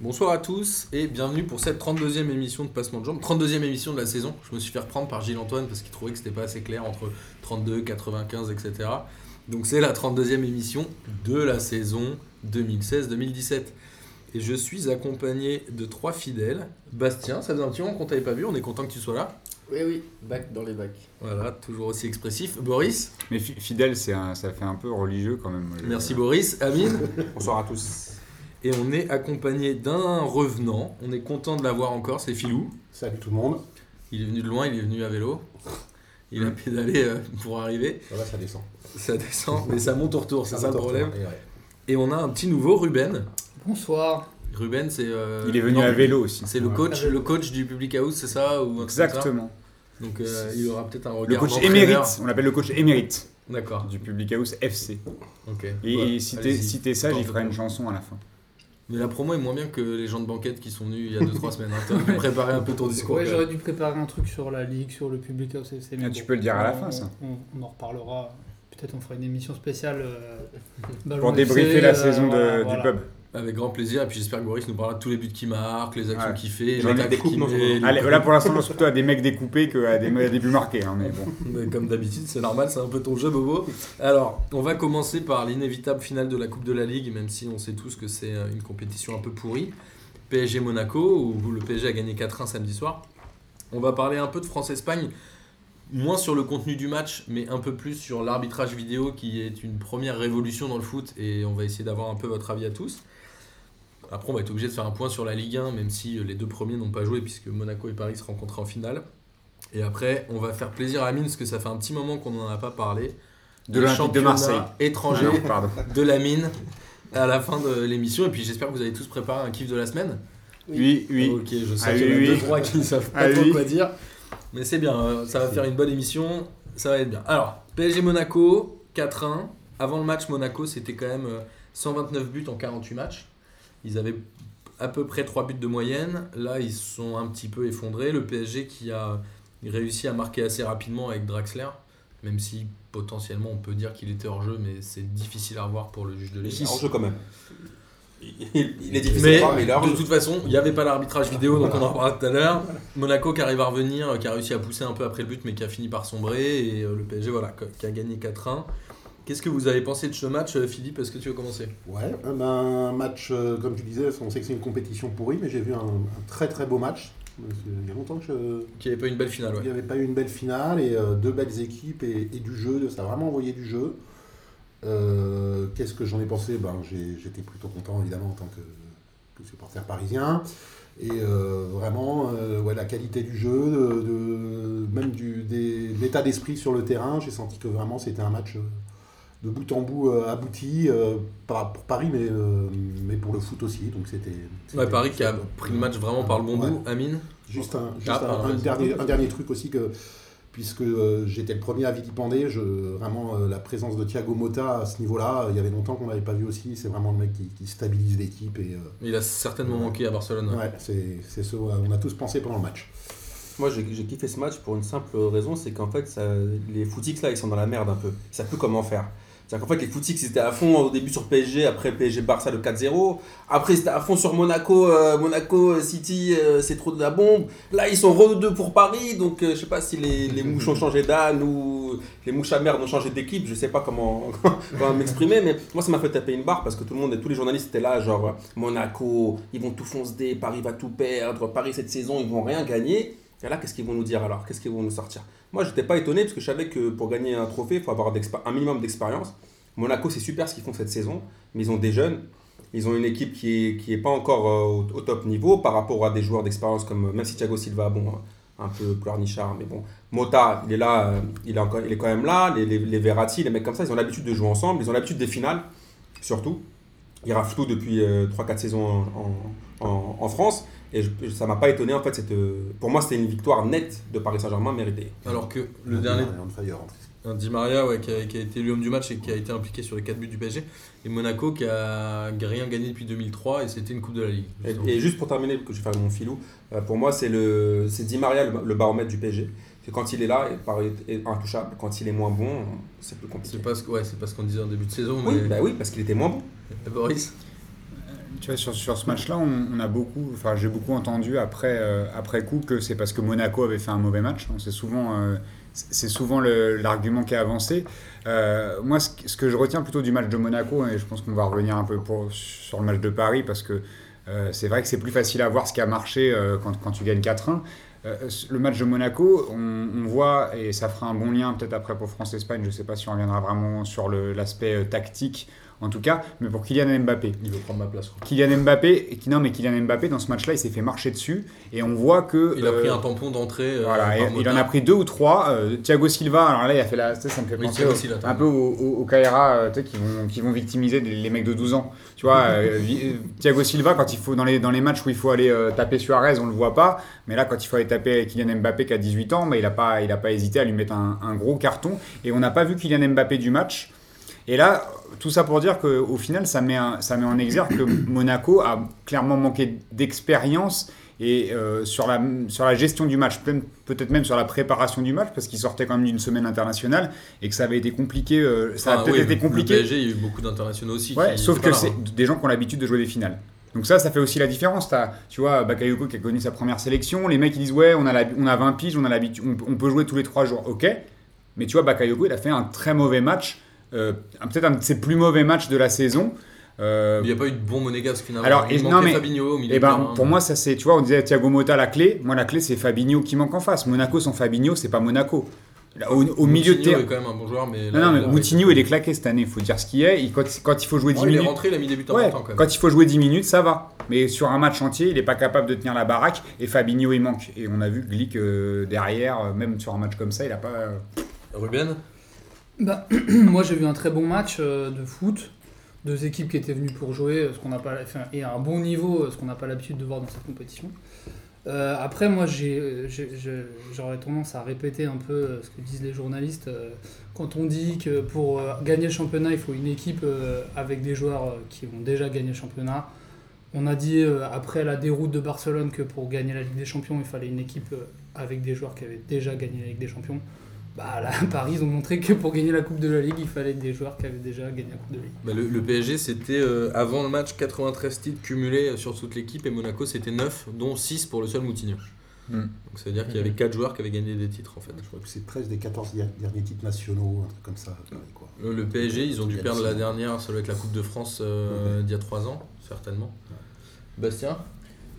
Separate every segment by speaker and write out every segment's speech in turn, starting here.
Speaker 1: Bonsoir à tous et bienvenue pour cette 32e émission de Passement de Jambes. 32e émission de la saison. Je me suis fait reprendre par Gilles-Antoine parce qu'il trouvait que c'était pas assez clair entre 32, 95, etc. Donc c'est la 32e émission de la saison 2016-2017. Et je suis accompagné de trois fidèles. Bastien, ça faisait un petit moment qu'on t'avait pas vu, on est content que tu sois là.
Speaker 2: Oui, oui, bac dans les bacs.
Speaker 1: Voilà, toujours aussi expressif. Boris,
Speaker 3: Mais fi- fidèle, c'est un- ça fait un peu religieux quand même. Je-
Speaker 1: merci Boris. Amine,
Speaker 4: Bonsoir à tous.
Speaker 1: et on est accompagné d'un revenant. On est content de l'avoir encore, c'est Filou.
Speaker 5: Salut tout le monde.
Speaker 1: Il est venu de loin, il est venu à vélo. Il a
Speaker 3: Mm.
Speaker 1: pédalé euh, pour arriver.
Speaker 5: Voilà, ça descend.
Speaker 1: Ça descend, mais ça monte au retour, c'est ça le
Speaker 5: va,
Speaker 1: problème.
Speaker 5: toi, ouais.
Speaker 1: Et on a un petit nouveau, Ruben.
Speaker 2: Bonsoir.
Speaker 1: Ruben, c'est. euh,
Speaker 3: Il est venu
Speaker 1: non,
Speaker 3: à vélo aussi.
Speaker 1: C'est le
Speaker 3: Ouais.
Speaker 1: coach, le coach du Public House, c'est ça ou un truc comme ça
Speaker 3: Exactement.
Speaker 1: Donc euh, il aura peut-être un regard.
Speaker 3: Le coach
Speaker 1: d'entraîneur.
Speaker 3: émérite. On l'appelle le coach émérite
Speaker 1: D'accord.
Speaker 3: du Public House FC.
Speaker 1: Ok.
Speaker 3: Et,
Speaker 1: Ouais,
Speaker 3: et si t'es
Speaker 1: allez-y.
Speaker 3: si t'es sage, il fera une
Speaker 1: Tente.
Speaker 3: chanson à la fin.
Speaker 1: Mais la promo est moins bien que les gens de banquette qui sont venus il y a 2-3 semaines. hein. T'as préparé un peu ton discours.
Speaker 6: Ouais,
Speaker 1: quand
Speaker 6: j'aurais
Speaker 1: même.
Speaker 6: dû préparer un truc sur la ligue, sur le public house FC. mais
Speaker 3: Ah, tu peux le dire à la fin,
Speaker 6: on-
Speaker 3: ça.
Speaker 6: On, on en reparlera. Peut-être on fera une émission spéciale euh, Ballon
Speaker 3: Pour
Speaker 6: FC,
Speaker 3: débriefer la
Speaker 6: euh,
Speaker 3: saison de-
Speaker 6: voilà,
Speaker 3: du
Speaker 6: voilà.
Speaker 3: pub.
Speaker 1: Avec grand plaisir. Et puis j'espère que Boris nous parlera de tous les buts qui marquent, les actions
Speaker 3: Ouais.
Speaker 1: qu'il fait,
Speaker 3: J'en ai
Speaker 1: les tacles
Speaker 4: des coupes,
Speaker 1: qu'il
Speaker 4: non,
Speaker 1: met.
Speaker 3: Allez,
Speaker 1: les-
Speaker 3: là pour l'instant, on lance plutôt à des mecs découpés qu'à des, à des buts marqués. hein, mais bon.
Speaker 1: Mais comme d'habitude, c'est normal, c'est un peu ton jeu, Bobo. Alors, on va commencer par l'inévitable finale de la Coupe de la Ligue, même si on sait tous que c'est euh, une compétition un peu pourrie. PSG Monaco, où le PSG a gagné 4-1 samedi soir. On va parler un peu de France-Espagne, moins sur le contenu du match, mais un peu plus sur l'arbitrage vidéo, qui est une première révolution dans le foot, et on va essayer d'avoir un peu votre avis à tous. Après, on va être obligé de faire un point sur la Ligue 1, même si euh, les deux premiers n'ont pas joué, puisque Monaco et Paris se rencontraient en finale. Et après, on va faire plaisir à Amine, parce que ça fait un petit moment qu'on n'en a pas parlé. Les
Speaker 3: De l'Olympique de
Speaker 1: championnats
Speaker 3: Marseille.
Speaker 1: Étrangers
Speaker 3: Ah non, pardon.
Speaker 1: de la mine à la fin de l'émission. Et puis j'espère que vous avez tous préparé un kiff de la semaine.
Speaker 3: Oui,
Speaker 4: Oh.
Speaker 3: oui.
Speaker 1: Ok, je sais
Speaker 3: Ah
Speaker 1: qu'il y en a
Speaker 3: oui,
Speaker 1: deux,
Speaker 3: oui.
Speaker 1: trois qui ne savent pas
Speaker 3: Ah
Speaker 1: trop
Speaker 3: oui.
Speaker 1: quoi dire. Mais c'est bien, euh, ça va faire une bonne émission. Ça va être bien. Alors, PSG Monaco, 4-1. Avant le match, Monaco, c'était quand même euh, 129 buts en 48 matchs. Ils avaient à peu près 3 buts de moyenne. Là, ils se sont un petit peu effondrés. Le PSG qui a réussi à marquer assez rapidement avec Draxler, même si potentiellement on peut dire qu'il était hors jeu, mais c'est difficile à revoir pour le juge de
Speaker 4: Il est
Speaker 1: l'équipe.
Speaker 4: hors jeu quand même. Il, il est difficile
Speaker 1: Mais
Speaker 4: à voir, mais il est hors
Speaker 1: de
Speaker 4: jeu.
Speaker 1: toute façon, il n'y avait pas l'arbitrage vidéo, donc on en reparlera tout à l'heure. Monaco qui arrive à revenir, euh, qui a réussi à pousser un peu après le but, mais qui a fini par sombrer. Et euh, le PSG, voilà, co- qui a gagné 4-1. Qu'est-ce que vous avez pensé de ce match, euh, Philippe Est-ce que tu veux commencer
Speaker 5: Ouais, euh, ben, un match, euh, comme tu disais, on sait que c'est une compétition pourrie, mais j'ai vu un, un très très beau match. Euh, Il y a longtemps que je-
Speaker 1: Qui avait pas une belle finale,
Speaker 5: il n'y
Speaker 1: ouais.
Speaker 5: avait pas eu une belle finale et euh, deux belles équipes et, et du jeu, ça a vraiment envoyé du jeu. Euh, Qu'est-ce que j'en ai pensé ben, j'ai- J'étais plutôt content évidemment en tant que, que supporter parisien. Et euh, vraiment, euh, ouais, la qualité du jeu, de, de- même du, des- de l'état d'esprit sur le terrain, j'ai senti que vraiment c'était un match euh, de bout en bout euh, abouti, euh, pas pour Paris, mais, euh, mais pour le foot aussi. Donc c'était.
Speaker 1: Ouais,
Speaker 5: c'était-
Speaker 1: Paris qui a
Speaker 5: c'était top.
Speaker 1: pris le match vraiment par le bon
Speaker 5: Ouais.
Speaker 1: bout. Amine
Speaker 5: Juste un, juste
Speaker 1: Ah,
Speaker 5: un-
Speaker 1: pardon,
Speaker 5: un
Speaker 1: vas-y.
Speaker 5: dernier, un dernier truc aussi que puisque euh, j'étais le premier à vilipender, je, vraiment euh, la présence de Thiago Motta à ce niveau-là, euh, il y avait longtemps qu'on l'avait pas vu aussi. C'est vraiment le mec qui, qui stabilise l'équipe et euh,
Speaker 1: Il a certainement manqué à Barcelone. ouais.
Speaker 5: ouais, c'est c'est ce on a tous pensé pendant le match.
Speaker 4: Moi j'ai j'ai kiffé ce match pour une simple raison c'est qu'en fait ça, les footix là ils sont dans la merde un peu. Ils savent plus comment faire. C'est-à-dire qu'en fait les footix ils étaient à fond au début sur PSG, après PSG Barça le 4-0. Après ils étaient à fond sur Monaco, euh, Monaco euh, City euh, c'est trop de la bombe. Là ils sont re 2 pour Paris donc euh, je sais pas si les, les mouches ont changé d'âne ou les mouches à merde ont changé d'équipe. Je sais pas comment, comment m'exprimer mais moi ça m'a fait taper une barre parce que tout le monde et tous les journalistes étaient là genre euh, Monaco ils vont tout foncer, Paris va tout perdre, Paris cette saison ils vont rien gagner. Et là, qu'est-ce qu'ils vont nous dire alors Qu'est-ce qu'ils vont nous sortir Moi, je n'étais pas étonné parce que je savais que pour gagner un trophée, il faut avoir d'expé- un minimum d'expérience. Monaco, c'est super ce qu'ils font cette saison, mais ils ont des jeunes. Ils ont une équipe qui n'est qui est pas encore euh, au, au top niveau par rapport à des joueurs d'expérience comme, euh, même si Thiago Silva, bon, euh, un peu pleurnichard, mais bon. Mota, il est là, euh, il est, encore, il est quand même là. Les, les, les Verratti, les mecs comme ça, ils ont l'habitude de jouer ensemble, ils ont l'habitude des finales, surtout. Ils raflent tout depuis 3-4 saisons en- en- en- en France. Et je- ça m'a pas étonné en fait. cette, euh, pour moi, c'était une victoire nette de Paris Saint-Germain méritée.
Speaker 1: Alors que le dernier,
Speaker 5: On fire en plus.
Speaker 1: un Di Maria ouais, qui, a, qui a été l'homme du match et qui a été impliqué sur les 4 buts du PSG. Et Monaco qui a rien gagné depuis 2003 et c'était une Coupe de la Ligue.
Speaker 4: Et, et juste pour terminer, parce que je vais faire mon filou, euh, pour moi, c'est le c'est Di Maria le, le baromètre du PSG. C'est quand il est là, et Paris est intouchable. Quand il est moins bon, c'est plus compliqué.
Speaker 1: C'est pas ce, ouais, c'est pas ce qu'on disait en début de saison, mais
Speaker 4: Oui, bah oui, parce qu'il était moins bon.
Speaker 1: Boris.
Speaker 6: Euh,
Speaker 3: Tu vois, sur, sur ce match-là, on, on a beaucoup, enfin, j'ai beaucoup entendu après, euh, après coup que c'est parce que Monaco avait fait un mauvais match. C'est souvent, euh, c'est c'est souvent le- l'argument qui est avancé. Euh, moi, ce, que- ce que je retiens plutôt du match de Monaco, et je pense qu'on va revenir un peu pour- sur le match de Paris, parce que euh, c'est vrai que c'est plus facile à voir ce qui a marché euh, quand, quand tu gagnes 4-1. Euh, le match de Monaco, on, on voit, et ça fera un bon lien peut-être après pour France-Espagne, je ne sais pas si on reviendra vraiment sur le- l'aspect euh, tactique, en tout cas, mais pour Kylian Mbappé.
Speaker 1: Il veut prendre ma place. quoi.
Speaker 3: Kylian Mbappé, et qui- non mais Kylian Mbappé dans ce match-là, il s'est fait marcher dessus et on voit que
Speaker 1: Il a pris
Speaker 3: euh,
Speaker 1: un tampon d'entrée. euh,
Speaker 3: voilà,
Speaker 1: par
Speaker 3: et- il en a
Speaker 1: Mota.
Speaker 3: pris deux ou trois. euh, Thiago Silva, alors là il a fait la, ça, ça me fait
Speaker 1: Oui,
Speaker 3: penser
Speaker 1: Thiago
Speaker 3: au-
Speaker 1: Silva, t'as
Speaker 3: un peu au, au, au Caïra, euh, tu sais, qui vont qui vont victimiser des- les mecs de 12 ans. Tu vois, euh, vi- euh, Thiago Silva quand il faut dans les dans les matchs où il faut aller euh, taper Suarez, on le voit pas, mais là quand il faut aller taper Kylian Mbappé qui a 18 ans, bah, il a pas il a pas hésité à lui mettre un, un gros carton et on n'a pas vu Kylian Mbappé du match. Et là, tout ça pour dire qu'au final, ça met, un- ça met en exergue que Monaco a clairement manqué d'expérience et euh, sur, la, sur la gestion du match, peut- peut-être même sur la préparation du match, parce qu'il sortait quand même d'une semaine internationale et que ça avait été compliqué. euh, ça a
Speaker 1: Ah,
Speaker 3: peut-être
Speaker 1: oui,
Speaker 3: été
Speaker 1: le-
Speaker 3: compliqué.
Speaker 1: Le PSG, il y a eu beaucoup d'internationaux aussi.
Speaker 3: Ouais,
Speaker 1: qui-
Speaker 3: sauf
Speaker 1: pas
Speaker 3: que
Speaker 1: là,
Speaker 3: c'est
Speaker 1: hein.
Speaker 3: des gens qui ont l'habitude de jouer des finales. Donc ça, ça fait aussi la différence. T'as, tu vois, Bakayoko qui a connu sa première sélection, les mecs ils disent ouais, on a, la- on a 20 piges, on, a l'habitude, on, on peut jouer tous les 3 jours, ok. Mais tu vois, Bakayoko, il a fait un très mauvais match, euh, un- peut-être un de ses plus mauvais matchs de la saison.
Speaker 1: hein.
Speaker 3: Euh,
Speaker 1: Il n'y a pas eu de bon monégasque finalement.
Speaker 3: Alors,
Speaker 1: il hein.
Speaker 3: et- non,
Speaker 1: manquait
Speaker 3: mais-
Speaker 1: Fabinho au milieu.
Speaker 3: et
Speaker 1: de
Speaker 3: ben,
Speaker 1: terrain.
Speaker 3: pour moi, ça c'est, tu vois, on disait Thiago Motta la clé. Moi, la clé, c'est Fabinho qui manque en face. Monaco sans Fabinho, c'est pas Monaco. Là, au, au milieu de
Speaker 1: Moutinho
Speaker 3: terrain.
Speaker 1: est quand même un bon joueur, mais.
Speaker 3: Non,
Speaker 1: là-
Speaker 3: non, mais
Speaker 1: là,
Speaker 3: Moutinho,
Speaker 1: avec-
Speaker 3: il est claqué cette année, il faut dire ce qu'il est. Il- quand, quand il faut jouer 10
Speaker 1: Oh, il est
Speaker 3: minutes.
Speaker 1: rentré, il a mis des buts
Speaker 3: Ouais,
Speaker 1: importants quand même.
Speaker 3: quand il faut jouer 10 minutes, ça va. Mais sur un match entier, il n'est pas capable de tenir la baraque et Fabinho, il manque. Et on a vu Glick euh, derrière, euh, même sur un match comme ça, il n'a pas. euh,
Speaker 1: Ruben
Speaker 6: Bah, moi j'ai vu un très bon match euh, de foot, deux équipes qui étaient venues pour jouer, euh, ce qu'on n'a pas, enfin, et à un bon niveau, euh, ce qu'on n'a pas l'habitude de voir dans cette compétition. Euh, après, moi j'ai- euh, j'ai- je- j'aurais tendance à répéter un peu euh, ce que disent les journalistes euh, quand on dit que pour euh, gagner le championnat, il faut une équipe euh, avec des joueurs euh, qui ont déjà gagné le championnat. On a dit euh, après la déroute de Barcelone que pour gagner la Ligue des Champions, il fallait une équipe euh, avec des joueurs qui avaient déjà gagné la Ligue des Champions. Bah là, Paris, ils ont montré que pour gagner la Coupe de la Ligue, il fallait des joueurs qui avaient déjà gagné la Coupe de la Ligue.
Speaker 1: Bah, le, le PSG, c'était euh, avant le match 93 titres cumulés euh, sur toute l'équipe et Monaco, c'était 9, dont 6 pour le seul Moutinho.
Speaker 3: Hmm.
Speaker 1: Donc ça veut dire qu'il y avait 4 joueurs qui avaient gagné des titres en fait.
Speaker 5: Je crois que c'est 13 des 14 di- derniers titres nationaux, un truc comme ça. pareil, quoi.
Speaker 1: Le, le PSG, ils ont dû
Speaker 5: Quel
Speaker 1: perdre
Speaker 5: signe.
Speaker 1: la dernière, ça doit être la Coupe de France euh, d'il y a 3 ans, certainement. Bastien,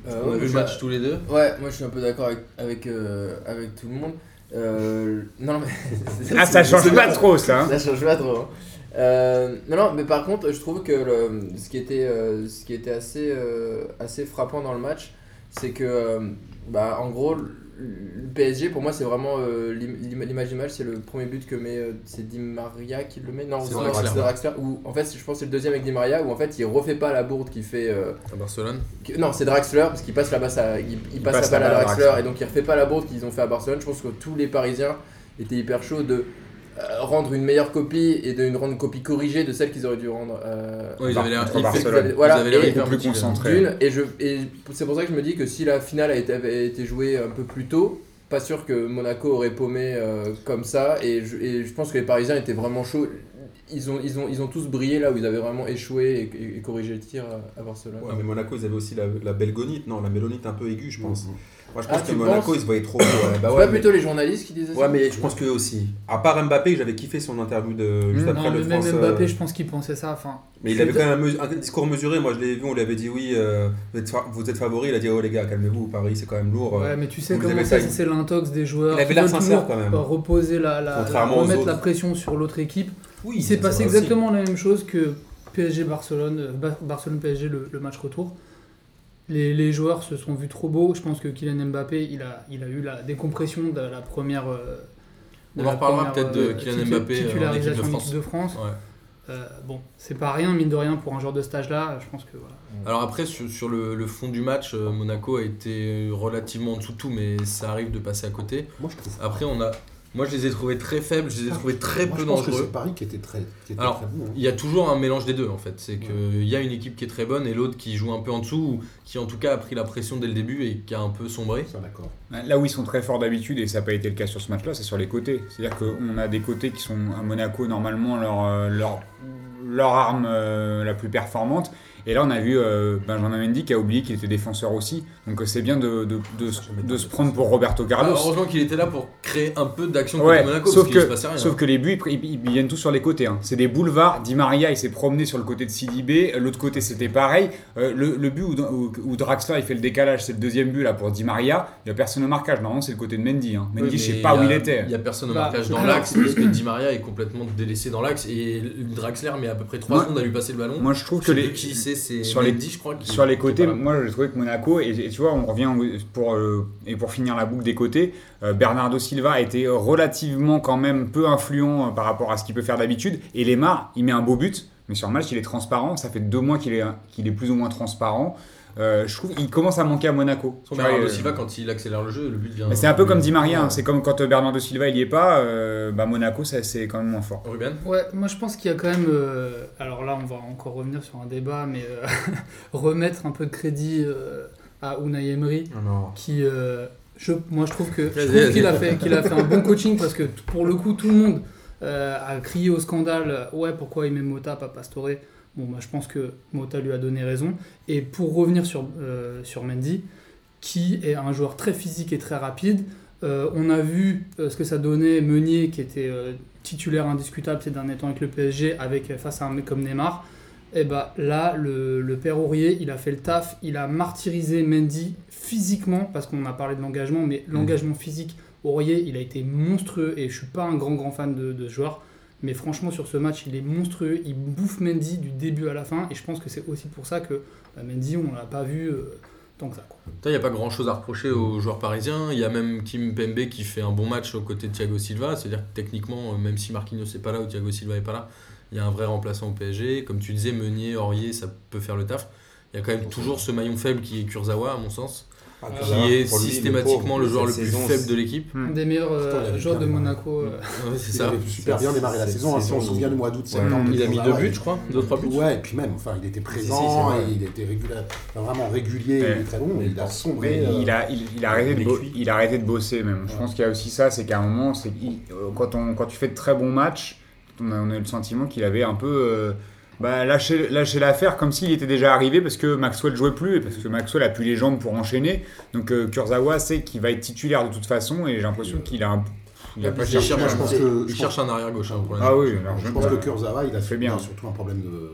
Speaker 2: Euh,
Speaker 1: on a
Speaker 2: ouais,
Speaker 1: vu le
Speaker 2: je-
Speaker 1: match tous les deux.
Speaker 2: Ouais, moi je suis un peu d'accord avec, avec, euh, avec tout le monde. Euh, non, mais. c'est-
Speaker 3: Ah, ça
Speaker 2: c'est-
Speaker 3: change
Speaker 2: c'est-
Speaker 3: pas trop, ça. hein.
Speaker 2: Ça change pas trop. hein. Euh, non, non, mais par contre, je trouve que le- ce qui était, euh, ce qui était assez, euh, assez frappant dans le match, c'est que, euh, bah, en gros, le le PSG, pour moi, c'est vraiment euh, l'im- l'im- l'image du match, c'est le premier but que met, euh, c'est Di Maria qui le met, non,
Speaker 1: C'est
Speaker 2: non,
Speaker 1: Draxler.
Speaker 2: c'est Draxler, où, en fait, je pense que c'est le deuxième avec Di Maria, où en fait, il refait pas la bourde qu'il fait. euh,
Speaker 1: À Barcelone.
Speaker 2: que- Non, c'est Draxler parce qu'il passe la balle à, il, il passe
Speaker 3: passe
Speaker 2: la balle
Speaker 3: la
Speaker 2: à
Speaker 3: balle à
Speaker 2: Draxler,
Speaker 3: Draxler.
Speaker 2: et donc il refait pas la bourde qu'ils ont fait à Barcelone. Je pense que tous les Parisiens étaient hyper chauds de euh, rendre une meilleure copie et de une rendre une copie corrigée de celle qu'ils auraient dû rendre. euh,
Speaker 1: Ouais, ils
Speaker 3: Par-
Speaker 1: avaient l'air
Speaker 3: contre,
Speaker 1: ils-
Speaker 3: Barcelone.
Speaker 1: ils
Speaker 2: Voilà,
Speaker 1: avaient l'air
Speaker 2: et
Speaker 1: hyper
Speaker 3: beaucoup plus
Speaker 1: motivés.
Speaker 3: concentrés.
Speaker 2: d'une. Et je et c'est pour ça que je me dis que si la finale a été, avait été jouée un peu plus tôt, pas sûr que Monaco aurait paumé euh, comme ça. Et je, et je pense que les Parisiens étaient vraiment chauds. Ils ont, ils, ont, ils ont tous brillé là où ils avaient vraiment échoué et, et- et corrigé le tir à, à Barcelone.
Speaker 4: Ouais, mais Monaco, ils avaient aussi la, la belgonite, non, la mélonite un peu aiguë, je
Speaker 6: Mhm.
Speaker 4: pense. Moi, je pense
Speaker 2: Ah,
Speaker 4: que
Speaker 2: tu
Speaker 4: Monaco,
Speaker 2: penses
Speaker 4: ils se voyaient trop. ouais, bah
Speaker 2: C'est
Speaker 4: ouais,
Speaker 2: pas
Speaker 4: mais-
Speaker 2: plutôt les journalistes qui disaient ça
Speaker 4: Ouais, mais je pense que aussi. À part Mbappé, que j'avais kiffé son interview de juste
Speaker 3: Mmh,
Speaker 4: après
Speaker 6: Mm, Non, mais
Speaker 4: le
Speaker 6: même
Speaker 4: France. euh,
Speaker 6: Mbappé, je pense qu'il pensait ça. Enfin,
Speaker 4: Mais il avait quand même un, mes- un discours mesuré. Moi, je l'ai vu, on lui avait dit oui, euh, vous, êtes fa- vous êtes favori. Il a dit oh les gars, calmez-vous, Paris, c'est quand même lourd.
Speaker 6: ouais, mais tu sais
Speaker 4: Vous
Speaker 6: comment
Speaker 4: avez
Speaker 6: ça,
Speaker 4: taille.
Speaker 6: c'est l'intox des joueurs.
Speaker 4: Il avait
Speaker 6: qui
Speaker 4: l'air
Speaker 6: veulent
Speaker 4: sincère,
Speaker 6: toujours,
Speaker 4: quand même.
Speaker 6: euh, Reposer la, la- la-
Speaker 4: Contrairement aux
Speaker 6: remettre
Speaker 4: autres.
Speaker 6: la pression sur l'autre équipe.
Speaker 4: Oui,
Speaker 6: Il s'est passé exactement la même chose que PSG Barcelone, euh, Ba- Barcelone PSG le, le match retour. Les, les joueurs se sont vus trop beaux. Je pense que Kylian Mbappé, il a, il a eu la décompression de la première. euh,
Speaker 1: On
Speaker 6: de
Speaker 1: en
Speaker 6: la
Speaker 1: reparlera peut-être
Speaker 6: première,
Speaker 1: de
Speaker 6: euh,
Speaker 1: Kylian
Speaker 6: titu-
Speaker 1: Mbappé, euh, en équipe de
Speaker 6: titularisation en
Speaker 1: France.
Speaker 6: équipe de France.
Speaker 1: Ouais.
Speaker 6: Euh, bon, c'est pas rien, mine de rien, pour un joueur de stage là, je pense que voilà.
Speaker 1: Alors après, sur, sur le, le fond du match, euh, Monaco a été relativement en dessous de tout, mais ça arrive de passer à côté.
Speaker 5: Moi, je trouve.
Speaker 1: Après, on a, moi, je les ai trouvés très faibles, je les ai trouvés très
Speaker 5: Moi,
Speaker 1: peu
Speaker 5: je pense que
Speaker 1: dangereux.
Speaker 5: c'est Paris qui était très, qui était
Speaker 1: Alors,
Speaker 5: très bon. hein.
Speaker 1: Il y a toujours un mélange des deux en fait. C'est qu'il y a une équipe qui est très bonne et l'autre qui joue un peu en dessous, ou qui en tout cas a pris la pression dès le début et qui a un peu sombré.
Speaker 5: Ça, d'accord.
Speaker 3: Là où ils sont très forts d'habitude, et ça n'a pas été le cas sur ce match-là, c'est sur les côtés. C'est-à-dire qu'on a des côtés qui sont à Monaco normalement leur, euh, leur, leur arme euh, la plus performante, Et là, on a vu euh, Benjamin Mendy qui a oublié qu'il était défenseur aussi. Donc euh, c'est bien de, de- de se- de se prendre pour Roberto
Speaker 1: Ah,
Speaker 3: Carlos.
Speaker 1: heureusement qu'il était là pour créer un peu d'action contre
Speaker 3: Ouais,
Speaker 1: Monaco, parce
Speaker 3: sauf,
Speaker 1: qu'il se
Speaker 3: que,
Speaker 1: passait rien.
Speaker 3: sauf que les buts, ils pr- ils, ils viennent tous sur les côtés. hein. C'est des boulevards. Di Maria, il s'est promené sur le côté de Sidi B. L'autre côté, c'était pareil. Euh, le, le but où, où- où Draxler, il fait le décalage, c'est le deuxième but là pour Di Maria. Il n'y a personne au marquage. Normalement, c'est le côté de Mendy. hein. Mendy,
Speaker 1: Oui,
Speaker 3: je
Speaker 1: mais
Speaker 3: sais pas
Speaker 1: y
Speaker 3: où
Speaker 1: a-
Speaker 3: il était.
Speaker 1: Il y a personne au
Speaker 6: Bah,
Speaker 1: marquage
Speaker 6: je-
Speaker 1: dans l'axe, parce que Di Maria est complètement délaissé dans l'axe, et Draxler met à peu près 3
Speaker 3: Moi-
Speaker 1: secondes à lui passer le ballon.
Speaker 3: Moi, je trouve
Speaker 1: Je
Speaker 3: que
Speaker 1: sais
Speaker 3: les,
Speaker 1: plus qui c'est, c'est
Speaker 3: sur les-
Speaker 1: Mendy, je crois. qui-
Speaker 3: Sur les
Speaker 1: qui est
Speaker 3: côtés,
Speaker 1: pas là.
Speaker 3: moi j'ai trouvé que Monaco, et, et tu vois, on revient au- pour, euh, et pour finir la boucle des côtés, euh, Bernardo Silva a été relativement quand même peu influent euh, par rapport à ce qu'il peut faire d'habitude, et Lemar, il met un beau but, mais sur le match il est transparent, ça fait deux mois qu'il est, qu'il est plus ou moins transparent, Euh, je trouve qu'il commence à manquer à Monaco.
Speaker 1: Son
Speaker 3: Tu vois,
Speaker 1: Bernardo
Speaker 3: euh,
Speaker 1: Silva, quand il accélère le jeu, le but vient.
Speaker 3: mais c'est un peu comme Di Maria, hein, c'est comme quand euh, Bernardo Silva il y est pas, euh, bah, Monaco ça, c'est quand même moins fort.
Speaker 1: Ruben
Speaker 6: Ouais, moi je pense qu'il y a quand même. euh, alors là, on va encore revenir sur un débat, mais euh, remettre un peu de crédit euh, à Unai Emery,
Speaker 4: non.
Speaker 6: qui. euh, je, moi je trouve que- je
Speaker 1: Vas-y,
Speaker 6: trouve
Speaker 1: vas-y.
Speaker 6: qu'il a, fait- qu'il a fait un bon coaching parce que t- pour le coup, tout le monde euh, a crié au scandale euh, Ouais, pourquoi il met Mota, pas Pastore Bon, bah, je pense que Mota lui a donné raison. Et pour revenir sur, euh, sur Mendy, qui est un joueur très physique et très rapide. Euh, on a vu euh, ce que ça donnait Meunier, qui était euh, titulaire indiscutable ces derniers temps avec le PSG, avec, euh, face à un mec comme Neymar. Et bah là, le, le père Aurier, il a fait le taf, il a martyrisé Mendy physiquement, parce qu'on a parlé de l'engagement, mais
Speaker 5: Mmh.
Speaker 6: l'engagement physique, Aurier, il a été monstrueux, et je suis pas un grand grand fan de, de ce joueur, mais franchement sur ce match, il est monstrueux, il bouffe Mendy du début à la fin, et je pense que c'est aussi pour ça que bah, Mendy, on l'a pas vu euh, tant que ça. quoi.
Speaker 1: Putain, Il n'y a pas grand chose à reprocher aux joueurs parisiens. Il y a même Kim Pembe qui fait un bon match aux côtés de Thiago Silva. C'est-à-dire que techniquement, euh, même si Marquinhos n'est pas là ou Thiago Silva n'est pas là, il y a un vrai remplaçant au PSG. Comme tu disais, Meunier, Aurier, ça peut faire le taf. Il y a quand même toujours ce maillon faible qui est Kurzawa, à mon sens,
Speaker 4: Ah,
Speaker 1: qui
Speaker 4: Kurzawa,
Speaker 1: est
Speaker 4: pour lui,
Speaker 1: systématiquement
Speaker 4: pauvre,
Speaker 1: le joueur le
Speaker 4: cette
Speaker 1: plus
Speaker 4: saison,
Speaker 1: faible de l'équipe.
Speaker 6: Un des meilleurs euh,
Speaker 5: Pourtant, il avait
Speaker 6: joueurs de
Speaker 5: bien, euh,
Speaker 6: Monaco. euh,
Speaker 1: Ouais, c'est
Speaker 5: Il
Speaker 1: ça.
Speaker 5: avait super bien démarré la
Speaker 4: Cette
Speaker 5: saison, hein, si on se
Speaker 4: saison,
Speaker 5: souvient du mois d'août,
Speaker 4: ouais.
Speaker 5: septembre.
Speaker 1: Il a mis deux
Speaker 5: Ouais.
Speaker 1: buts, je crois, deux trois buts.
Speaker 5: Ouais, et puis même, enfin, il était
Speaker 4: Si,
Speaker 5: présent,
Speaker 4: si, c'est vrai.
Speaker 5: et il était régulier, enfin, vraiment régulier,
Speaker 3: Ouais.
Speaker 5: il est très bon, il a sombré.
Speaker 3: Mais
Speaker 5: euh,
Speaker 3: il, a, il, il a arrêté de
Speaker 4: il est
Speaker 3: bo-
Speaker 4: cuit.
Speaker 3: il a arrêté de bosser même. Je
Speaker 5: Ouais.
Speaker 3: pense qu'il y a aussi ça, c'est qu'à un moment, c'est qu'il- euh, quand, on, quand tu fais de très bons matchs, on a, on a eu le sentiment qu'il avait un peu euh, bah, lâché, lâché l'affaire comme s'il était déjà arrivé parce que Maxwell jouait plus et parce que Maxwell a plus les jambes pour enchaîner. Donc euh, Kurzawa sait qu'il va être titulaire de toute façon et j'ai l'impression qu'il a un il a pas
Speaker 1: Il
Speaker 3: cherché.
Speaker 1: cherche-
Speaker 5: moi, je pense que-
Speaker 1: Il cherche un arrière-gauche. hein, pour l'instant.
Speaker 3: Ah oui, alors
Speaker 5: Je pense que Kurzawa, il a
Speaker 3: fait
Speaker 5: fait
Speaker 3: bien.
Speaker 5: bien. surtout un problème de,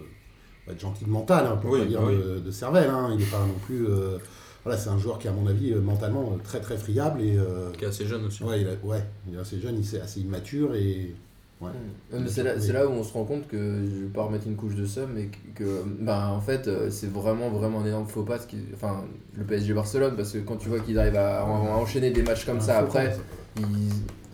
Speaker 5: bah, de gentil de mental, hein, pour
Speaker 4: Oui,
Speaker 5: pas dire
Speaker 4: oui.
Speaker 5: de, de cervelle. hein. Il n'est pas non plus. euh, voilà, c'est un joueur qui, à mon avis, euh, mentalement, euh, très très friable. Et, euh,
Speaker 1: Qui est assez jeune aussi.
Speaker 5: ouais, il a- ouais, il est assez jeune, il est assez immature. Et, ouais.
Speaker 2: Euh, mais C'est là, c'est là où on se rend compte que je vais pas remettre une couche de somme et que, que, ben, en fait euh, c'est vraiment vraiment un énorme faux pas ce qui- enfin le PSG Barcelone parce que quand tu vois qu'ils arrivent à, à enchaîner des matchs comme ça
Speaker 5: Un faux
Speaker 2: après
Speaker 5: pas,
Speaker 2: ils,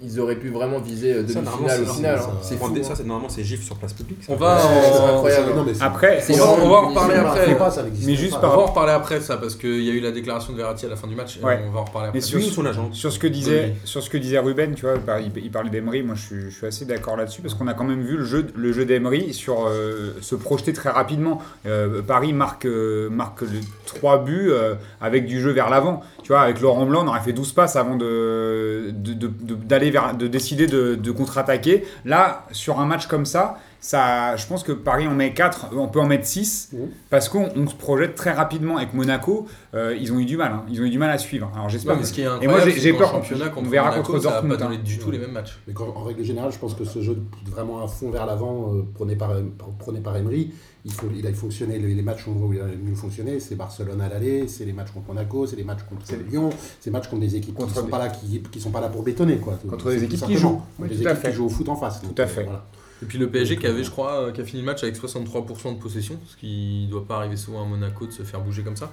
Speaker 2: ils auraient pu vraiment viser euh,
Speaker 4: Ça, normalement,
Speaker 2: demi-finale au final
Speaker 4: c'est
Speaker 5: normal,
Speaker 2: hein.
Speaker 5: ça.
Speaker 2: c'est fou
Speaker 4: Prendre des- Ça,
Speaker 2: hein.
Speaker 4: c'est normalement, c'est gif sur place publique. ça.
Speaker 1: On va
Speaker 2: Ouais, c'est
Speaker 1: en-
Speaker 2: incroyable.
Speaker 5: Non, mais c'est-
Speaker 3: Après,
Speaker 2: C'est
Speaker 1: on va-
Speaker 2: vraiment
Speaker 1: on va en
Speaker 2: une-
Speaker 1: reparler
Speaker 2: c'est
Speaker 1: après.
Speaker 5: c'est pas, ça n'existe
Speaker 3: Mais juste
Speaker 5: pas.
Speaker 1: On
Speaker 3: par-
Speaker 1: va en reparler après ça parce qu'il y a eu la déclaration de Verratti à la fin du match. et
Speaker 3: Ouais.
Speaker 1: On va en reparler après.
Speaker 3: Mais
Speaker 4: Sur son agent.
Speaker 3: Sur ce que disait,
Speaker 1: Oui.
Speaker 3: sur ce que disait Ruben, tu vois, par- il, il parlait d'Emery, moi je suis, je suis assez d'accord là-dessus parce qu'on a quand même vu le jeu, le jeu d'Emery sur euh, se projeter très rapidement. Euh, Paris marque, euh, marque le- trois buts euh, avec du jeu vers l'avant. Tu vois, avec Laurent Blanc, on aurait fait 12 passes avant de, de- de- de- d'aller vers, de décider de, de contre-attaquer. Là, sur un match comme ça, ça, je pense que Paris en met 4, on peut en mettre 6
Speaker 5: Mhm.
Speaker 3: parce qu'on on se projette très rapidement. Avec Monaco, euh, ils ont eu du mal, hein. ils ont eu du mal à suivre. Alors
Speaker 1: Ouais,
Speaker 3: j'espère
Speaker 1: mais ce qui est
Speaker 3: Et moi,
Speaker 1: incroyable,
Speaker 3: j'ai-
Speaker 1: c'est
Speaker 3: j'ai
Speaker 1: qu'en
Speaker 3: peur qu'on-
Speaker 1: championnat contre
Speaker 3: on verra
Speaker 1: Monaco,
Speaker 3: contre
Speaker 1: ça va
Speaker 3: Dortmund,
Speaker 1: pas donner
Speaker 3: hein.
Speaker 1: du tout les mêmes matchs.
Speaker 5: Mais quand- en règle générale, je pense que ce jeu de- vraiment à fond vers l'avant, euh, prôné par, par- prôné par Emery, il, faut, il a fonctionné. Les, les matchs où il a mieux fonctionné, c'est Barcelone à l'aller, c'est les matchs contre Monaco, c'est les matchs contre
Speaker 3: C'est-
Speaker 5: Lyon, c'est les matchs contre des équipes
Speaker 3: Contre
Speaker 5: qui ne sont,
Speaker 3: des-
Speaker 5: pas là- qui, qui sont pas là pour bétonner. Quoi,
Speaker 3: Contre des
Speaker 5: Tout
Speaker 3: équipes qui
Speaker 5: simplement.
Speaker 3: jouent.
Speaker 5: Contre
Speaker 3: Oui,
Speaker 5: des
Speaker 3: tout à
Speaker 5: équipes
Speaker 3: fait.
Speaker 5: qui jouent au foot en face. euh,
Speaker 3: Tout à fait.
Speaker 5: voilà.
Speaker 1: Et puis le PSG qui avait, je crois, euh, qui a fini le match avec 63% de possession, ce qui ne doit pas arriver souvent à Monaco de se faire bouger comme ça.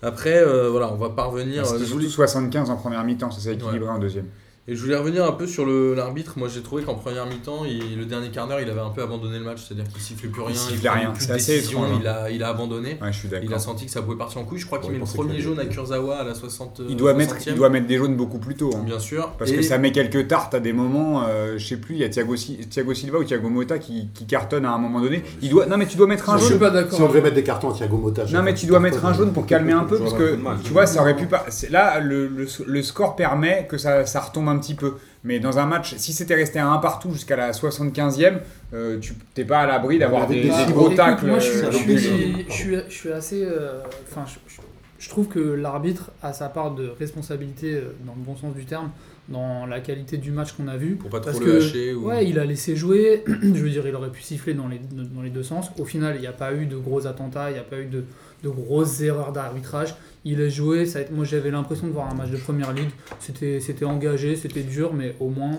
Speaker 1: Après, euh, voilà, on va pas revenir.
Speaker 3: Parce
Speaker 1: euh,
Speaker 3: qu'ils
Speaker 1: je
Speaker 3: jouent
Speaker 1: voulais-
Speaker 3: tous 75 en première mi-temps, ça s'est équilibré en deuxième.
Speaker 1: Et je voulais revenir un peu sur le- l'arbitre. Moi, j'ai trouvé qu'en première mi-temps, il- le dernier quart d'heure, il avait un peu abandonné le match. C'est-à-dire qu'il sifflait plus rien,
Speaker 3: sifflait
Speaker 1: prenait
Speaker 3: rien.
Speaker 1: plus
Speaker 3: C'est
Speaker 1: de
Speaker 3: assez
Speaker 1: décision,
Speaker 3: étrange, hein.
Speaker 1: il a, il a abandonné.
Speaker 3: Ouais, je suis
Speaker 1: Il a
Speaker 3: d'accord.
Speaker 1: senti que ça pouvait partir en couille. Je crois qu'il
Speaker 5: Ouais,
Speaker 1: met le
Speaker 5: il pensait
Speaker 1: premier
Speaker 5: qu'il
Speaker 1: jaune à
Speaker 5: allait-
Speaker 1: Kurzawa à la 60
Speaker 3: Il doit, mettre,
Speaker 1: 60e.
Speaker 3: il doit mettre des jaunes beaucoup plus tôt. hein.
Speaker 1: Bien sûr.
Speaker 3: Parce
Speaker 1: Et-
Speaker 3: que ça met quelques tartes à des moments, euh, je sais plus, il y a Thiago, Si- Thiago Silva ou Thiago Mota qui, qui cartonne à un moment donné. Il doit, non mais tu dois mettre un
Speaker 6: je suis
Speaker 3: jaune.
Speaker 6: pas d'accord.
Speaker 5: Mmh. Si on devait mettre des cartons à Thiago Mota, je-
Speaker 3: Non mais tu dois mettre un jaune pour calmer un peu
Speaker 4: Je
Speaker 3: parce
Speaker 4: vois pas
Speaker 3: que
Speaker 4: le match.
Speaker 3: tu vois ça aurait pu pas. c'est- Là le, le- le score permet que ça, ça retombe un un petit peu. Mais dans un match, si c'était resté à un partout jusqu'à la 75e, euh, tu t'es pas à l'abri d'avoir
Speaker 5: Avec
Speaker 3: des,
Speaker 5: des
Speaker 3: des
Speaker 5: si
Speaker 3: gros
Speaker 6: Écoute,
Speaker 3: tacles.
Speaker 6: Moi, je suis-
Speaker 3: euh,
Speaker 6: je
Speaker 3: sur-
Speaker 6: suis- je suis- je suis assez. euh, Enfin, je- je- je trouve que l'arbitre a sa part de responsabilité, euh, dans le bon sens du terme, dans la qualité du match qu'on a vu.
Speaker 1: Pour pas trop
Speaker 6: Parce
Speaker 1: le
Speaker 6: que-
Speaker 1: hacher. Ou...
Speaker 6: Ouais, il a laissé jouer. je veux dire, il aurait pu siffler dans les, dans les deux sens. Au final, il n'y a pas eu de gros attentats, il n'y a pas eu de, de grosses erreurs d'arbitrage. Il a joué. Ça a été- moi, j'avais l'impression de voir un match de première ligue. C'était c'était engagé, c'était dur, mais au moins.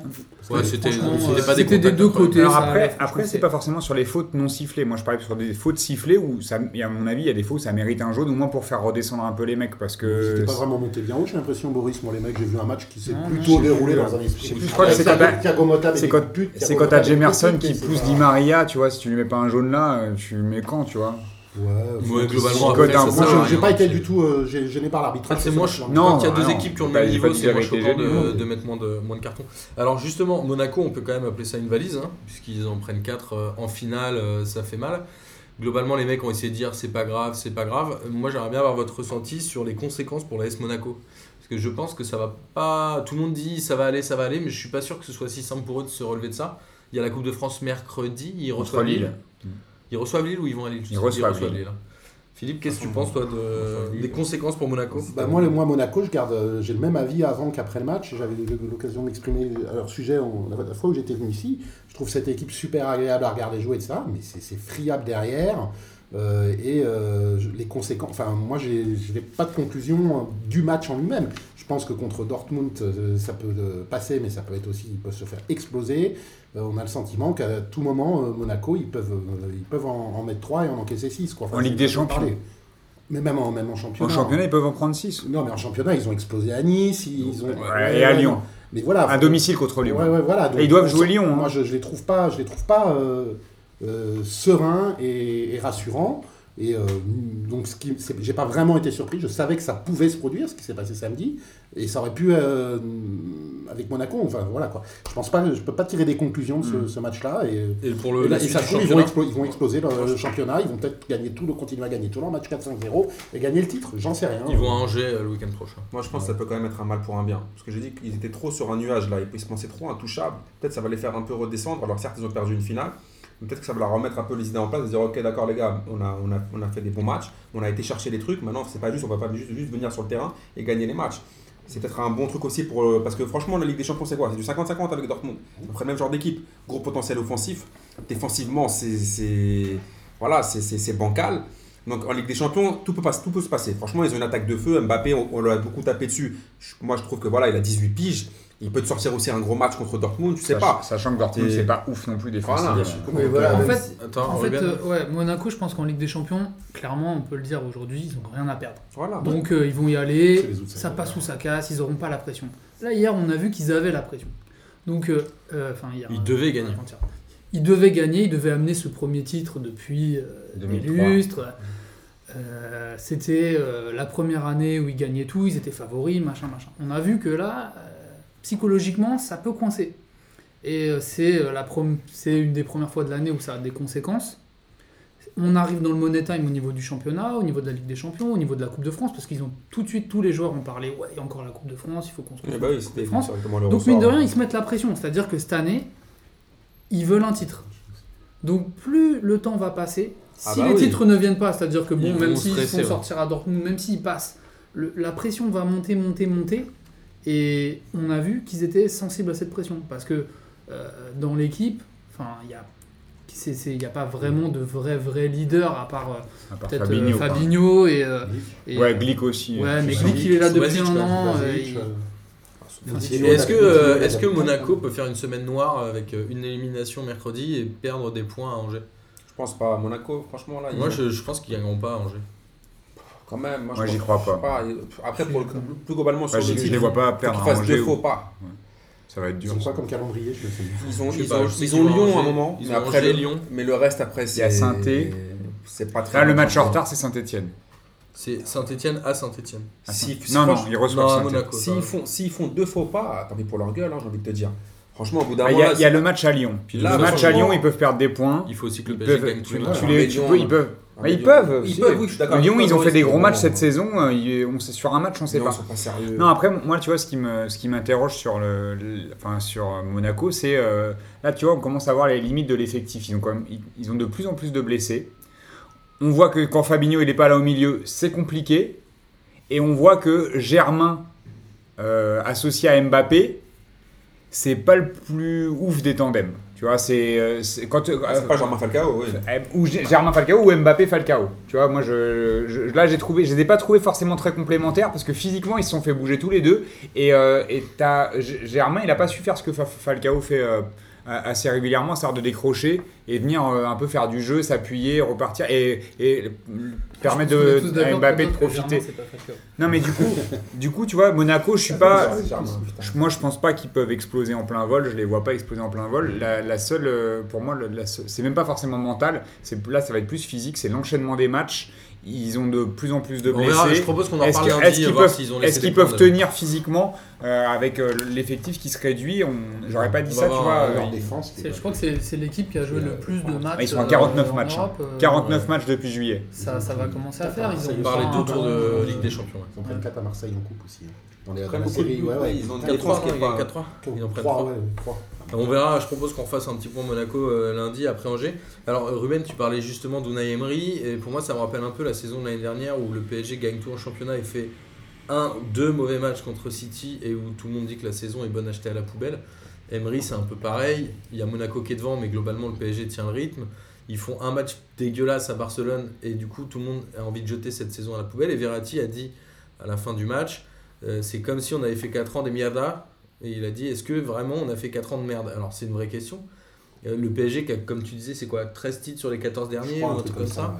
Speaker 1: Ouais, c'était
Speaker 6: franchement,
Speaker 1: c'était
Speaker 6: euh,
Speaker 1: pas des,
Speaker 6: c'était des
Speaker 1: contacts,
Speaker 6: deux
Speaker 1: après.
Speaker 6: côtés.
Speaker 3: Alors
Speaker 6: ça
Speaker 3: après,
Speaker 6: enlève, je
Speaker 3: après
Speaker 6: trouve,
Speaker 3: c'est
Speaker 6: c'est-
Speaker 3: pas forcément sur les fautes non sifflées. Moi, je parlais sur des fautes sifflées où, ça, et à mon avis, il y a des fautes où ça mérite un jaune, au moins pour faire redescendre un peu les mecs. Parce que.
Speaker 5: C'était pas vraiment monté bien haut, j'ai l'impression, Boris. Moi, les mecs, j'ai vu un match qui s'est
Speaker 6: Non,
Speaker 5: plutôt
Speaker 3: non, je sais
Speaker 5: déroulé
Speaker 3: plus,
Speaker 5: dans un esprit.
Speaker 3: je sais plus, je crois que c'est quand t'as- c'est quand- C'est quand t'as Jemerson qui pousse Di Maria, tu vois, si tu lui mets pas un jaune là, euh, tu le mets quand, tu vois
Speaker 5: Ouais,
Speaker 1: Ouais, globalement,
Speaker 3: Chicote
Speaker 1: après,
Speaker 3: un
Speaker 1: ça hein.
Speaker 3: peu.
Speaker 1: sert à
Speaker 5: Moi,
Speaker 1: rien,
Speaker 5: je- j'ai pas été
Speaker 1: c'est-
Speaker 5: du tout euh, gê- gêné par l'arbitre.
Speaker 1: Ah, c'est moi, je...
Speaker 3: Non,
Speaker 1: quand il y a deux
Speaker 3: ah non,
Speaker 1: équipes qui ont le
Speaker 3: bah,
Speaker 1: même
Speaker 3: j'ai
Speaker 1: niveau,
Speaker 3: pas dit
Speaker 1: c'est moins
Speaker 3: avec les
Speaker 1: choquant de,
Speaker 3: génies,
Speaker 1: de mettre moins de, moins de cartons. Alors justement, Monaco, on peut quand même appeler ça une valise, hein, puisqu'ils en prennent 4 en finale, euh, ça fait mal. Globalement, les mecs ont essayé de dire c'est pas grave, c'est pas grave. Moi, j'aimerais bien avoir votre ressenti sur les conséquences pour la S Monaco. Parce que je pense que ça va pas. Tout le monde dit ça va aller, ça va aller, mais je suis pas sûr que ce soit si simple pour eux de se relever de ça. Il y a la Coupe de France mercredi, ils
Speaker 3: Contre
Speaker 1: reçoivent Lille.
Speaker 3: Lille.
Speaker 1: Ils reçoivent Lille ou ils vont aller
Speaker 3: Ils reçoivent Lille.
Speaker 1: Philippe, qu'est-ce que tu penses toi de... des conséquences pour Monaco
Speaker 5: Bah, moi, les- moi, Monaco, je garde, euh, j'ai le même avis avant qu'après le match. J'avais eu l'occasion d'exprimer à leur sujet en- la fois où j'étais venu ici. Je trouve cette équipe super agréable à regarder jouer de ça, mais c'est c'est friable derrière. Euh, et euh, je- les conséquences. Enfin, moi, j'ai- je n'ai pas de conclusion euh, du match en lui-même. Je pense que contre Dortmund, euh, ça peut euh, passer, mais ça peut être aussi, ils peuvent se faire exploser. Euh, on a le sentiment qu'à tout moment, euh, Monaco, ils peuvent, euh, ils peuvent en, en mettre 3 et en encaisser 6. Quoi.
Speaker 3: En Ligue
Speaker 5: c'est-
Speaker 3: des
Speaker 5: c'est
Speaker 3: Champions.
Speaker 5: parler. Mais même en, même en championnat.
Speaker 3: En championnat, ils peuvent en prendre 6.
Speaker 5: Non, mais en championnat, ils ont explosé à Nice, ils ont.
Speaker 3: et à Lyon.
Speaker 5: Mais voilà.
Speaker 3: À domicile contre
Speaker 5: Ouais,
Speaker 3: Lyon.
Speaker 5: ouais, voilà. euh,
Speaker 3: Et ils doivent jouer Lyon, hein.
Speaker 5: Moi, je, je les trouve pas, je les trouve pas euh, euh, sereins et, et rassurants. Et euh, donc, ce qui, c'est- j'ai pas vraiment été surpris. Je savais que ça pouvait se produire, ce qui s'est passé samedi, et ça aurait pu euh, avec Monaco. Enfin, voilà quoi. Je pense pas, je peux pas tirer des conclusions de ce,
Speaker 3: Hmm.
Speaker 5: ce match-là. Et,
Speaker 1: Et
Speaker 3: Euh,
Speaker 1: pour le
Speaker 5: et là,
Speaker 1: la
Speaker 5: et
Speaker 1: suite
Speaker 5: ça
Speaker 1: du
Speaker 5: se trouve, ils, vont
Speaker 1: championnat
Speaker 5: explo- ils vont exploser le, le championnat. Ils vont peut-être gagner tout, le continuer à gagner tout leur match 4-5-0 et gagner le titre. J'en sais rien.
Speaker 1: Ils vont à Angers euh, le week-end prochain.
Speaker 4: Moi, je pense que ça peut quand même être un mal pour un bien. Parce que j'ai dit qu'ils étaient trop sur un nuage là, ils se pensaient trop intouchables. Peut-être ça va les faire un peu redescendre. Alors, certes, ils ont perdu une finale, mais peut-être que ça va leur remettre un peu les idées en place et dire Ok, d'accord, les gars, on a, on, a, on a fait des bons matchs, on a été chercher des trucs. Maintenant, c'est pas juste, on va pas juste, juste venir sur le terrain et gagner les matchs. C'est peut-être un bon truc aussi pour. euh, Parce que franchement, la Ligue des Champions, c'est quoi C'est du 50-50 avec Dortmund. Après, le même genre d'équipe. Gros potentiel offensif. Défensivement, c'est- c'est. Voilà, c'est- c'est c'est bancal. Donc en Ligue des Champions, tout peut, pas- tout peut se passer. Franchement, ils ont une attaque de feu. Mbappé, on, on l'a beaucoup tapé dessus. Je- moi, je trouve que voilà, il a 18 piges. Il peut te sortir aussi un gros match contre Dortmund, tu sais
Speaker 3: Sach-
Speaker 4: pas.
Speaker 3: Sachant que Dortmund,
Speaker 4: Et-
Speaker 3: c'est pas ouf non plus
Speaker 4: Voilà.
Speaker 3: défensif.
Speaker 5: Oui,
Speaker 4: Donc,
Speaker 5: voilà,
Speaker 2: Ah,
Speaker 4: euh,
Speaker 6: En
Speaker 5: même
Speaker 6: fait,
Speaker 5: si-
Speaker 1: Attends,
Speaker 6: En fait,
Speaker 1: Ruben.
Speaker 6: euh, ouais, Monaco, je pense qu'en Ligue des Champions, clairement, on peut le dire aujourd'hui, ils n'ont rien à perdre.
Speaker 4: voilà.
Speaker 6: Donc euh, ils vont y
Speaker 5: C'est
Speaker 6: aller,
Speaker 5: les outsiders.
Speaker 6: ça passe ou ça casse, ils n'auront pas la pression. Là, hier, on a vu qu'ils avaient la pression. Donc, euh, euh, enfin, hier,
Speaker 1: Ils
Speaker 6: euh,
Speaker 1: devaient
Speaker 6: on va
Speaker 1: gagner.
Speaker 6: pas mentir. Ils devaient gagner, ils devaient amener ce premier titre depuis euh, des
Speaker 3: 2003.
Speaker 6: lustres. Euh, C'était euh, la première année où ils gagnaient tout, ils étaient favoris, machin, machin. On a vu que là, euh, psychologiquement, ça peut coincer. Et euh, c'est euh, la prom- c'est une des premières fois de l'année où ça a des conséquences. On arrive dans le money time au niveau du championnat, au niveau de la Ligue des Champions, au niveau de la Coupe de France, parce qu'ils ont tout de suite, tous les joueurs ont parlé, ouais, il y a encore la Coupe de France, il faut qu'on se
Speaker 4: Eh
Speaker 6: retrouve
Speaker 4: ben
Speaker 6: à la
Speaker 4: oui,
Speaker 6: Coupe
Speaker 4: c'était
Speaker 6: de France.
Speaker 4: directement le
Speaker 6: Donc
Speaker 4: ressort.
Speaker 6: mine de rien, ils se mettent la pression, c'est-à-dire que cette année, ils veulent un titre. Donc plus le temps va passer, si
Speaker 4: Ah bah
Speaker 6: les
Speaker 4: oui.
Speaker 6: titres ne viennent pas, c'est-à-dire que bon,
Speaker 1: Ils
Speaker 6: même
Speaker 1: vont
Speaker 6: s'ils
Speaker 1: stresser,
Speaker 6: sont
Speaker 1: ouais.
Speaker 6: sortir à Dortmund, même s'ils passent, le- la pression va monter, monter, monter. Et on a vu qu'ils étaient sensibles à cette pression. Parce que euh, dans l'équipe, enfin, il n'y a, c'est- c'est- il y a pas vraiment de vrai, vrai leader, à part euh,
Speaker 3: À part
Speaker 6: peut-être euh,
Speaker 3: Fabinho.
Speaker 6: Fabinho,
Speaker 3: quoi.
Speaker 6: et... euh, et-
Speaker 3: Ouais, Glick aussi. euh,
Speaker 6: Ouais, mais
Speaker 3: Je
Speaker 6: Glick, il est là
Speaker 1: C'est
Speaker 6: depuis
Speaker 1: Basic,
Speaker 6: un
Speaker 1: quoi,
Speaker 6: an. euh,
Speaker 5: Vlasic,
Speaker 6: il-
Speaker 5: euh,
Speaker 6: enfin,
Speaker 1: Et
Speaker 6: c'est-
Speaker 1: Est-ce que,
Speaker 5: Monaco,
Speaker 1: euh,
Speaker 5: il a
Speaker 1: est-ce que
Speaker 5: gagné.
Speaker 1: Monaco peut faire une semaine noire avec euh, une élimination mercredi et perdre des points à Angers
Speaker 4: Je pense pas à Monaco, franchement là. Ah, ils
Speaker 1: Moi,
Speaker 4: ont-
Speaker 1: je, je pense qu'ils gagneront pas à Angers.
Speaker 4: Quand même, moi, je
Speaker 3: Moi, j'y
Speaker 4: pense-
Speaker 3: crois
Speaker 4: je sais
Speaker 3: pas.
Speaker 4: pas. Après, pour le, plus globalement, sur
Speaker 3: Bah,
Speaker 4: le
Speaker 3: j'y-
Speaker 4: titre,
Speaker 3: je les vois pas
Speaker 4: faut qu'ils
Speaker 3: perdre à
Speaker 4: fassent
Speaker 3: Angers.
Speaker 4: deux faux
Speaker 3: ou-
Speaker 4: pas.
Speaker 3: Ça va être
Speaker 5: Ils
Speaker 3: dur.
Speaker 5: ont quoi comme calendrier je sais pas.
Speaker 4: Ils ont,
Speaker 1: Je sais
Speaker 4: ils
Speaker 1: pas,
Speaker 4: ont,
Speaker 1: je sais
Speaker 4: ils
Speaker 1: qu'ils
Speaker 4: ont
Speaker 1: vont à
Speaker 4: Lyon à un
Speaker 1: Angers,
Speaker 4: moment,
Speaker 1: ils
Speaker 4: mais
Speaker 1: ont
Speaker 4: après
Speaker 1: Angers,
Speaker 4: le-
Speaker 1: Lyon.
Speaker 4: Mais le reste après, c'est.
Speaker 3: y a Saint-Étienne.
Speaker 4: C'est pas très.
Speaker 3: Là, le match en
Speaker 4: important.
Speaker 3: retard, c'est Saint-Etienne.
Speaker 1: C'est Saint-Etienne à Saint-Etienne.
Speaker 4: Si, si
Speaker 3: Ah, Non, non,
Speaker 4: franchement-
Speaker 3: ils
Speaker 1: Non, à
Speaker 3: reçoivent Saint-Etienne.
Speaker 1: Monaco.
Speaker 4: S'ils font, s'ils font deux faux pas, tant pis pour leur gueule, hein, j'ai envie de te dire. Franchement, au bout d'un
Speaker 3: Ah, Il y,
Speaker 4: moment,
Speaker 3: a- il y a le match à Lyon.
Speaker 1: Puis
Speaker 3: Le
Speaker 1: là,
Speaker 3: match à
Speaker 4: franchement-
Speaker 3: Lyon, ils peuvent perdre des points.
Speaker 1: Il faut aussi que le
Speaker 3: Ils
Speaker 1: PSG
Speaker 3: peuvent,
Speaker 1: gagne
Speaker 3: tu,
Speaker 1: tous les
Speaker 3: tu
Speaker 1: matchs.
Speaker 4: matchs.
Speaker 3: les, tu
Speaker 4: Médian,
Speaker 3: peux,
Speaker 4: là.
Speaker 3: ils peuvent, Mais ils
Speaker 4: Lyon-
Speaker 3: peuvent.
Speaker 4: Ah, Ils
Speaker 3: si.
Speaker 4: peuvent, oui, je suis d'accord.
Speaker 3: Lyon, ils ont fait des gros matchs cette
Speaker 4: saison.
Speaker 3: saison. euh, ils- on sait- sur un match, on sait
Speaker 4: Non,
Speaker 3: pas.
Speaker 4: ils sont pas sérieux.
Speaker 3: Non, après, moi, tu vois, ce qui me, ce qui m'interroge sur le, le- enfin, sur Monaco, c'est euh, là, tu vois, on commence à voir les limites de l'effectif. Ils ont quand même, ils, ils ont de plus en plus de blessés. On voit que quand Fabinho il est pas là au milieu, c'est compliqué. Et on voit que Germain euh, associé à Mbappé, c'est pas le plus ouf des tandems. Tu vois, c'est, euh, c'est- quand euh,
Speaker 4: Ah, c'est pas Jean-Marc Falcao, oui.
Speaker 3: euh, ou G- Germain Falcao ou Mbappé Falcao. Tu vois, moi, je, je- là, j'ai trouvé, je les ai pas trouvés forcément très complémentaires parce que physiquement, ils se sont fait bouger tous les deux. Et, euh, et t'as- G- Germain, il a pas su faire ce que Fa- Falcao fait euh, a- assez régulièrement, c'est-à-dire de décrocher et venir euh, un peu faire du jeu, s'appuyer, repartir et, et permettre
Speaker 6: Je pense qu'on
Speaker 3: de,
Speaker 6: est tous
Speaker 3: à
Speaker 6: d'accord
Speaker 3: Mbappé de
Speaker 6: pour dire que
Speaker 3: profiter.
Speaker 6: Germain, c'est pas Falcao.
Speaker 3: Non, mais du coup, du coup, tu vois, Monaco, je suis pas.
Speaker 5: Germain, putain.
Speaker 3: Je- Moi, je pense pas qu'ils peuvent exploser en plein vol. Je les vois pas exploser en plein vol. La, la seule, euh, pour moi, le- la seule- c'est même pas forcément mental. C'est là, ça va être plus physique. C'est l'enchaînement des matchs. Ils ont de plus en plus de
Speaker 1: On verra, je
Speaker 3: blessés.
Speaker 1: propose qu'on en
Speaker 3: Est-ce
Speaker 1: parle
Speaker 3: que-
Speaker 1: lundi,
Speaker 3: est-ce qu'ils
Speaker 1: voir
Speaker 3: peuvent,
Speaker 1: s'ils ont
Speaker 3: est-ce
Speaker 1: laissé
Speaker 3: qu'ils
Speaker 1: des
Speaker 3: peuvent
Speaker 1: plans de-
Speaker 3: tenir physiquement euh, avec euh, l'effectif qui se réduit on... J'aurais pas dit
Speaker 1: On va
Speaker 3: ça,
Speaker 1: voir,
Speaker 3: tu vois.
Speaker 1: euh,
Speaker 3: euh,
Speaker 5: Leur défense,
Speaker 6: C'est-
Speaker 5: les-
Speaker 6: Je crois que c'est c'est l'équipe qui a joué le plus de matchs.
Speaker 3: Ah, ils sont
Speaker 6: euh,
Speaker 3: à 49
Speaker 6: en
Speaker 3: matchs, hein.
Speaker 6: Europe, euh,
Speaker 3: 49 matchs depuis juillet.
Speaker 6: Ça, ça va commencer à faire. Ils
Speaker 5: Ça,
Speaker 6: ont
Speaker 5: ils
Speaker 1: On
Speaker 5: ont
Speaker 1: parlait
Speaker 5: fait
Speaker 1: deux
Speaker 5: un
Speaker 1: tours
Speaker 5: bon-
Speaker 1: de Ligue des Champions. ouais.
Speaker 5: Ils en prennent 4 à Marseille en coupe aussi. hein. Dans les
Speaker 4: Ils
Speaker 5: dans
Speaker 4: prennent
Speaker 5: la
Speaker 4: beaucoup de
Speaker 5: série,
Speaker 4: buts,
Speaker 5: ouais, ouais.
Speaker 4: Ils ont
Speaker 1: Il y a
Speaker 4: des
Speaker 1: trois,
Speaker 4: défense qui est
Speaker 1: il y a
Speaker 4: pas.
Speaker 1: quatre, trois. Il en prend
Speaker 5: 3,
Speaker 1: trois.
Speaker 5: ouais, 3.
Speaker 1: On verra, je propose qu'on fasse un petit point Monaco euh, lundi après Angers. Alors euh, Ruben, tu parlais justement d'Unai Emery, et pour moi ça me rappelle un peu la saison de l'année dernière où le PSG gagne tout en championnat et fait un, deux mauvais matchs contre City et où tout le monde dit que la saison est bonne à jeter à la poubelle. Emery c'est un peu pareil, il y a Monaco qui est devant mais globalement le PSG tient le rythme. Ils font un match dégueulasse à Barcelone et du coup tout le monde a envie de jeter cette saison à la poubelle et Verratti a dit à la fin du match, euh, c'est comme si on avait fait 4 ans des mierdas et il a dit est-ce que vraiment on a fait 4 ans de merde Alors c'est une vraie question. Euh, Le PSG, qui a, comme tu disais, c'est quoi 13 titres sur les 14 derniers ou un truc comme ça.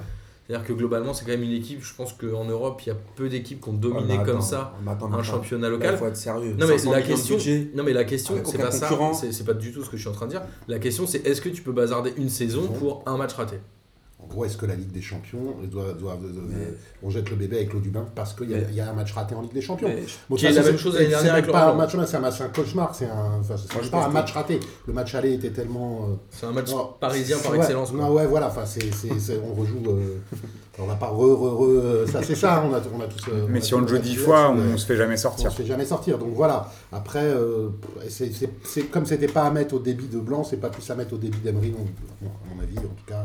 Speaker 1: C'est-à-dire que globalement, c'est quand même une équipe. Je pense qu'en Europe, il y a peu d'équipes qui ont dominé comme ça un championnat
Speaker 4: Il
Speaker 1: local.
Speaker 4: Bah, faut être sérieux.
Speaker 1: Non, mais
Speaker 4: 500
Speaker 1: la
Speaker 4: millions de
Speaker 1: question-
Speaker 4: budget.
Speaker 1: Non mais la question,
Speaker 4: Avec
Speaker 1: c'est
Speaker 4: aucun
Speaker 1: pas ça,
Speaker 4: concurrent.
Speaker 1: c'est c'est pas du tout ce que je suis en train de dire. La question, c'est est-ce que tu peux bazarder une saison pour un match raté
Speaker 5: En gros, est-ce que la Ligue des Champions doit, doit- doit-
Speaker 4: Mais-
Speaker 5: on jette le bébé avec l'eau du bain parce qu'il y, a-
Speaker 4: Mais-
Speaker 5: il y a un match raté en Ligue des Champions
Speaker 4: Mais je-
Speaker 5: Bon,
Speaker 1: Qui est
Speaker 5: ça,
Speaker 1: la
Speaker 5: c'est-
Speaker 1: même chose l'année
Speaker 5: c'est
Speaker 1: dernière
Speaker 5: même
Speaker 1: avec
Speaker 5: pas
Speaker 1: Laurent
Speaker 5: un match raté, c'est un, c'est un cauchemar, c'est un, enfin, c'est
Speaker 4: Moi, je
Speaker 5: pas
Speaker 4: pense
Speaker 5: un
Speaker 4: que-
Speaker 5: match raté. Le match aller était tellement euh,
Speaker 1: C'est un match
Speaker 5: Non.
Speaker 1: parisien par
Speaker 5: Ouais.
Speaker 1: excellence. quoi.
Speaker 5: Non, ouais, voilà, enfin, c'est, c'est- c'est- on rejoue. euh, on n'a pas re, re, re. euh, Ça, c'est ça, on a, on a tous. euh,
Speaker 3: Mais
Speaker 5: a
Speaker 3: si on le
Speaker 5: tous
Speaker 3: joue
Speaker 5: la
Speaker 3: 10
Speaker 5: situation,
Speaker 3: fois, on,
Speaker 5: euh,
Speaker 3: se fait jamais
Speaker 5: on
Speaker 3: sortir.
Speaker 5: se fait jamais sortir. Donc voilà. Après, euh, pff, c'est, c'est- c'est- comme c'était pas à mettre au débit de Blanc, c'est pas plus à mettre au débit d'Emery, non, bon, à mon avis, en tout cas.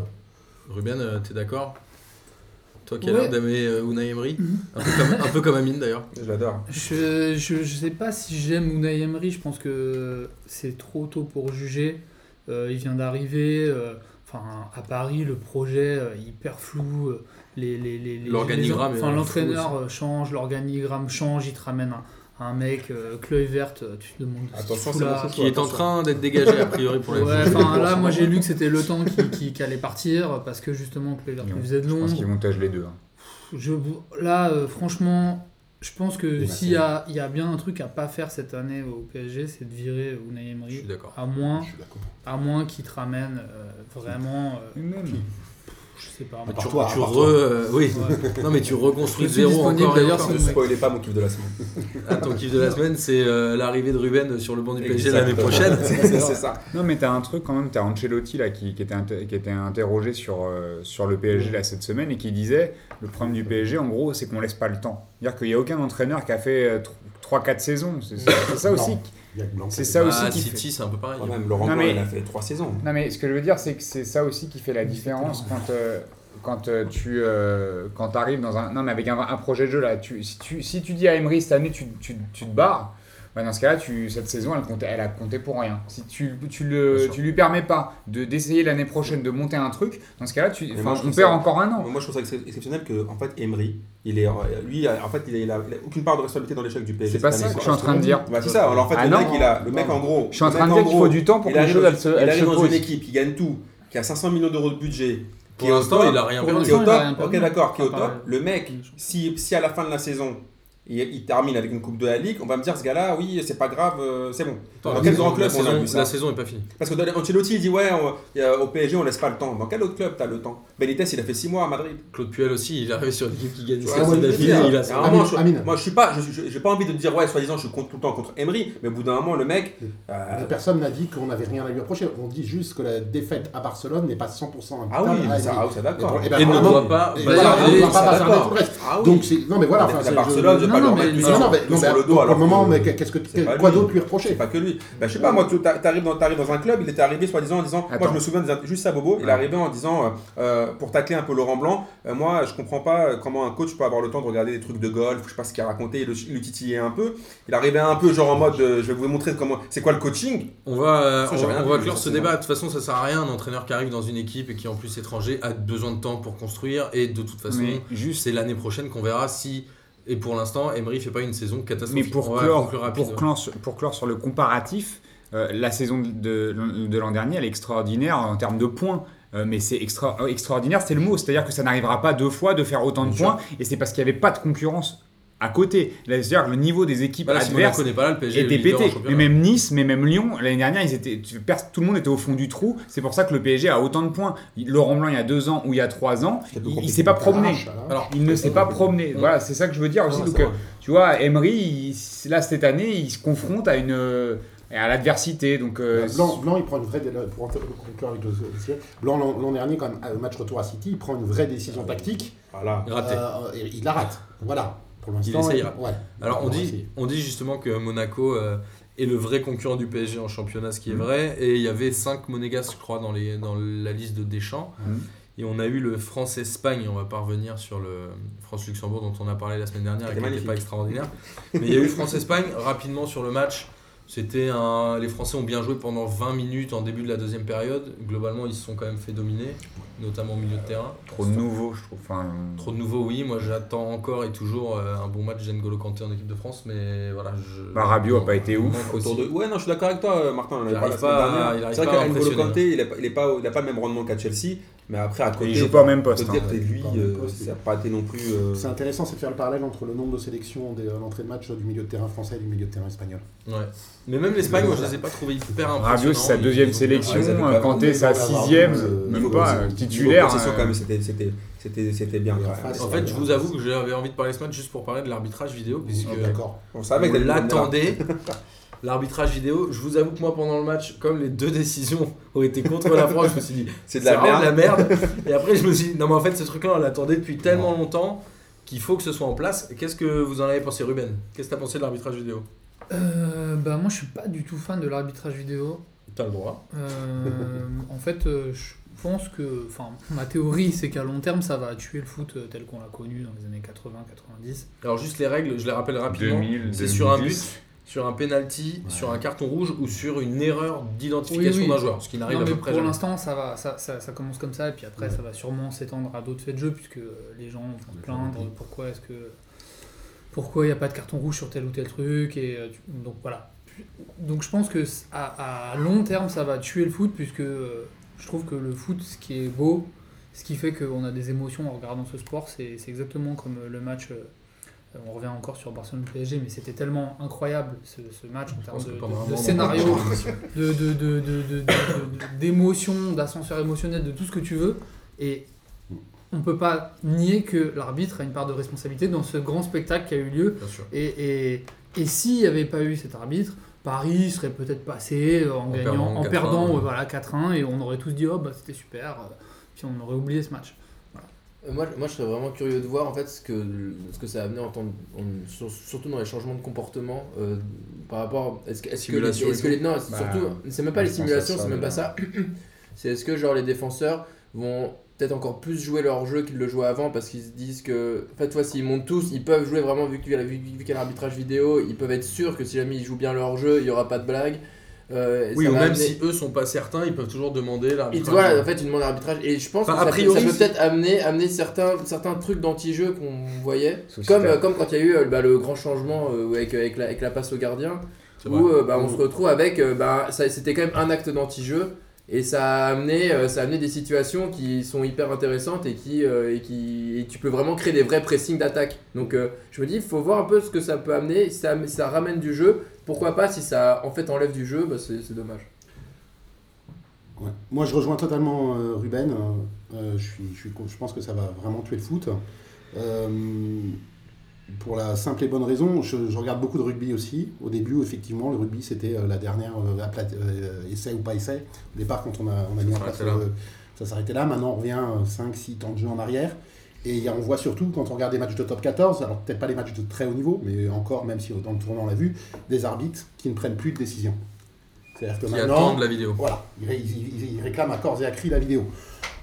Speaker 1: Ruben, euh, t'es d'accord Toi qui as
Speaker 6: Ouais. Mhm.
Speaker 1: l'air d'aimer euh, Unai Emery, un, peu comme, un peu comme Amine d'ailleurs.
Speaker 4: Je l'adore.
Speaker 6: euh, Je, je, je sais pas si j'aime Unai Emery, je pense que c'est trop tôt pour juger. Euh, il vient d'arriver, euh, enfin à Paris, le projet euh, hyper flou. euh, les, les, les, les-
Speaker 1: L'organigramme
Speaker 6: les-
Speaker 1: est
Speaker 6: Enfin,
Speaker 1: flou
Speaker 6: l'entraîneur euh, change, l'organigramme change, il te ramène un, un mec, euh, Chloé Verte, euh, tu te demandes.
Speaker 4: Attention,
Speaker 6: ce
Speaker 4: c'est
Speaker 6: fou-là.
Speaker 4: mon chouchou.
Speaker 1: Qui est en train d'être dégagé a priori pour la
Speaker 6: Ouais, enfin là, moi j'ai lu que c'était le temps qui, qui, qui allait partir parce que justement Chloé Verte
Speaker 3: Non,
Speaker 6: lui faisait de
Speaker 3: Je pense
Speaker 6: l'ombre.
Speaker 3: qu'ils vont tâcher les deux. hein.
Speaker 6: Je, là, euh, franchement, je pense que
Speaker 5: bah,
Speaker 6: s'il y a, il y a bien un truc à pas faire cette année au PSG, c'est de virer Unai
Speaker 1: Je suis
Speaker 6: Emery.
Speaker 1: d'accord.
Speaker 6: À moins,
Speaker 5: Je suis d'accord.
Speaker 6: à moins qu'il te ramène euh, vraiment, euh, je sais pas.
Speaker 5: Ah,
Speaker 1: Tu,
Speaker 5: Par toi,
Speaker 1: tu
Speaker 5: par
Speaker 1: re,
Speaker 5: toi.
Speaker 1: euh, oui.
Speaker 6: Ouais.
Speaker 1: Non mais tu reconstruis
Speaker 6: Je
Speaker 1: de
Speaker 6: suis
Speaker 1: zéro
Speaker 6: disponible,
Speaker 1: encore. et
Speaker 6: d'ailleurs,
Speaker 1: encore.
Speaker 6: si
Speaker 4: Ne
Speaker 6: vous-
Speaker 4: spoilez pas mon kiff de la semaine.
Speaker 1: Ah, ton kiff de la semaine, c'est euh, l'arrivée de Ruben sur le banc du PSG
Speaker 4: Exactement.
Speaker 1: l'année prochaine.
Speaker 4: C'est c'est ça.
Speaker 3: Non, mais t'as un truc quand même, t'as Ancelotti là, qui, qui était, inter- qui était interrogé sur, euh, sur le PSG là, cette semaine et qui disait le problème du PSG en gros, c'est qu'on laisse pas le temps. C'est-à-dire qu'il n'y a aucun entraîneur qui a fait euh, 3-4 saisons. C'est c'est- c'est ça aussi.
Speaker 5: Non. Il y a que Blanc.
Speaker 3: C'est
Speaker 5: qui-
Speaker 3: ça aussi
Speaker 1: Ah,
Speaker 3: qui fait-
Speaker 1: City, c'est un peu pareil.
Speaker 4: Quand même, Laurent
Speaker 3: Non,
Speaker 4: Blanc,
Speaker 3: mais-
Speaker 4: il a fait trois saisons.
Speaker 3: Non, mais ce que je veux dire, c'est que c'est ça aussi qui fait la différence quand, euh, quand euh, tu euh, quand arrives dans un. Non, mais avec un, un projet de jeu, là, tu, si, tu, si tu dis à Emery cette année, tu, tu, tu te barres, bah, dans ce cas-là, tu- cette saison, elle, comptait, elle a compté pour rien. Si tu, tu,
Speaker 1: Bien
Speaker 3: le,
Speaker 1: sûr.
Speaker 3: tu lui permets pas de- d'essayer l'année prochaine de monter un truc, dans ce cas-là, tu,
Speaker 4: Mais
Speaker 3: enfin,
Speaker 4: moi, je
Speaker 3: on
Speaker 4: trouve
Speaker 3: perd
Speaker 4: ça-
Speaker 3: encore un an.
Speaker 4: Mais Moi, je trouve ça ex- exceptionnel que, en fait, Emery, il est, euh, lui, en fait, il a, il a- il a aucune part de responsabilité dans l'échec du PSG.
Speaker 3: C'est pas
Speaker 4: cette
Speaker 3: ça
Speaker 4: année,
Speaker 3: que je suis
Speaker 4: quoi.
Speaker 3: en train de dire.
Speaker 4: Bah, c'est ça. Alors, en fait,
Speaker 3: Ah,
Speaker 4: le
Speaker 3: non.
Speaker 4: mec, il a, le
Speaker 5: Non.
Speaker 4: mec, en gros.
Speaker 3: Je suis en
Speaker 4: le
Speaker 3: train de
Speaker 4: mec,
Speaker 3: dire qu'il
Speaker 4: gros,
Speaker 3: faut du temps pour
Speaker 4: il
Speaker 3: que les
Speaker 4: arrive
Speaker 3: choses
Speaker 4: dans-
Speaker 3: elles se,
Speaker 4: Il
Speaker 3: elles se
Speaker 4: arrive dans une
Speaker 3: posent.
Speaker 4: équipe qui gagne tout, qui a 500 millions d'euros de budget.
Speaker 1: Pour l'instant, il a rien
Speaker 6: Pour
Speaker 1: perdu. Ah,
Speaker 4: Qui est au
Speaker 6: l'instant, il a
Speaker 4: top.
Speaker 6: rien
Speaker 4: Ok,
Speaker 6: perdu.
Speaker 4: d'accord, qui est au
Speaker 6: Enfin,
Speaker 4: top. Le mec, si, si à la fin de la saison, et il termine avec une Coupe de la Ligue, on va me dire ce gars-là, oui, c'est pas grave, euh, c'est bon.
Speaker 1: Attends,
Speaker 4: Dans
Speaker 1: la
Speaker 4: quel
Speaker 1: saison-
Speaker 4: grand club
Speaker 1: la
Speaker 4: on a vu
Speaker 1: saison-
Speaker 4: ça
Speaker 1: La saison est pas finie.
Speaker 4: Parce que dans- Ancelotti il dit ouais, on- il y a- au PSG on laisse pas le temps. Dans quel autre club t'as le temps Benitez il a fait 6 mois à Madrid.
Speaker 1: Claude Puel aussi, il arrive sur l'équipe qui gagne
Speaker 4: Tu vois,
Speaker 1: sa
Speaker 5: ouais,
Speaker 1: saison
Speaker 5: je veux
Speaker 1: d'affilée,
Speaker 5: dire,
Speaker 1: il a
Speaker 4: Et
Speaker 1: ça.
Speaker 4: à un moment,
Speaker 5: Amine-
Speaker 4: je-
Speaker 5: Amine.
Speaker 4: Moi je suis pas, je- je- j'ai pas envie de dire ouais, soi-disant je compte tout le temps contre Emery, mais au bout d'un moment le mec. euh,
Speaker 5: Personne n'a dit qu'on n'avait rien à lui reprocher. On dit juste que la défaite à Barcelone n'est pas 100%
Speaker 4: ah oui,
Speaker 5: imputable à
Speaker 4: ça,
Speaker 5: Emery.
Speaker 4: ah oui, ça d'accord.
Speaker 5: Et ben,
Speaker 1: Et ne
Speaker 5: vraiment,
Speaker 1: doit pas
Speaker 5: et
Speaker 1: baser-
Speaker 5: voilà, on ne doit
Speaker 4: ça,
Speaker 5: pas baser
Speaker 4: d'accord.
Speaker 5: tout le reste.
Speaker 4: Ah oui.
Speaker 5: Donc c'est non mais voilà.
Speaker 4: Voilà,
Speaker 5: enfin,
Speaker 4: à
Speaker 5: c'est-
Speaker 4: Barcelone, je vais
Speaker 6: non,
Speaker 4: pas lui
Speaker 6: non,
Speaker 4: en mettre
Speaker 6: mais-
Speaker 4: tout
Speaker 5: Non, non,
Speaker 4: sur-
Speaker 5: mais,
Speaker 4: tout
Speaker 5: non, mais
Speaker 4: sur le dos
Speaker 5: pour le
Speaker 4: alors que-
Speaker 5: moment, mais qu'est-ce que
Speaker 4: c'est pas
Speaker 5: quoi
Speaker 4: lui.
Speaker 5: d'autre lui
Speaker 4: C'est
Speaker 5: reprocher
Speaker 4: pas que lui. Bah, je sais pas, moi, tu t'a- t'arrives dans, t'arrives dans un club, il était arrivé soi-disant en disant, moi
Speaker 3: Attends.
Speaker 4: je me souviens des int- juste ça, Bobo, il est
Speaker 3: Ouais.
Speaker 4: arrivé en disant, euh, euh, pour tacler un peu Laurent Blanc, euh, moi je comprends pas euh, comment un coach peut avoir le temps de regarder des trucs de golf, je sais pas ce qu'il a raconté, il le, il le titillait un peu. Il arrivait un peu genre en mode, euh, je vais vous montrer comment, c'est quoi le coaching
Speaker 1: On va, euh,
Speaker 4: Ça,
Speaker 1: on,
Speaker 4: j'ai rien
Speaker 1: va- on
Speaker 4: vu,
Speaker 1: va
Speaker 4: mais
Speaker 1: clore
Speaker 4: ça,
Speaker 1: ce
Speaker 4: c'est
Speaker 1: débat. De toute façon, ça sert à rien. Un entraîneur qui arrive dans une équipe et qui est en plus étranger a besoin de temps pour construire. Et de toute façon,
Speaker 3: Mais juste,
Speaker 1: c'est l'année prochaine qu'on verra si. Et pour l'instant, Emery fait pas une saison
Speaker 3: mais
Speaker 1: catastrophique.
Speaker 3: pour
Speaker 1: On va
Speaker 3: clore,
Speaker 1: conclure rapide.
Speaker 3: pour, clore sur, pour clore sur le comparatif, euh, la saison de, de l'an dernier, elle est extraordinaire en termes de points. Euh, mais c'est extra, euh, extraordinaire, c'est le mot. C'est-à-dire que ça n'arrivera pas deux fois de faire autant de
Speaker 4: Bien
Speaker 3: points. Et c'est parce qu'il n'y avait pas de concurrence à côté. Là, C'est-à-dire que le niveau des équipes
Speaker 1: Bah là, si Monaco
Speaker 3: adverses
Speaker 1: n'est pas là, le PSG est
Speaker 3: était
Speaker 1: leader en
Speaker 3: pété. Mais
Speaker 1: championnat.
Speaker 3: même Nice, mais même Lyon, l'année dernière, ils étaient, tu- pers- tout le monde était au fond du trou. C'est pour ça que le PSG a autant de points. Il- Laurent Blanc, il y a deux ans ou il y a trois ans,
Speaker 4: C'était plus
Speaker 3: il, il
Speaker 4: compliqué.
Speaker 3: s'est pas promené.
Speaker 5: Arrache, Ah, voilà.
Speaker 1: Alors,
Speaker 3: Il ne s'est pas promené. Voilà, c'est ça que je veux dire aussi. Donc, euh, tu vois, Emery, il- là, cette année, il se confronte à une euh, à l'adversité. Donc, euh,
Speaker 5: Blanc, Blanc, il prend une vraie dé- pour en- pour conclure avec le- le sujet, Blanc l'an l'an dernier quand même euh, match retour à City, il prend une vraie décision tactique.
Speaker 4: Voilà.
Speaker 1: Ah, raté.
Speaker 5: Euh, et il la rate. Voilà. Pour l'instant.
Speaker 1: essayera.
Speaker 5: ouais.
Speaker 1: Alors on
Speaker 5: va
Speaker 1: dit,
Speaker 5: essayer.
Speaker 1: on dit justement que Monaco euh, est le vrai concurrent du PSG en championnat, ce qui est vrai. Et il y avait 5 monégasques, je crois, dans, les, dans la liste de Deschamps.
Speaker 3: Mhm.
Speaker 1: Et on a eu le France-Espagne, on va pas revenir sur le France-Luxembourg dont on a parlé la semaine dernière et
Speaker 4: C'était
Speaker 1: qui n'était
Speaker 4: magnifique.
Speaker 1: pas extraordinaire. Mais il y a eu France-Espagne, rapidement sur le match. C'était un... Les Français ont bien joué pendant 20 minutes en début de la deuxième période. Globalement, ils se sont quand même fait dominer, notamment au milieu de terrain.
Speaker 3: trop nouveau, je trouve. Enfin,
Speaker 1: Trop de nouveaux, oui. Moi, j'attends encore et toujours euh, un bon match d'Engolo Kanté en équipe de France, mais voilà. Je...
Speaker 3: Bah, Rabiot a pas été
Speaker 1: Il
Speaker 3: ouf.
Speaker 1: manque aussi.
Speaker 4: Autour de... Ouais, non, je suis d'accord avec toi, euh, Martin. on en avait
Speaker 1: Il
Speaker 4: parlé la
Speaker 1: arrive
Speaker 4: semaine
Speaker 1: pas à-
Speaker 4: dernière.
Speaker 1: il arrive
Speaker 4: C'est
Speaker 1: pas
Speaker 4: vrai
Speaker 1: à
Speaker 4: qu'Angolo
Speaker 1: impressionner.
Speaker 4: Kanté, il n'a il est pas, il a pas le même rendement qu'à Chelsea, mais après, à côté.
Speaker 3: il joue pas au même poste.
Speaker 4: Peut-être
Speaker 3: hein.
Speaker 4: que lui,
Speaker 5: pas au même
Speaker 4: euh,
Speaker 5: poste.
Speaker 4: ça n'a pas été non plus. euh,
Speaker 5: C'est intéressant, c'est de faire le parallèle entre le nombre de sélections des- à l'entrée de match euh, du milieu de terrain français et du milieu de terrain espagnol.
Speaker 1: Ouais. Mais même l'Espagne, moi, je les ai pas trouvés hyper impressionnants.
Speaker 3: Rabiot, c'est sa
Speaker 1: Ils-
Speaker 3: deuxième
Speaker 1: ils ont-
Speaker 3: sélection.
Speaker 4: ils avaient pas-
Speaker 3: euh, Kanté, sa
Speaker 5: ils avaient pas-
Speaker 3: sixième.
Speaker 5: euh,
Speaker 3: Même
Speaker 4: niveau
Speaker 3: pas
Speaker 4: possession-
Speaker 3: euh,
Speaker 4: niveau
Speaker 3: titulaire.
Speaker 4: possession,
Speaker 3: euh,
Speaker 4: quand même, c'était- c'était- c'était c'était bien.
Speaker 5: Et en
Speaker 4: quand même.
Speaker 5: face,
Speaker 1: En fait, je vous avoue que j'avais envie de parler ce match juste pour parler de l'arbitrage vidéo, puisque
Speaker 5: Ah, D'accord.
Speaker 4: On savait
Speaker 1: on
Speaker 4: que t'allais nous emmener là.
Speaker 1: l'attendait. L'arbitrage vidéo, je vous avoue que moi pendant le match, comme les deux décisions ont été contre la France, je me suis dit
Speaker 4: C'est de la
Speaker 1: vraiment
Speaker 4: merde.
Speaker 1: de la merde. Et après, je me suis dit, non, mais en fait, ce truc-là, on l'attendait depuis tellement longtemps qu'il faut que ce soit en place. Et Qu'est-ce que vous en avez pensé, Ruben Qu'est-ce que t'as pensé de l'arbitrage vidéo
Speaker 6: Euh, bah, moi, je suis pas du tout fan de l'arbitrage vidéo.
Speaker 1: T'as le droit.
Speaker 6: Euh, en fait, euh, je pense que. Enfin, ma théorie, c'est qu'à long terme, ça va tuer le foot euh, tel qu'on l'a connu dans les années 80-90.
Speaker 1: Alors, juste les règles, je les rappelle rapidement.
Speaker 3: 2000,
Speaker 1: C'est sur un
Speaker 3: 2010.
Speaker 1: Sur un penalty, sur un carton rouge ou sur une erreur d'identification
Speaker 6: Oui, oui.
Speaker 1: d'un joueur, ce qui n'arrive à
Speaker 6: Non, mais
Speaker 1: peu près
Speaker 6: pour
Speaker 1: jamais.
Speaker 6: l'instant, ça, va, ça, ça, ça commence comme ça, et puis après, ça va sûrement s'étendre à d'autres faits de jeu, puisque euh, les gens vont se plaindre pourquoi est-ce que. Pourquoi il n'y a pas de carton rouge sur tel ou tel truc, et euh, tu- donc voilà. Donc je pense que c- à, à long terme, ça va tuer le foot, puisque euh, je trouve que le foot, ce qui est beau, ce qui fait qu'on a des émotions en regardant ce sport, c'est c'est exactement comme euh, le match. euh, on revient encore sur Barcelone-PSG, mais c'était tellement incroyable ce, ce match en termes
Speaker 1: pense que
Speaker 6: de-
Speaker 1: pendant un moment,
Speaker 6: de- de
Speaker 1: on en
Speaker 6: scénario, de- de- de- de- de- de- de- d'émotion, d'ascenseur émotionnel, de tout ce que tu veux. Et on ne peut pas nier que l'arbitre a une part de responsabilité dans ce grand spectacle qui a eu lieu.
Speaker 1: Bien sûr.
Speaker 6: Et, et, et s'il n'y avait pas eu cet arbitre, Paris serait peut-être passé en,
Speaker 1: En
Speaker 6: gagnant,
Speaker 1: perdant
Speaker 6: en
Speaker 1: 4-1,
Speaker 6: perdant
Speaker 1: ouais.
Speaker 6: euh, voilà, 4-1 et on aurait tous dit oh bah c'était super, euh, puis on aurait oublié ce match.
Speaker 2: Euh, Moi, moi, je serais vraiment curieux de voir en fait ce que, ce que ça a amené en temps, en- sur- surtout dans les changements de comportement euh, par rapport. Est-ce que, est-ce que, les-
Speaker 1: Simulation et
Speaker 2: est-ce que les- non, c'est
Speaker 3: Bah,
Speaker 2: surtout, c'est même pas les
Speaker 3: je pense à
Speaker 2: simulations,
Speaker 3: ça,
Speaker 2: c'est même
Speaker 3: mais-
Speaker 2: pas ça. C'est est-ce que genre les défenseurs vont peut-être encore plus jouer leur jeu qu'ils le jouaient avant parce qu'ils se disent que, en fait, toi, s'ils montent tous, ils peuvent jouer vraiment vu qu'il y a, vu, vu qu'il y a l'arbitrage vidéo, ils peuvent être sûrs que si jamais ils jouent bien leur jeu, il y aura pas de blague. Euh, et
Speaker 1: Oui,
Speaker 2: ça
Speaker 1: ou
Speaker 2: va
Speaker 1: même
Speaker 2: amener-
Speaker 1: si eux sont pas certains, ils peuvent toujours demander
Speaker 2: et tu
Speaker 1: l'arbitrage.
Speaker 2: vois, en fait, une demande d'arbitrage. Et je pense
Speaker 1: Ah, Enfin,
Speaker 2: que
Speaker 1: a
Speaker 2: ça,
Speaker 1: priori,
Speaker 2: peut, ça peut
Speaker 1: c'est-
Speaker 2: peut-être amener, amener certains, certains trucs d'anti-jeu qu'on voyait.
Speaker 3: Sous
Speaker 2: Comme,
Speaker 3: système.
Speaker 2: euh, comme quand il y a eu euh, bah, le grand changement euh, avec, avec, la, avec la passe au gardien,
Speaker 1: C'est vrai. Mmh.
Speaker 2: où euh, bah, on se retrouve avec. euh, bah, ça- C'était quand même un acte d'anti-jeu. Et ça a amené, euh, ça a amené des situations qui sont hyper intéressantes et qui, euh, et qui et tu peux vraiment créer des vrais pressings d'attaque. Donc euh, je me dis, il faut voir un peu ce que ça peut amener. Si ça, ça ramène du jeu, pourquoi pas Si ça en fait enlève du jeu, bah, c'est c'est dommage.
Speaker 5: Ouais. Moi, je rejoins totalement euh, Ruben. Euh, je, suis, je, suis con- je pense que ça va vraiment tuer le foot. Euh, pour la simple et bonne raison, je, je regarde beaucoup de rugby aussi. Au début, effectivement, le rugby, c'était euh, la dernière euh, appla- euh, essai ou pas essai. Au départ, quand on a, on a mis en
Speaker 1: Ça
Speaker 5: place,
Speaker 1: s'arrêtait là.
Speaker 5: le- ça s'arrêtait là. Maintenant, on revient 5-6 temps de jeu en arrière. Et il y a- on voit surtout, quand on regarde des matchs de top 14, alors peut-être pas les matchs de très haut niveau, mais encore, même si dans le tournoi on l'a vu, des arbitres qui ne prennent plus de décision. C'est-à-dire que
Speaker 1: qui
Speaker 5: maintenant,
Speaker 1: attendent la vidéo.
Speaker 5: voilà, il, il- il réclame à corps et à cri la vidéo.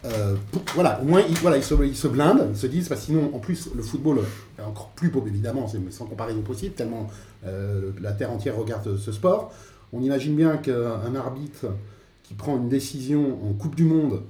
Speaker 5: Euh, pour- voilà, au moins, ils voilà, il se, il se blindent, ils se disent, parce que sinon, en plus, le football est encore plus beau, évidemment, c'est mais sans comparaison possible, tellement euh, la terre entière regarde ce sport. On imagine bien qu'un arbitre qui prend une décision en Coupe du Monde,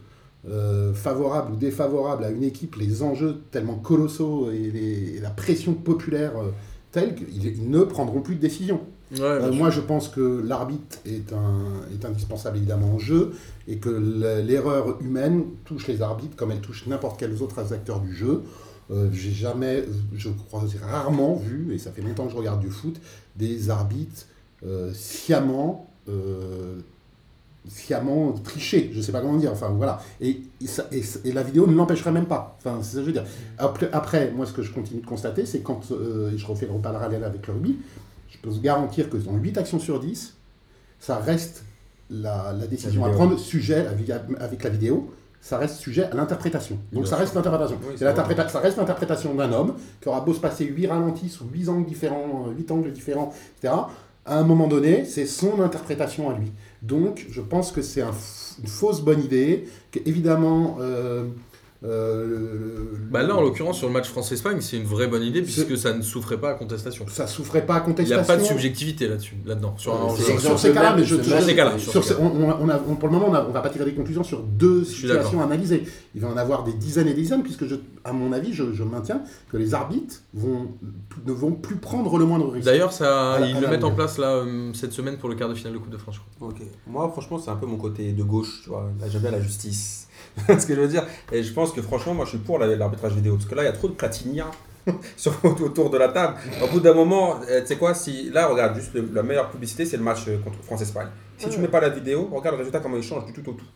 Speaker 5: euh, favorable ou défavorable à une équipe, les enjeux tellement colossaux et, les- et la pression populaire euh, telle qu'ils ils ne prendront plus de décision.
Speaker 1: Ouais,
Speaker 5: Euh, moi, je pense que l'arbitre est, un, est indispensable évidemment en jeu et que l- l'erreur humaine touche les arbitres comme elle touche n'importe quels autres acteurs du jeu. Euh, J'ai jamais, je crois, j'ai rarement vu, et ça fait longtemps que je regarde du foot, des arbitres euh, sciemment, euh, sciemment trichés. Je sais pas comment dire. Enfin voilà. Et, et ça- et ça- et la vidéo ne l'empêcherait même pas. Enfin, c'est ça que je
Speaker 1: Mm.
Speaker 5: veux dire. Après, après, moi, ce que je continue de constater, c'est quand euh, et je refais le repas parallèle avec le rugby, je peux vous garantir que dans 8 actions sur 10, ça reste la, la décision à
Speaker 3: vidéo.
Speaker 5: prendre sujet avec, avec la vidéo. Ça reste sujet à l'interprétation. Donc
Speaker 1: Bien
Speaker 5: ça reste l'interprétation.
Speaker 1: Oui,
Speaker 5: C'est
Speaker 1: c'est
Speaker 5: l'interpréta- ça reste l'interprétation d'un homme qui aura beau se passer 8 ralentis sous 8 angles différents, 8 angles différents, etc. À un moment donné, c'est son interprétation à lui. Donc je pense que c'est un f- une fausse bonne idée. que, évidemment, euh, euh, le- le-
Speaker 1: Bah là, en l'occurrence, sur le match France-Espagne, c'est une vraie bonne idée puisque ça ne souffrait pas à contestation.
Speaker 5: ça souffrait pas à
Speaker 1: Il n'y
Speaker 5: contestation.
Speaker 1: a pas de subjectivité là-dessus, là-dedans. Sur un
Speaker 5: Sur-
Speaker 1: enjeu- sur-
Speaker 5: sur- sur ces cas-là, mais je-
Speaker 1: sur ces
Speaker 5: je-
Speaker 1: cas-là, sur
Speaker 5: sur
Speaker 1: ces
Speaker 5: ce-
Speaker 1: cas-là.
Speaker 5: on- on- on a- on- Pour le moment, on a- on va pas tirer des conclusions sur deux
Speaker 1: suis
Speaker 5: situations analysées. Il va en avoir des dizaines et des dizaines, puisque, je, à mon avis, je, je maintiens que les arbitres vont, ne vont plus prendre le moindre risque.
Speaker 1: D'ailleurs, ça,
Speaker 5: À la- à
Speaker 1: ils le
Speaker 5: la
Speaker 1: mettent en
Speaker 5: rigueur.
Speaker 1: place là euh, cette semaine pour le quart de finale de Coupe de France. je crois.
Speaker 4: Ok. Moi, franchement, c'est un peu mon côté de gauche, tu vois. Là, J'aime bien la justice. ce que je veux dire. Et je pense que, franchement, moi, je suis pour la- l'arbitrage vidéo. Parce que là, il y a trop de platiniens sur, autour de la table. Au bout d'un moment, euh, tu sais quoi, si. Là, regarde, juste le- la meilleure publicité, c'est le match euh, contre France-Espagne. Si tu mets pas la vidéo, regarde le résultat, comment il change du tout au tout.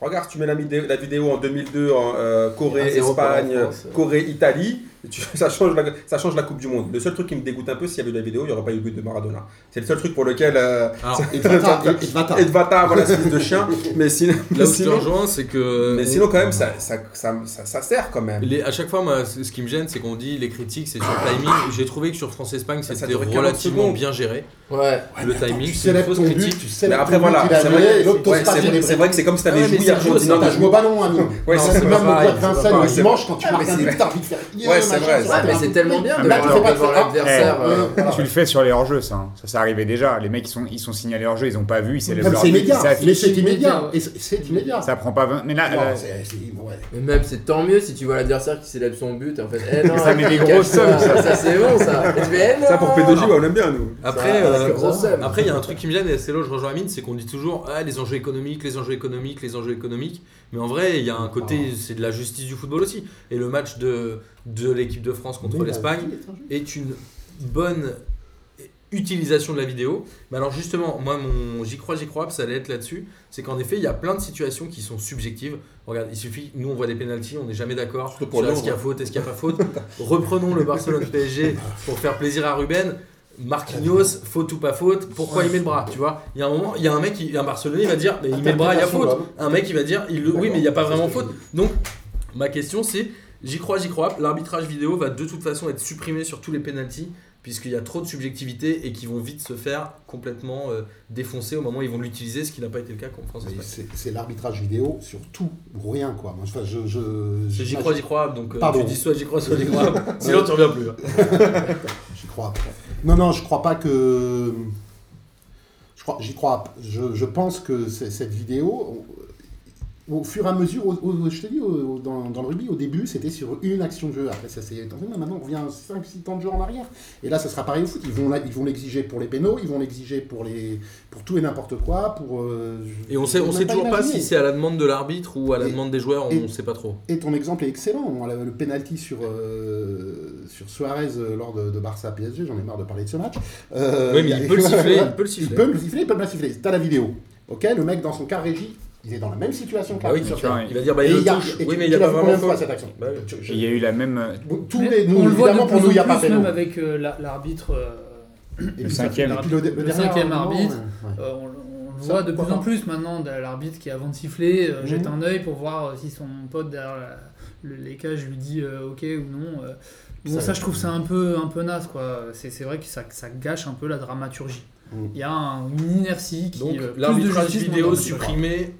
Speaker 4: Regarde, tu mets la, vidéo- la vidéo en 2002 en euh,
Speaker 2: 1-0
Speaker 4: Corée,
Speaker 2: Ah, pour la
Speaker 4: Espagne,
Speaker 2: France.
Speaker 4: Corée, Italie, et tu- ça, change la, ça change la Coupe du Monde. Le seul truc qui me dégoûte un peu, s'il y avait la vidéo, il n'y aurait pas eu le but de Maradona. C'est le seul truc pour lequel. euh,
Speaker 1: Alors,
Speaker 5: Et Vata, et- et Vata.
Speaker 4: et de bâtard, voilà, espèce de chien. Mais sinon, mais
Speaker 1: là où je te
Speaker 4: sinon,
Speaker 1: rejoins, euh, c'est que.
Speaker 4: mais sinon, quand même, ça, ça, ça, ça, ça sert quand même.
Speaker 1: Les- à chaque fois, moi, ce ce qui me gêne, c'est qu'on dit les critiques, c'est sur le timing. J'ai trouvé que sur France-Espagne,
Speaker 4: Ça, ça
Speaker 1: c'était
Speaker 4: durait 40
Speaker 1: relativement
Speaker 4: secondes.
Speaker 1: bien géré.
Speaker 2: Ouais.
Speaker 1: le
Speaker 5: Attends,
Speaker 1: timing,
Speaker 5: tu
Speaker 1: c'est une
Speaker 5: célèbres
Speaker 1: fausse
Speaker 5: ton
Speaker 1: critique.
Speaker 5: but, tu
Speaker 4: Mais
Speaker 5: célèbres
Speaker 4: après,
Speaker 5: ton but
Speaker 4: voilà,
Speaker 5: qu'il a
Speaker 4: c'est
Speaker 5: annulé,
Speaker 4: vrai,
Speaker 5: et l'autre t'ose
Speaker 4: ouais,
Speaker 5: pas sur
Speaker 4: c'est
Speaker 5: les
Speaker 4: c'est
Speaker 5: bras.
Speaker 4: vrai que c'est comme si t'avais
Speaker 1: Ah Ouais, mais
Speaker 4: joué
Speaker 1: c'est joué au centre.
Speaker 5: Putain, t'as
Speaker 4: à Ferdinand.
Speaker 5: joué au ballon, ami.
Speaker 4: Ouais,
Speaker 1: Non,
Speaker 5: C'est
Speaker 1: c'est pas
Speaker 5: le même
Speaker 1: pareil,
Speaker 5: endroit
Speaker 1: c'est
Speaker 5: de
Speaker 1: pas
Speaker 5: Vincennes le
Speaker 1: pareil.
Speaker 5: dimanche quand tu marques un
Speaker 4: c'est
Speaker 5: but,
Speaker 4: vrai.
Speaker 5: t'arbitres, faire
Speaker 4: Ouais, c'est vrai, c'est
Speaker 2: Ouais, mais c'est tellement bien de
Speaker 5: Là, Bah, tu fais
Speaker 2: voir
Speaker 5: Ah, pas
Speaker 2: devant
Speaker 5: de-
Speaker 2: l'adversaire.
Speaker 5: Eh,
Speaker 2: euh,
Speaker 5: voilà.
Speaker 3: Tu le fais sur les hors-jeux, ça. hein. Ça, ça arrivait déjà. Les mecs, ils sont, ils sont signalés hors-jeu, ils ont pas vu, ils
Speaker 5: C'est
Speaker 3: s'élèvent leur but, ils
Speaker 5: immédiat,
Speaker 3: s'affichent.
Speaker 5: mais c'est immédiat.
Speaker 6: immédiat.
Speaker 5: Et c'est- C'est immédiat.
Speaker 3: Ça euh, prend pas 20. Mais là, là,
Speaker 5: Non, c'est- c'est- ouais.
Speaker 2: Mais même c'est tant mieux si tu vois l'adversaire qui célèbre son but et en fait, eh non,
Speaker 3: Ça met des
Speaker 2: cache
Speaker 3: grosses
Speaker 2: ça,
Speaker 3: sommes,
Speaker 2: ça, c'est bon ça. Et tu fais, eh non.
Speaker 4: Ça pour
Speaker 1: Ah.
Speaker 4: P2J, ouais, on aime bien, nous.
Speaker 1: Après,
Speaker 2: Ça,
Speaker 1: euh,
Speaker 2: c'est gros seum.
Speaker 1: après, il y a un truc qui me gêne, et c'est là où je rejoins Amine, c'est qu'on dit toujours ah, les enjeux économiques, les enjeux économiques, les enjeux économiques. Mais en vrai, il y a un côté,
Speaker 4: Ah.
Speaker 1: c'est de la justice du football aussi. Et le match de, de l'équipe de France contre
Speaker 4: bah,
Speaker 5: Mais
Speaker 1: l'Espagne est une bonne utilisation de la vidéo. Mais alors justement, moi, mon j'y crois, j'y crois, ça allait être là-dessus. C'est qu'en effet, il y a plein de situations qui sont subjectives. Regarde, il suffit, nous, on voit des pénalties, on n'est jamais d'accord
Speaker 4: Surtout pour
Speaker 1: sur
Speaker 4: Londres.
Speaker 1: est-ce qu'il y a faute, est-ce qu'il n'y a pas faute. Reprenons le Barcelone PSG pour faire plaisir à Ruben. Marquinhos, faute ou pas faute, pourquoi il met le bras Tu vois, il y a un moment, il y a un mec, qui- un Barcelonais, il va dire, mais il met le bras, il y a faute. Un mec, il va dire, il le- oui, mais il n'y a pas vraiment faute. Donc, ma question, c'est, j'y crois, j'y crois. L'arbitrage vidéo va de toute façon être supprimé sur tous les pénalties, puisqu'il y a trop de subjectivité et qui vont vite se faire complètement euh, défoncer au moment où ils vont l'utiliser, ce qui n'a pas été le cas contre France.
Speaker 5: Mais c'est- C'est l'arbitrage vidéo sur tout ou rien, quoi. Enfin, je, je,
Speaker 1: C'est J'y crois, j'y crois, donc euh,
Speaker 5: Pardon.
Speaker 1: tu dis soit j'y crois, soit j'y crois. Sinon, tu reviens plus. hein.
Speaker 5: J'y crois. Non, non, je crois pas que. Je crois, j'y crois. Je, je pense que c'est- cette vidéo, au fur et à mesure, au- au- je te dis, au- au- dans, dans le rugby, au début, c'était sur une action de jeu. Après, ça s'est étendu. Mais Maintenant, on revient 5-6 temps de jeu en arrière. Et là, ça sera pareil au foot. Ils vont la- ils vont l'exiger pour les pénaux, ils vont l'exiger pour, les, pour tout et n'importe quoi. Pour, euh, je-
Speaker 1: Et on sait,
Speaker 5: je
Speaker 1: on
Speaker 5: peux
Speaker 1: sait
Speaker 5: même
Speaker 1: toujours pas
Speaker 5: imaginer.
Speaker 1: si c'est à la demande de l'arbitre ou à la
Speaker 5: Et-
Speaker 1: demande des joueurs, on
Speaker 5: et-
Speaker 1: ne sait pas trop.
Speaker 5: Et ton exemple est excellent. Moi, Le, le penalty sur, euh, sur Suarez euh, lors de, de Barça PSG, j'en ai marre de parler de ce match. Euh,
Speaker 1: oui, mais il peut le siffler, il peut le
Speaker 5: Il
Speaker 1: siffler.
Speaker 5: peut le siffler, il peut me la siffler. T'as la vidéo. Ok, le mec dans son car régie, il est dans la même situation que
Speaker 1: Ah oui, mais
Speaker 5: l'arbitre sur
Speaker 3: tu vois,
Speaker 5: terrain.
Speaker 1: Il va dire, bah, il
Speaker 5: Et
Speaker 1: le
Speaker 5: il y a-
Speaker 1: touche.
Speaker 5: et
Speaker 1: Oui,
Speaker 5: tu-
Speaker 1: mais
Speaker 5: tu
Speaker 1: il a
Speaker 5: l'as
Speaker 1: pas
Speaker 5: vu
Speaker 1: vraiment
Speaker 5: combien de fois,
Speaker 1: faute.
Speaker 5: cette action
Speaker 1: Bah oui.
Speaker 5: Je- je-
Speaker 3: Il y a eu la même. euh,
Speaker 5: Bon, Tous
Speaker 6: Mais
Speaker 5: les, nous,
Speaker 6: on le voit de
Speaker 5: évidemment, pour
Speaker 6: plus
Speaker 5: nous, il n'y
Speaker 6: en
Speaker 5: a pas
Speaker 6: plus, même
Speaker 5: péno.
Speaker 6: avec euh, la- l'arbitre. euh,
Speaker 5: Et puis,
Speaker 3: le
Speaker 5: ça fait-
Speaker 3: cinquième
Speaker 5: et puis le- le
Speaker 6: arbitre.
Speaker 5: dernier
Speaker 6: Le cinquième
Speaker 5: argument,
Speaker 6: arbitre.
Speaker 5: ouais.
Speaker 6: Euh, on, on le
Speaker 5: Ça,
Speaker 6: voit de plus
Speaker 5: pourquoi
Speaker 6: en
Speaker 5: pas.
Speaker 6: plus maintenant, de- l'arbitre qui, avant de siffler, euh, jette
Speaker 5: Mhm.
Speaker 6: un œil pour voir euh, si son pote derrière la- le- les cages lui dit euh, ok ou non. euh. Bon,
Speaker 5: Ça,
Speaker 6: ça, je trouve ça un peu, un peu naze, quoi. C'est c'est vrai que ça, ça gâche un peu la dramaturgie.
Speaker 5: Mhm.
Speaker 6: Il y a un- une inertie qui.
Speaker 1: Donc
Speaker 6: euh, plus de
Speaker 1: l'arbitrage
Speaker 6: justice,
Speaker 1: vidéo
Speaker 6: moins de-
Speaker 1: supprimé.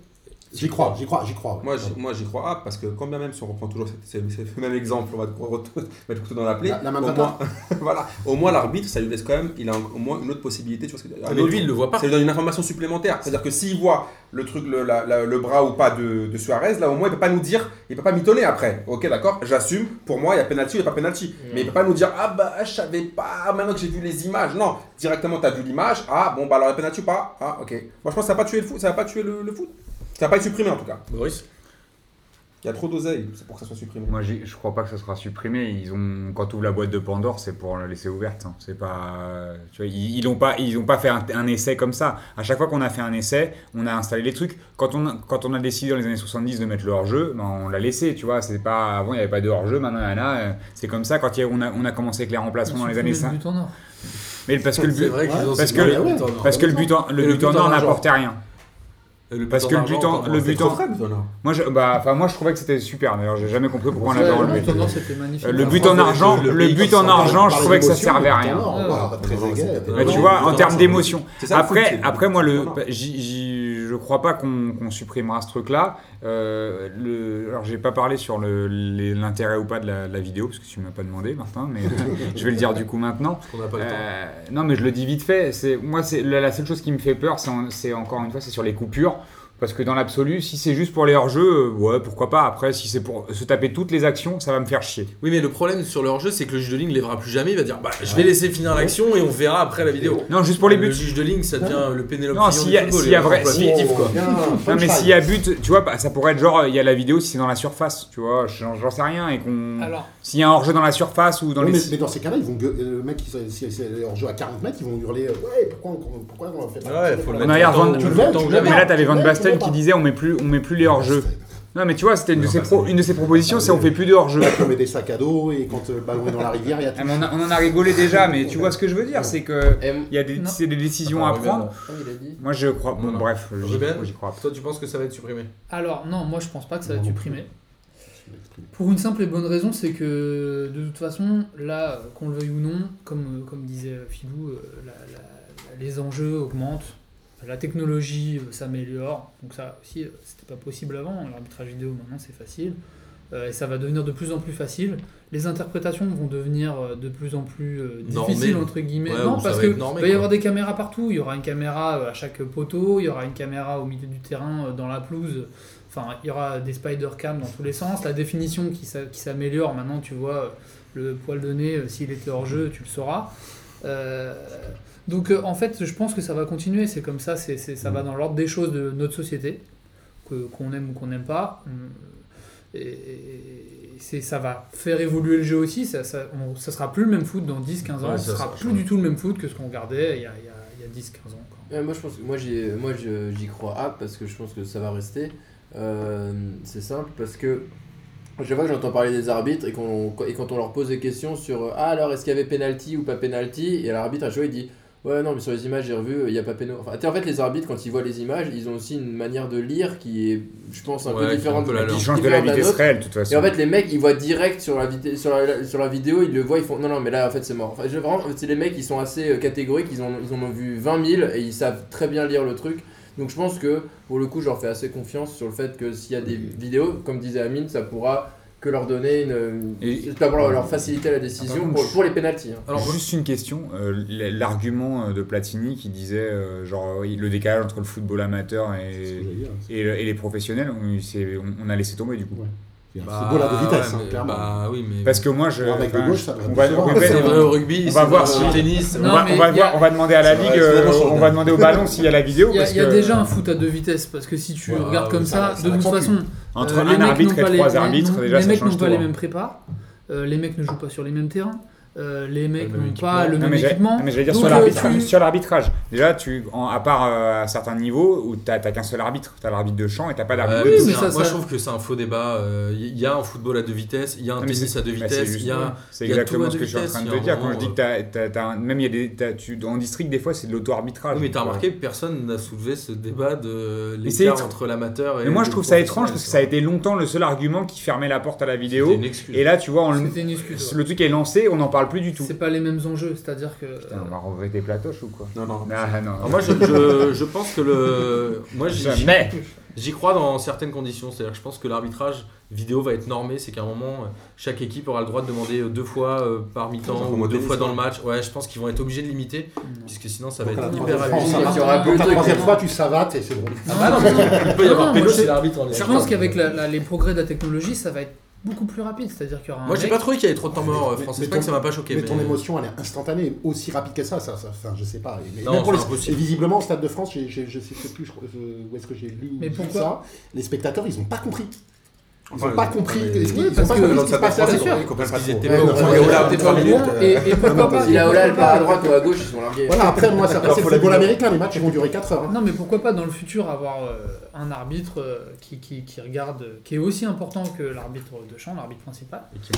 Speaker 5: J'y crois, j'y crois, j'y crois. ouais.
Speaker 4: Moi, j'y- moi, j'y crois, ah, parce que quand bien même, si on reprend toujours cette- cette- cette- le même exemple, on va te- on va te mettre le couteau dans la plaie.
Speaker 5: La- la main de
Speaker 4: au moins,
Speaker 5: Tata.
Speaker 4: voilà. Au moins, l'arbitre, ça lui laisse quand même, il a un- au moins une autre possibilité. Tu vois, parce que-
Speaker 1: Ah,
Speaker 4: un
Speaker 1: mais
Speaker 4: autre-
Speaker 1: lui, il le voit pas.
Speaker 4: ça lui donne une information supplémentaire. C'est-à-dire que s'il voit le truc, le, la- la- le bras ou pas de, de Suarez, là au moins il peut pas nous dire, il peut pas mitonner après. Ok, d'accord, j'assume. Pour moi, il y a penalty ou il n'y a pas penalty. Mais il peut pas nous dire ah bah je savais pas. Maintenant que j'ai vu les images, non. Directement, tu as vu l'image. Ah bon bah alors il y a penalty ou pas Ah ok. Moi je pense que ça va pas tuer le foot, ça va pas tuer le, le foot. Ça va pas être supprimé en tout cas.
Speaker 1: Boris
Speaker 4: Il y a trop d'oseille, c'est pour que ça soit supprimé.
Speaker 3: Moi, j'ai- je crois pas que ça sera supprimé. Ils ont, quand tu ouvres la boîte de Pandore, c'est pour la laisser ouverte. hein. C'est pas, euh, tu vois, ils, ils ont pas, ils ont pas fait un, un essai comme ça. À chaque fois qu'on a fait un essai, on a installé les trucs. Quand on, a- quand on a décidé dans les années 70 de mettre le hors-jeu, ben, on l'a laissé. Tu vois, c'est pas, avant il y avait pas de hors-jeu, maintenant il y en a. euh, C'est comme ça. Quand il y a- on a, on a commencé avec les remplacements dans les années 50. Mais parce que le but,
Speaker 1: vrai
Speaker 5: Ouais,
Speaker 3: parce
Speaker 1: c'est
Speaker 3: que-
Speaker 1: vrai, le but
Speaker 5: parce
Speaker 1: en or.
Speaker 3: parce que le but, en-
Speaker 1: Et
Speaker 3: le but en or n'apportait rien.
Speaker 1: Et le but
Speaker 3: parce
Speaker 1: en
Speaker 3: que le
Speaker 1: argent,
Speaker 3: but en-
Speaker 1: pardon,
Speaker 3: le
Speaker 1: c'est
Speaker 3: but
Speaker 1: trop
Speaker 3: en-
Speaker 1: faible.
Speaker 3: Moi, je, bah, enfin, moi, je trouvais que c'était super. D'ailleurs, j'ai jamais compris pourquoi on l'avait
Speaker 5: Ouais,
Speaker 3: enlevé.
Speaker 5: ouais, ouais.
Speaker 6: c'était magnifique.
Speaker 3: Euh, le
Speaker 6: La
Speaker 3: but
Speaker 6: France,
Speaker 3: en argent,
Speaker 1: le
Speaker 3: le
Speaker 1: pays
Speaker 3: but
Speaker 1: qui
Speaker 3: en
Speaker 1: s'en parle,
Speaker 3: argent,
Speaker 1: on
Speaker 3: je
Speaker 5: Parler
Speaker 3: trouvais que ça
Speaker 5: d'émotion,
Speaker 3: servait à
Speaker 5: tout
Speaker 3: rien.
Speaker 5: en or,
Speaker 6: Ouais,
Speaker 5: voilà,
Speaker 4: ouais.
Speaker 5: très
Speaker 4: Ouais,
Speaker 5: égal.
Speaker 4: c'était-
Speaker 3: Mais tu
Speaker 1: Euh, Non,
Speaker 3: vois,
Speaker 1: mais
Speaker 3: en
Speaker 1: non,
Speaker 3: termes
Speaker 1: c'est-
Speaker 3: d'émotion.
Speaker 4: c'est ça, le foot,
Speaker 3: Après,
Speaker 4: c'est-
Speaker 3: après moi, le, bah,
Speaker 4: Voilà.
Speaker 3: j'y- j'y- je crois pas qu'on qu'on supprimera ce truc-là. Euh, le- alors, j'ai pas parlé sur le- les- l'intérêt ou pas de la, de la vidéo, parce que tu m'as pas demandé, Martin, mais je vais le dire du coup maintenant.
Speaker 1: Parce qu'on n'a pas le temps.
Speaker 3: Euh, non, mais je le dis vite fait. C'est moi, c'est la, la seule chose qui me fait peur, c'est en- c'est encore une fois, c'est sur les coupures. Parce que dans l'absolu, si c'est juste pour les hors-jeux, euh, ouais, pourquoi pas. Après, si c'est pour se taper toutes les actions, ça va me faire chier.
Speaker 1: Oui, mais le problème sur leur jeu, c'est que le juge de ligne ne lèvera plus jamais. Il va dire bah, Je vais laisser finir l'action et on verra après la vidéo.
Speaker 3: Non, juste pour les
Speaker 1: Euh, Le
Speaker 3: buts.
Speaker 1: juge de ligne, ça devient le Pénélope.
Speaker 3: Non,
Speaker 1: Fillon
Speaker 3: s'il
Speaker 1: du
Speaker 3: y a-
Speaker 1: football,
Speaker 3: s'il y a
Speaker 1: le
Speaker 3: vrai-
Speaker 1: remplacement
Speaker 3: si-
Speaker 1: actif, quoi.
Speaker 5: Bien,
Speaker 3: Non mais
Speaker 5: punchline.
Speaker 3: s'il y a but, tu vois, bah, ça pourrait être genre il y a la vidéo si c'est dans la surface, tu vois, j'en j'en sais rien et qu'on
Speaker 6: Alors,
Speaker 3: s'il y a un hors-jeu dans la surface ou dans
Speaker 5: Oui,
Speaker 3: les
Speaker 5: mais, mais dans ces cas-là, ils vont gueu- euh, le mec, qui s'est- si c'est hors jeu à 40 mètres, ils vont hurler euh, Ouais, pourquoi on, pourquoi on fait ça
Speaker 1: Ouais, faut le
Speaker 3: On
Speaker 1: mettre
Speaker 3: a hier
Speaker 1: autant
Speaker 3: vingt-
Speaker 1: où-
Speaker 3: tu le
Speaker 5: veux,
Speaker 1: autant
Speaker 5: tu
Speaker 1: où
Speaker 5: le
Speaker 1: jamais.
Speaker 3: Mais là t'avais Van
Speaker 5: Ouais,
Speaker 3: Basten
Speaker 5: ouais,
Speaker 3: qui
Speaker 5: ouais.
Speaker 3: disait on met plus on met plus les hors-jeux. Non mais tu vois, c'était une de ses pro- une de ses propositions, c'est on fait plus de hors-jeu.
Speaker 5: On met des sacs à dos et quand euh, le ballon est dans la rivière, il y a tout.
Speaker 3: Ah, mais on, a- on en a rigolé déjà, mais tu vois ce que je veux dire, c'est que
Speaker 2: Et-
Speaker 3: il y a des,
Speaker 6: Non.
Speaker 3: c'est des décisions
Speaker 1: Ah,
Speaker 3: à
Speaker 1: Ruben.
Speaker 3: prendre.
Speaker 2: oh, il a dit.
Speaker 3: Moi je crois bon
Speaker 1: Non.
Speaker 3: bref, j'y
Speaker 1: Ruben
Speaker 3: j'y crois pas.
Speaker 1: Toi, tu penses que ça va être supprimé
Speaker 6: alors, non, moi je pense pas que ça va être
Speaker 5: Non, non
Speaker 6: supprimé. Pour une simple et bonne raison, c'est que de toute façon, là, euh, qu'on le veuille ou non, comme, euh, comme disait euh, Philou, euh, la- la- la- les enjeux augmentent, la technologie euh, s'améliore, donc ça aussi, euh, c'était pas possible avant, hein, l'arbitrage vidéo maintenant c'est facile, Euh, et ça va devenir de plus en plus facile, les interprétations vont devenir euh, de plus en plus euh,
Speaker 1: Normées.
Speaker 6: difficiles, entre guillemets,
Speaker 1: Ouais, ou
Speaker 6: non,
Speaker 1: ça
Speaker 6: parce
Speaker 1: va
Speaker 6: que
Speaker 1: être normé,
Speaker 6: va y
Speaker 1: quoi.
Speaker 6: avoir des caméras partout, il y aura une caméra euh, à chaque poteau, il y aura une caméra au milieu du terrain, euh, dans la pelouse, Enfin, il y aura des spider cam dans tous les sens. La définition qui s'a- qui s'améliore, maintenant tu vois euh, le poil de nez, euh, s'il était hors jeu, tu le sauras. Euh, donc euh, en fait, je pense que ça va continuer. C'est comme ça, c'est, c'est- ça
Speaker 1: Mmh.
Speaker 6: va dans l'ordre des choses de notre société, que, qu'on aime ou qu'on n'aime pas. Mmh. On- Et, et c'est, ça va faire évoluer le jeu aussi. Ça, ça, on- ça sera plus le même foot dans 10-15 ans.
Speaker 1: Ouais,
Speaker 6: ce
Speaker 1: ça,
Speaker 6: sera
Speaker 1: ça,
Speaker 6: plus
Speaker 1: ouais.
Speaker 6: du tout le même foot que ce qu'on regardait il y a, il y a- il y a 10-15 ans. quoi.
Speaker 2: Ouais, moi, je pense que moi, j'y, moi, je- j'y crois hâte parce que je pense que ça va rester. Euh, c'est simple parce que à chaque fois que j'entends parler des arbitres et, qu'on, et quand on leur pose des questions sur euh, ah alors est-ce qu'il y avait penalty ou pas penalty et l'arbitre à chaque fois il dit ouais non mais sur les images j'ai revu euh, il n'y a pas penalty. Enfin, tu sais, en fait les arbitres quand ils voient les images ils ont aussi une manière de lire qui est je pense un
Speaker 1: Ouais, qui
Speaker 2: peu
Speaker 1: est
Speaker 2: différente
Speaker 1: un peu la leur.
Speaker 3: Ils changent de la
Speaker 2: différente
Speaker 3: vitesse
Speaker 2: nôtre.
Speaker 3: réelle de toute
Speaker 2: Et
Speaker 3: façon.
Speaker 2: en fait, les mecs, ils voient direct sur la, vité- sur la, sur la vidéo, ils le voient, ils font non, non, mais là, en fait, c'est mort. Enfin, je- vraiment, c'est les mecs, ils sont assez euh, catégoriques, ils, ont, ils en ont vu 20 000 et ils savent très bien lire le truc. Donc, je pense que pour le coup, je leur fais assez confiance sur le fait que s'il y a des vidéos, comme disait Amine, ça pourra que leur donner une.
Speaker 3: Et- Ah,
Speaker 2: D'abord, leur faciliter la décision
Speaker 3: contre,
Speaker 2: pour,
Speaker 3: je-
Speaker 2: pour les pénalties. hein.
Speaker 1: Alors,
Speaker 3: Juste une question, euh, l- l'argument euh, de Platini qui disait euh, genre oui, le décalage entre le football amateur
Speaker 5: C'est ce que
Speaker 3: et,
Speaker 5: j'allais dire. hein.
Speaker 3: et, le- et les professionnels, on, c'est- on- on a laissé tomber du coup.
Speaker 5: C'est un
Speaker 1: Bah,
Speaker 5: football à deux vitesses,
Speaker 1: ouais,
Speaker 5: hein,
Speaker 1: mais-
Speaker 5: clairement.
Speaker 1: Bah oui, mais.
Speaker 3: Parce que moi, je,
Speaker 5: Bon, avec le
Speaker 3: enfin,
Speaker 5: gauche, ça devrait
Speaker 3: on va,
Speaker 5: se voir.
Speaker 3: on va-
Speaker 1: c'est
Speaker 3: on va-
Speaker 1: vrai au rugby,
Speaker 3: on
Speaker 1: c'est
Speaker 3: va voir
Speaker 1: vrai au
Speaker 3: si-
Speaker 1: tennis.
Speaker 3: on
Speaker 6: Non,
Speaker 3: va-
Speaker 6: mais
Speaker 3: on va
Speaker 6: il y a-
Speaker 3: voir- on va demander à la
Speaker 4: C'est vrai,
Speaker 3: ligue,
Speaker 4: c'est
Speaker 3: euh,
Speaker 4: vraiment
Speaker 3: on
Speaker 4: changeant.
Speaker 3: va demander au ballon s'il y a la vidéo.
Speaker 6: Il y a,
Speaker 3: parce
Speaker 6: il y a
Speaker 3: que- euh,
Speaker 6: déjà un foot à deux vitesses parce que si tu
Speaker 1: Ouais,
Speaker 6: regardes comme ça,
Speaker 5: ça- ça
Speaker 6: de toute
Speaker 5: l'accentue.
Speaker 6: façon,
Speaker 3: entre
Speaker 6: euh, les
Speaker 3: un
Speaker 6: mecs
Speaker 3: arbitre
Speaker 6: n'ont
Speaker 3: et
Speaker 6: pas les-
Speaker 3: trois
Speaker 6: les-
Speaker 3: arbitres,
Speaker 6: non,
Speaker 3: déjà
Speaker 6: les
Speaker 3: ça
Speaker 6: mecs n'ont
Speaker 3: change tout.
Speaker 6: pas les
Speaker 3: hein.
Speaker 6: mêmes prépas, euh, les mecs ne jouent pas sur les mêmes terrains, euh, les mecs
Speaker 1: le même
Speaker 6: n'ont
Speaker 1: équipement.
Speaker 6: pas le
Speaker 3: Non,
Speaker 6: même
Speaker 3: mais j'allais-
Speaker 6: équipement.
Speaker 3: non, mais j'allais dire
Speaker 6: Donc,
Speaker 3: sur
Speaker 6: euh,
Speaker 3: l'arbitrage.
Speaker 6: tu-
Speaker 3: Sur l'arbitrage. Déjà, tu, en- à part euh, à certains niveaux où t'as t'as qu'un seul arbitre, t'as l'arbitre de champ et t'as pas
Speaker 1: Ouais,
Speaker 3: d'arbitre.
Speaker 1: Euh, mais
Speaker 3: de
Speaker 1: c'est
Speaker 6: Ah mais
Speaker 1: un-
Speaker 6: ça,
Speaker 1: moi
Speaker 6: ça-
Speaker 1: je trouve que c'est un faux débat. Euh, Il y a un football à deux vitesses, il y a un
Speaker 3: Non, mais
Speaker 1: tennis à deux
Speaker 3: Bah,
Speaker 1: vitesses,
Speaker 3: c'est
Speaker 1: il
Speaker 3: juste-
Speaker 1: y a.
Speaker 3: C'est
Speaker 1: il y a
Speaker 3: exactement
Speaker 1: tout à
Speaker 3: ce que
Speaker 1: deux
Speaker 3: je suis en train de
Speaker 1: vitesses,
Speaker 3: te
Speaker 1: il y a un
Speaker 3: dire. Quand je
Speaker 1: moment,
Speaker 3: dis que t'as- t'as- t'as un- même il y a des, t'as- tu, en district, des fois, c'est de l'auto-arbitrage.
Speaker 1: Oui, mais t'as
Speaker 3: Donc,
Speaker 1: remarqué, personne n'a soulevé ce débat de
Speaker 3: c'est
Speaker 1: l'écart
Speaker 3: étrange.
Speaker 1: entre l'amateur et.
Speaker 3: Mais moi,
Speaker 1: le
Speaker 3: je trouve ça
Speaker 1: professionnel,
Speaker 3: étrange parce que ça a été longtemps le seul argument qui fermait la porte à la
Speaker 1: C'était
Speaker 3: vidéo.
Speaker 1: une excuse.
Speaker 3: Et là, tu vois, on le,
Speaker 6: C'était une excuse. ouais.
Speaker 3: le truc est lancé, on n'en parle plus du tout.
Speaker 6: C'est pas les mêmes enjeux, c'est-à-dire que.
Speaker 3: Putain, on va renvoyer des platoches ou quoi
Speaker 4: Non, non.
Speaker 3: Ah non.
Speaker 1: Alors moi, je, je- je pense que le. Moi, j'y- j'y-
Speaker 3: Jamais
Speaker 1: j'y crois dans certaines conditions. C'est-à-dire que je pense que l'arbitrage vidéo va être normé. C'est qu'à un moment, euh, chaque équipe aura le droit de demander euh, deux fois euh, par
Speaker 4: Ça,
Speaker 1: mi-temps
Speaker 4: au
Speaker 1: ou
Speaker 4: moins
Speaker 1: deux
Speaker 4: deux
Speaker 1: fois dans le
Speaker 4: fois.
Speaker 1: match. Ouais, je pense qu'ils vont être obligés de limiter, puisque sinon, ça va
Speaker 4: Donc,
Speaker 1: être
Speaker 4: la
Speaker 1: hyper
Speaker 4: France,
Speaker 1: abusif.
Speaker 2: Il y aura
Speaker 5: Quand
Speaker 2: peu de
Speaker 5: la troisième
Speaker 2: trucs.
Speaker 5: fois, tu savates et c'est bon.
Speaker 6: Non,
Speaker 1: Ah bah non,
Speaker 6: non, non.
Speaker 1: mais il peut y
Speaker 6: Non,
Speaker 1: avoir
Speaker 6: non,
Speaker 1: péno
Speaker 6: moi,
Speaker 1: chez
Speaker 6: je-
Speaker 1: l'arbitre. en
Speaker 6: Je
Speaker 1: direct.
Speaker 6: pense qu'avec la- la- les progrès de la technologie, ça va être beaucoup plus rapide. C'est-à-dire qu'il y aura un.
Speaker 1: Moi, j'ai
Speaker 6: mec-
Speaker 1: pas trouvé qu'il y avait trop de temps mort euh,
Speaker 5: Mais-
Speaker 1: France
Speaker 5: mais
Speaker 1: Espagne,
Speaker 5: ton-
Speaker 1: ça m'a pas choqué.
Speaker 5: Mais ton émotion, elle est instantanée, aussi rapide que ça, ça, ça enfin, je sais pas. Et- mais
Speaker 1: Non,
Speaker 5: même pour
Speaker 1: c'est
Speaker 5: les-
Speaker 1: impossible.
Speaker 5: et visiblement, au Stade de France, j'ai- j'ai- je sais plus je crois, euh, où est-ce que j'ai lu
Speaker 6: Mais
Speaker 5: lu
Speaker 6: pourquoi
Speaker 5: ça, les spectateurs, ils ont pas compris. Ils
Speaker 4: Enfin,
Speaker 5: ont pas
Speaker 4: ils-
Speaker 5: compris
Speaker 4: enfin,
Speaker 5: ils
Speaker 4: ils-
Speaker 5: ont
Speaker 6: oui,
Speaker 5: pas
Speaker 6: parce que
Speaker 5: compris ce
Speaker 4: Dans
Speaker 5: qui
Speaker 4: le
Speaker 5: se
Speaker 4: stade de
Speaker 5: passait à
Speaker 4: France,
Speaker 6: bien
Speaker 5: l'époque.
Speaker 6: sûr.
Speaker 4: ils comprennent pas
Speaker 1: Parce qu'ils
Speaker 4: trop.
Speaker 1: étaient
Speaker 5: Ouais,
Speaker 1: pas au
Speaker 5: non,
Speaker 1: courant.
Speaker 5: ouais,
Speaker 1: Il y a
Speaker 5: ouais,
Speaker 1: Ola,
Speaker 5: ouais,
Speaker 1: t'es
Speaker 5: ouais,
Speaker 1: pas
Speaker 5: ouais,
Speaker 1: venu.
Speaker 5: ouais,
Speaker 6: Et, et
Speaker 3: Ah,
Speaker 6: pourquoi pas
Speaker 2: Si la Ola, elle
Speaker 6: pourquoi
Speaker 2: part à
Speaker 6: pas-
Speaker 2: droite ou à gauche, ils ont largué.
Speaker 5: Voilà, après, moi, ça passe, c'est le football américain, les matchs ils vont durer 4 heures. hein.
Speaker 6: Non, mais pourquoi pas dans le futur avoir euh, un arbitre euh, qui, qui, qui regarde, euh, qui est aussi important que l'arbitre de champ, l'arbitre principal, et qui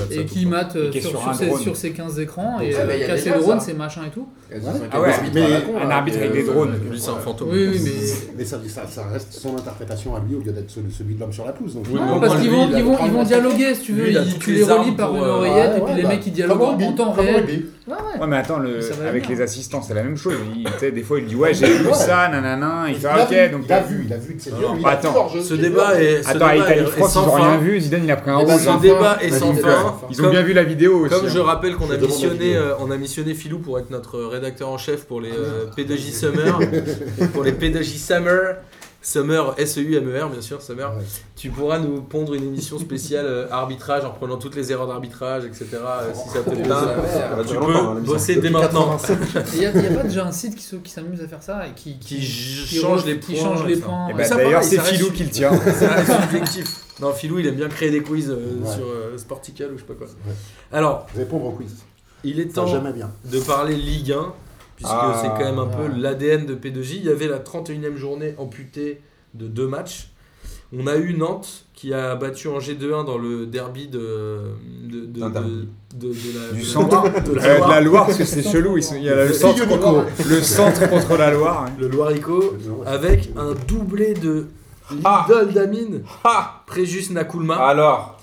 Speaker 6: mate euh,
Speaker 3: Et qui est
Speaker 6: sur,
Speaker 3: sur
Speaker 6: sur
Speaker 3: un
Speaker 6: ses,
Speaker 3: drone.
Speaker 6: sur ses 15 écrans et
Speaker 2: Ah,
Speaker 6: euh,
Speaker 2: bah, il y a
Speaker 6: casser
Speaker 2: déjà
Speaker 6: le drone,
Speaker 2: ça.
Speaker 6: c'est machin et tout.
Speaker 3: Ah ouais,
Speaker 5: mais
Speaker 3: un arbitre avec des
Speaker 1: Euh,
Speaker 3: drones.
Speaker 1: Lui, c'est un fantôme.
Speaker 6: Oui, oui, mais.
Speaker 5: hein. Euh, Mais ça, ça, ça reste son interprétation à lui au lieu d'être celui, celui de l'homme sur la pelouse. Donc,
Speaker 1: Oui,
Speaker 6: Non,
Speaker 1: mais au
Speaker 6: parce
Speaker 1: moins,
Speaker 6: qu'ils
Speaker 1: lui,
Speaker 6: vont,
Speaker 1: il a
Speaker 6: ils vont,
Speaker 1: le
Speaker 6: ils vont dialoguer, si tu veux,
Speaker 1: Lui, il a
Speaker 6: ils-
Speaker 1: toutes
Speaker 6: tu
Speaker 1: les
Speaker 6: les relis
Speaker 1: armes
Speaker 6: par
Speaker 1: pour,
Speaker 6: une
Speaker 1: euh,
Speaker 6: oreillette,
Speaker 5: ouais,
Speaker 6: et puis
Speaker 5: ouais,
Speaker 6: les
Speaker 5: bah,
Speaker 6: mecs ils dialoguent
Speaker 5: comme au
Speaker 6: en, en
Speaker 5: rugby,
Speaker 6: temps
Speaker 5: comme au
Speaker 6: réel.
Speaker 5: rugby.
Speaker 6: Ouais, ouais.
Speaker 3: Ouais, mais attends, le,
Speaker 6: Ça va
Speaker 3: avec
Speaker 6: bien.
Speaker 3: les assistants, c'est la même chose. Il, tu sais, des fois, il dit Ouais, j'ai vu ça, nanana. Il fait Ah,
Speaker 5: il a
Speaker 3: Ok,
Speaker 5: vu,
Speaker 3: donc.
Speaker 5: il a vu, il a vu de ses yeux.
Speaker 1: Alors,
Speaker 5: lui, il a
Speaker 3: attends,
Speaker 5: dit, Georges,
Speaker 1: Ce
Speaker 5: j'ai
Speaker 1: débat
Speaker 5: peur.
Speaker 1: est. ce
Speaker 3: Attends, à
Speaker 1: débat
Speaker 3: Italie
Speaker 1: est- est
Speaker 3: France, ils
Speaker 1: sans
Speaker 3: ont
Speaker 1: fin.
Speaker 3: rien vu. Zidane, il a pris un
Speaker 2: Eh ben,
Speaker 3: rouge.
Speaker 2: ils
Speaker 1: Ce
Speaker 2: ont-
Speaker 3: hein.
Speaker 1: débat est sans
Speaker 2: Vas-y,
Speaker 1: fin.
Speaker 3: Ils ont bien vu la vidéo aussi.
Speaker 1: Comme je
Speaker 3: hein.
Speaker 1: rappelle qu'on a
Speaker 5: Je demande la
Speaker 1: missionné,
Speaker 5: vidéo.
Speaker 1: euh, on a missionné Philou pour être notre rédacteur en chef pour les euh, P2J Summer, pour les P2J Summer, Summer S E U M E R bien sûr Summer.
Speaker 5: Ouais.
Speaker 1: Tu pourras nous pondre une émission spéciale euh, arbitrage en prenant toutes les erreurs d'arbitrage, etc. euh, si ça te plaît.
Speaker 4: Ça va
Speaker 1: Tu
Speaker 4: durer longtemps, hein,
Speaker 1: peux
Speaker 4: la
Speaker 1: bosser dès maintenant.
Speaker 6: Il y a, il y a pas déjà un site qui, se- qui s'amuse à faire ça et qui,
Speaker 1: Qui
Speaker 6: qui, qui
Speaker 1: change
Speaker 6: re-
Speaker 1: les
Speaker 6: qui
Speaker 1: points.
Speaker 6: change les
Speaker 1: ça.
Speaker 6: points,
Speaker 3: Eh
Speaker 6: ouais.
Speaker 3: ben,
Speaker 1: ça,
Speaker 3: D'ailleurs,
Speaker 1: pareil,
Speaker 3: c'est
Speaker 1: ça reste
Speaker 3: Philou qui le tient.
Speaker 1: Ça reste subjectif. Non, Philou, il aime bien créer des quiz euh,
Speaker 5: Ouais.
Speaker 1: sur euh, Sportical ou je sais pas quoi.
Speaker 5: Ouais.
Speaker 1: Alors,
Speaker 5: Répondre au quiz.
Speaker 1: il est
Speaker 5: Ça,
Speaker 1: temps
Speaker 5: jamais bien.
Speaker 1: de parler Ligue 1, puisque
Speaker 3: Ah.
Speaker 1: c'est quand même un peu l'ADN de P2J. Il y avait la 31e journée amputée de deux matchs. On a eu Nantes qui a battu Angers 2-1 dans le derby de, de, de,
Speaker 4: D'Interby.
Speaker 1: de- de- de la,
Speaker 3: Du
Speaker 1: de la
Speaker 3: centre.
Speaker 1: Loire, de la
Speaker 3: Euh, de
Speaker 1: Loire.
Speaker 3: la Loire, parce que c'est chelou. ils sont- Il y a le
Speaker 5: Euh, Le
Speaker 3: centre
Speaker 5: Fillon
Speaker 3: contre, le centre contre la Loire. hein.
Speaker 1: le Loirico,
Speaker 5: Ah,
Speaker 1: avec un doublé de
Speaker 4: Ah.
Speaker 1: l'idole d'Amine,
Speaker 4: Ah
Speaker 1: Préjus Nakulma.
Speaker 4: Alors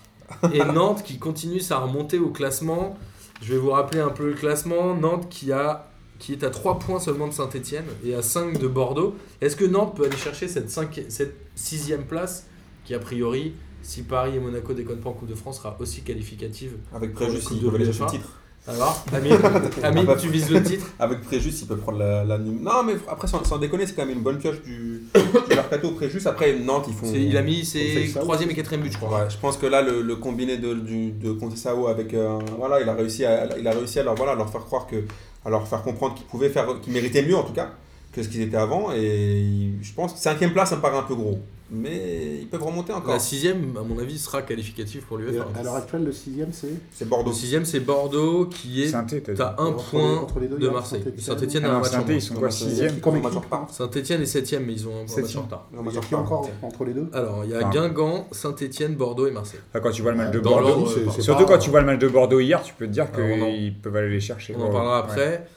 Speaker 1: Et Nantes qui continue sa remontée au classement. Je vais vous rappeler un peu le classement. Nantes qui, a, qui est à 3 points seulement de Saint-Etienne et à 5 de Bordeaux. Est-ce que Nantes peut aller chercher cette, 5, cette 6ème place qui, a priori, si Paris et Monaco déconnent pas en Coupe de France, sera aussi qualificative
Speaker 4: Avec
Speaker 1: Pour le
Speaker 4: préjudice,
Speaker 1: coup
Speaker 4: il
Speaker 1: de
Speaker 4: peut aller chercher
Speaker 1: UEFA.
Speaker 4: le titre.
Speaker 1: Alors, Amine, Amine,
Speaker 4: Ah bah.
Speaker 1: tu vises le titre
Speaker 4: Avec Préjus, il peut prendre la, la num- Non, mais après, sans, sans déconner, c'est quand même une bonne pioche du, du mercato Préjus. Après, Nantes, ils font.
Speaker 1: C'est- Il a mis
Speaker 5: fait
Speaker 1: ses
Speaker 5: ça.
Speaker 1: 3 et 4 buts, je crois.
Speaker 4: Ouais, je pense que là, le, le combiné de, du, de Sao avec. euh, voilà, il a réussi à, il a réussi à leur, voilà, à leur faire croire que. à leur faire comprendre qu'ils pouvaient faire. qu'ils méritaient mieux, en tout cas, que ce qu'ils étaient avant. Et je pense que cinquième place, ça me paraît un peu gros. Mais ils peuvent remonter encore.
Speaker 1: La 6ème, à mon avis, sera qualificative pour
Speaker 5: Et
Speaker 1: l'UEFA.
Speaker 5: À l'heure actuelle, le sixième, c'est.
Speaker 4: C'est
Speaker 1: Le
Speaker 4: Bordeaux.
Speaker 1: 6ème, c'est Bordeaux qui est
Speaker 3: Sainté, t'as Ah dit.
Speaker 1: à 1
Speaker 5: Entre les-
Speaker 1: point
Speaker 5: entre les deux, il y
Speaker 1: de
Speaker 5: a
Speaker 1: Marseille.
Speaker 5: Saint-Étienne.
Speaker 1: Saint-Etienne a un
Speaker 3: Alors,
Speaker 1: match en
Speaker 3: Sainté,
Speaker 1: moins.
Speaker 3: ils sont quoi
Speaker 4: Ils sont-
Speaker 3: 6
Speaker 5: Qui comme
Speaker 4: Ils sont
Speaker 5: équipe,
Speaker 4: en retard.
Speaker 1: Saint-Etienne est 7 mais ils ont un match en
Speaker 3: Septième.
Speaker 1: retard.
Speaker 5: Il
Speaker 4: Ils
Speaker 5: y a
Speaker 4: sont en
Speaker 5: qui
Speaker 4: retard.
Speaker 5: encore entre les deux
Speaker 1: Alors, il y a
Speaker 3: Ah.
Speaker 1: Guingamp, Saint-Etienne, Bordeaux et Marseille.
Speaker 3: Quand tu vois le match de
Speaker 1: Dans
Speaker 3: Bordeaux.
Speaker 1: l'ordre,
Speaker 5: c'est-
Speaker 1: euh,
Speaker 5: c'est
Speaker 3: Surtout
Speaker 5: pas-
Speaker 3: quand tu vois le match de Bordeaux hier, tu peux te dire
Speaker 1: Ah, on en-
Speaker 3: qu'ils peuvent aller les chercher.
Speaker 1: On en
Speaker 3: Ouais.
Speaker 1: parlera
Speaker 3: Ouais.
Speaker 1: après.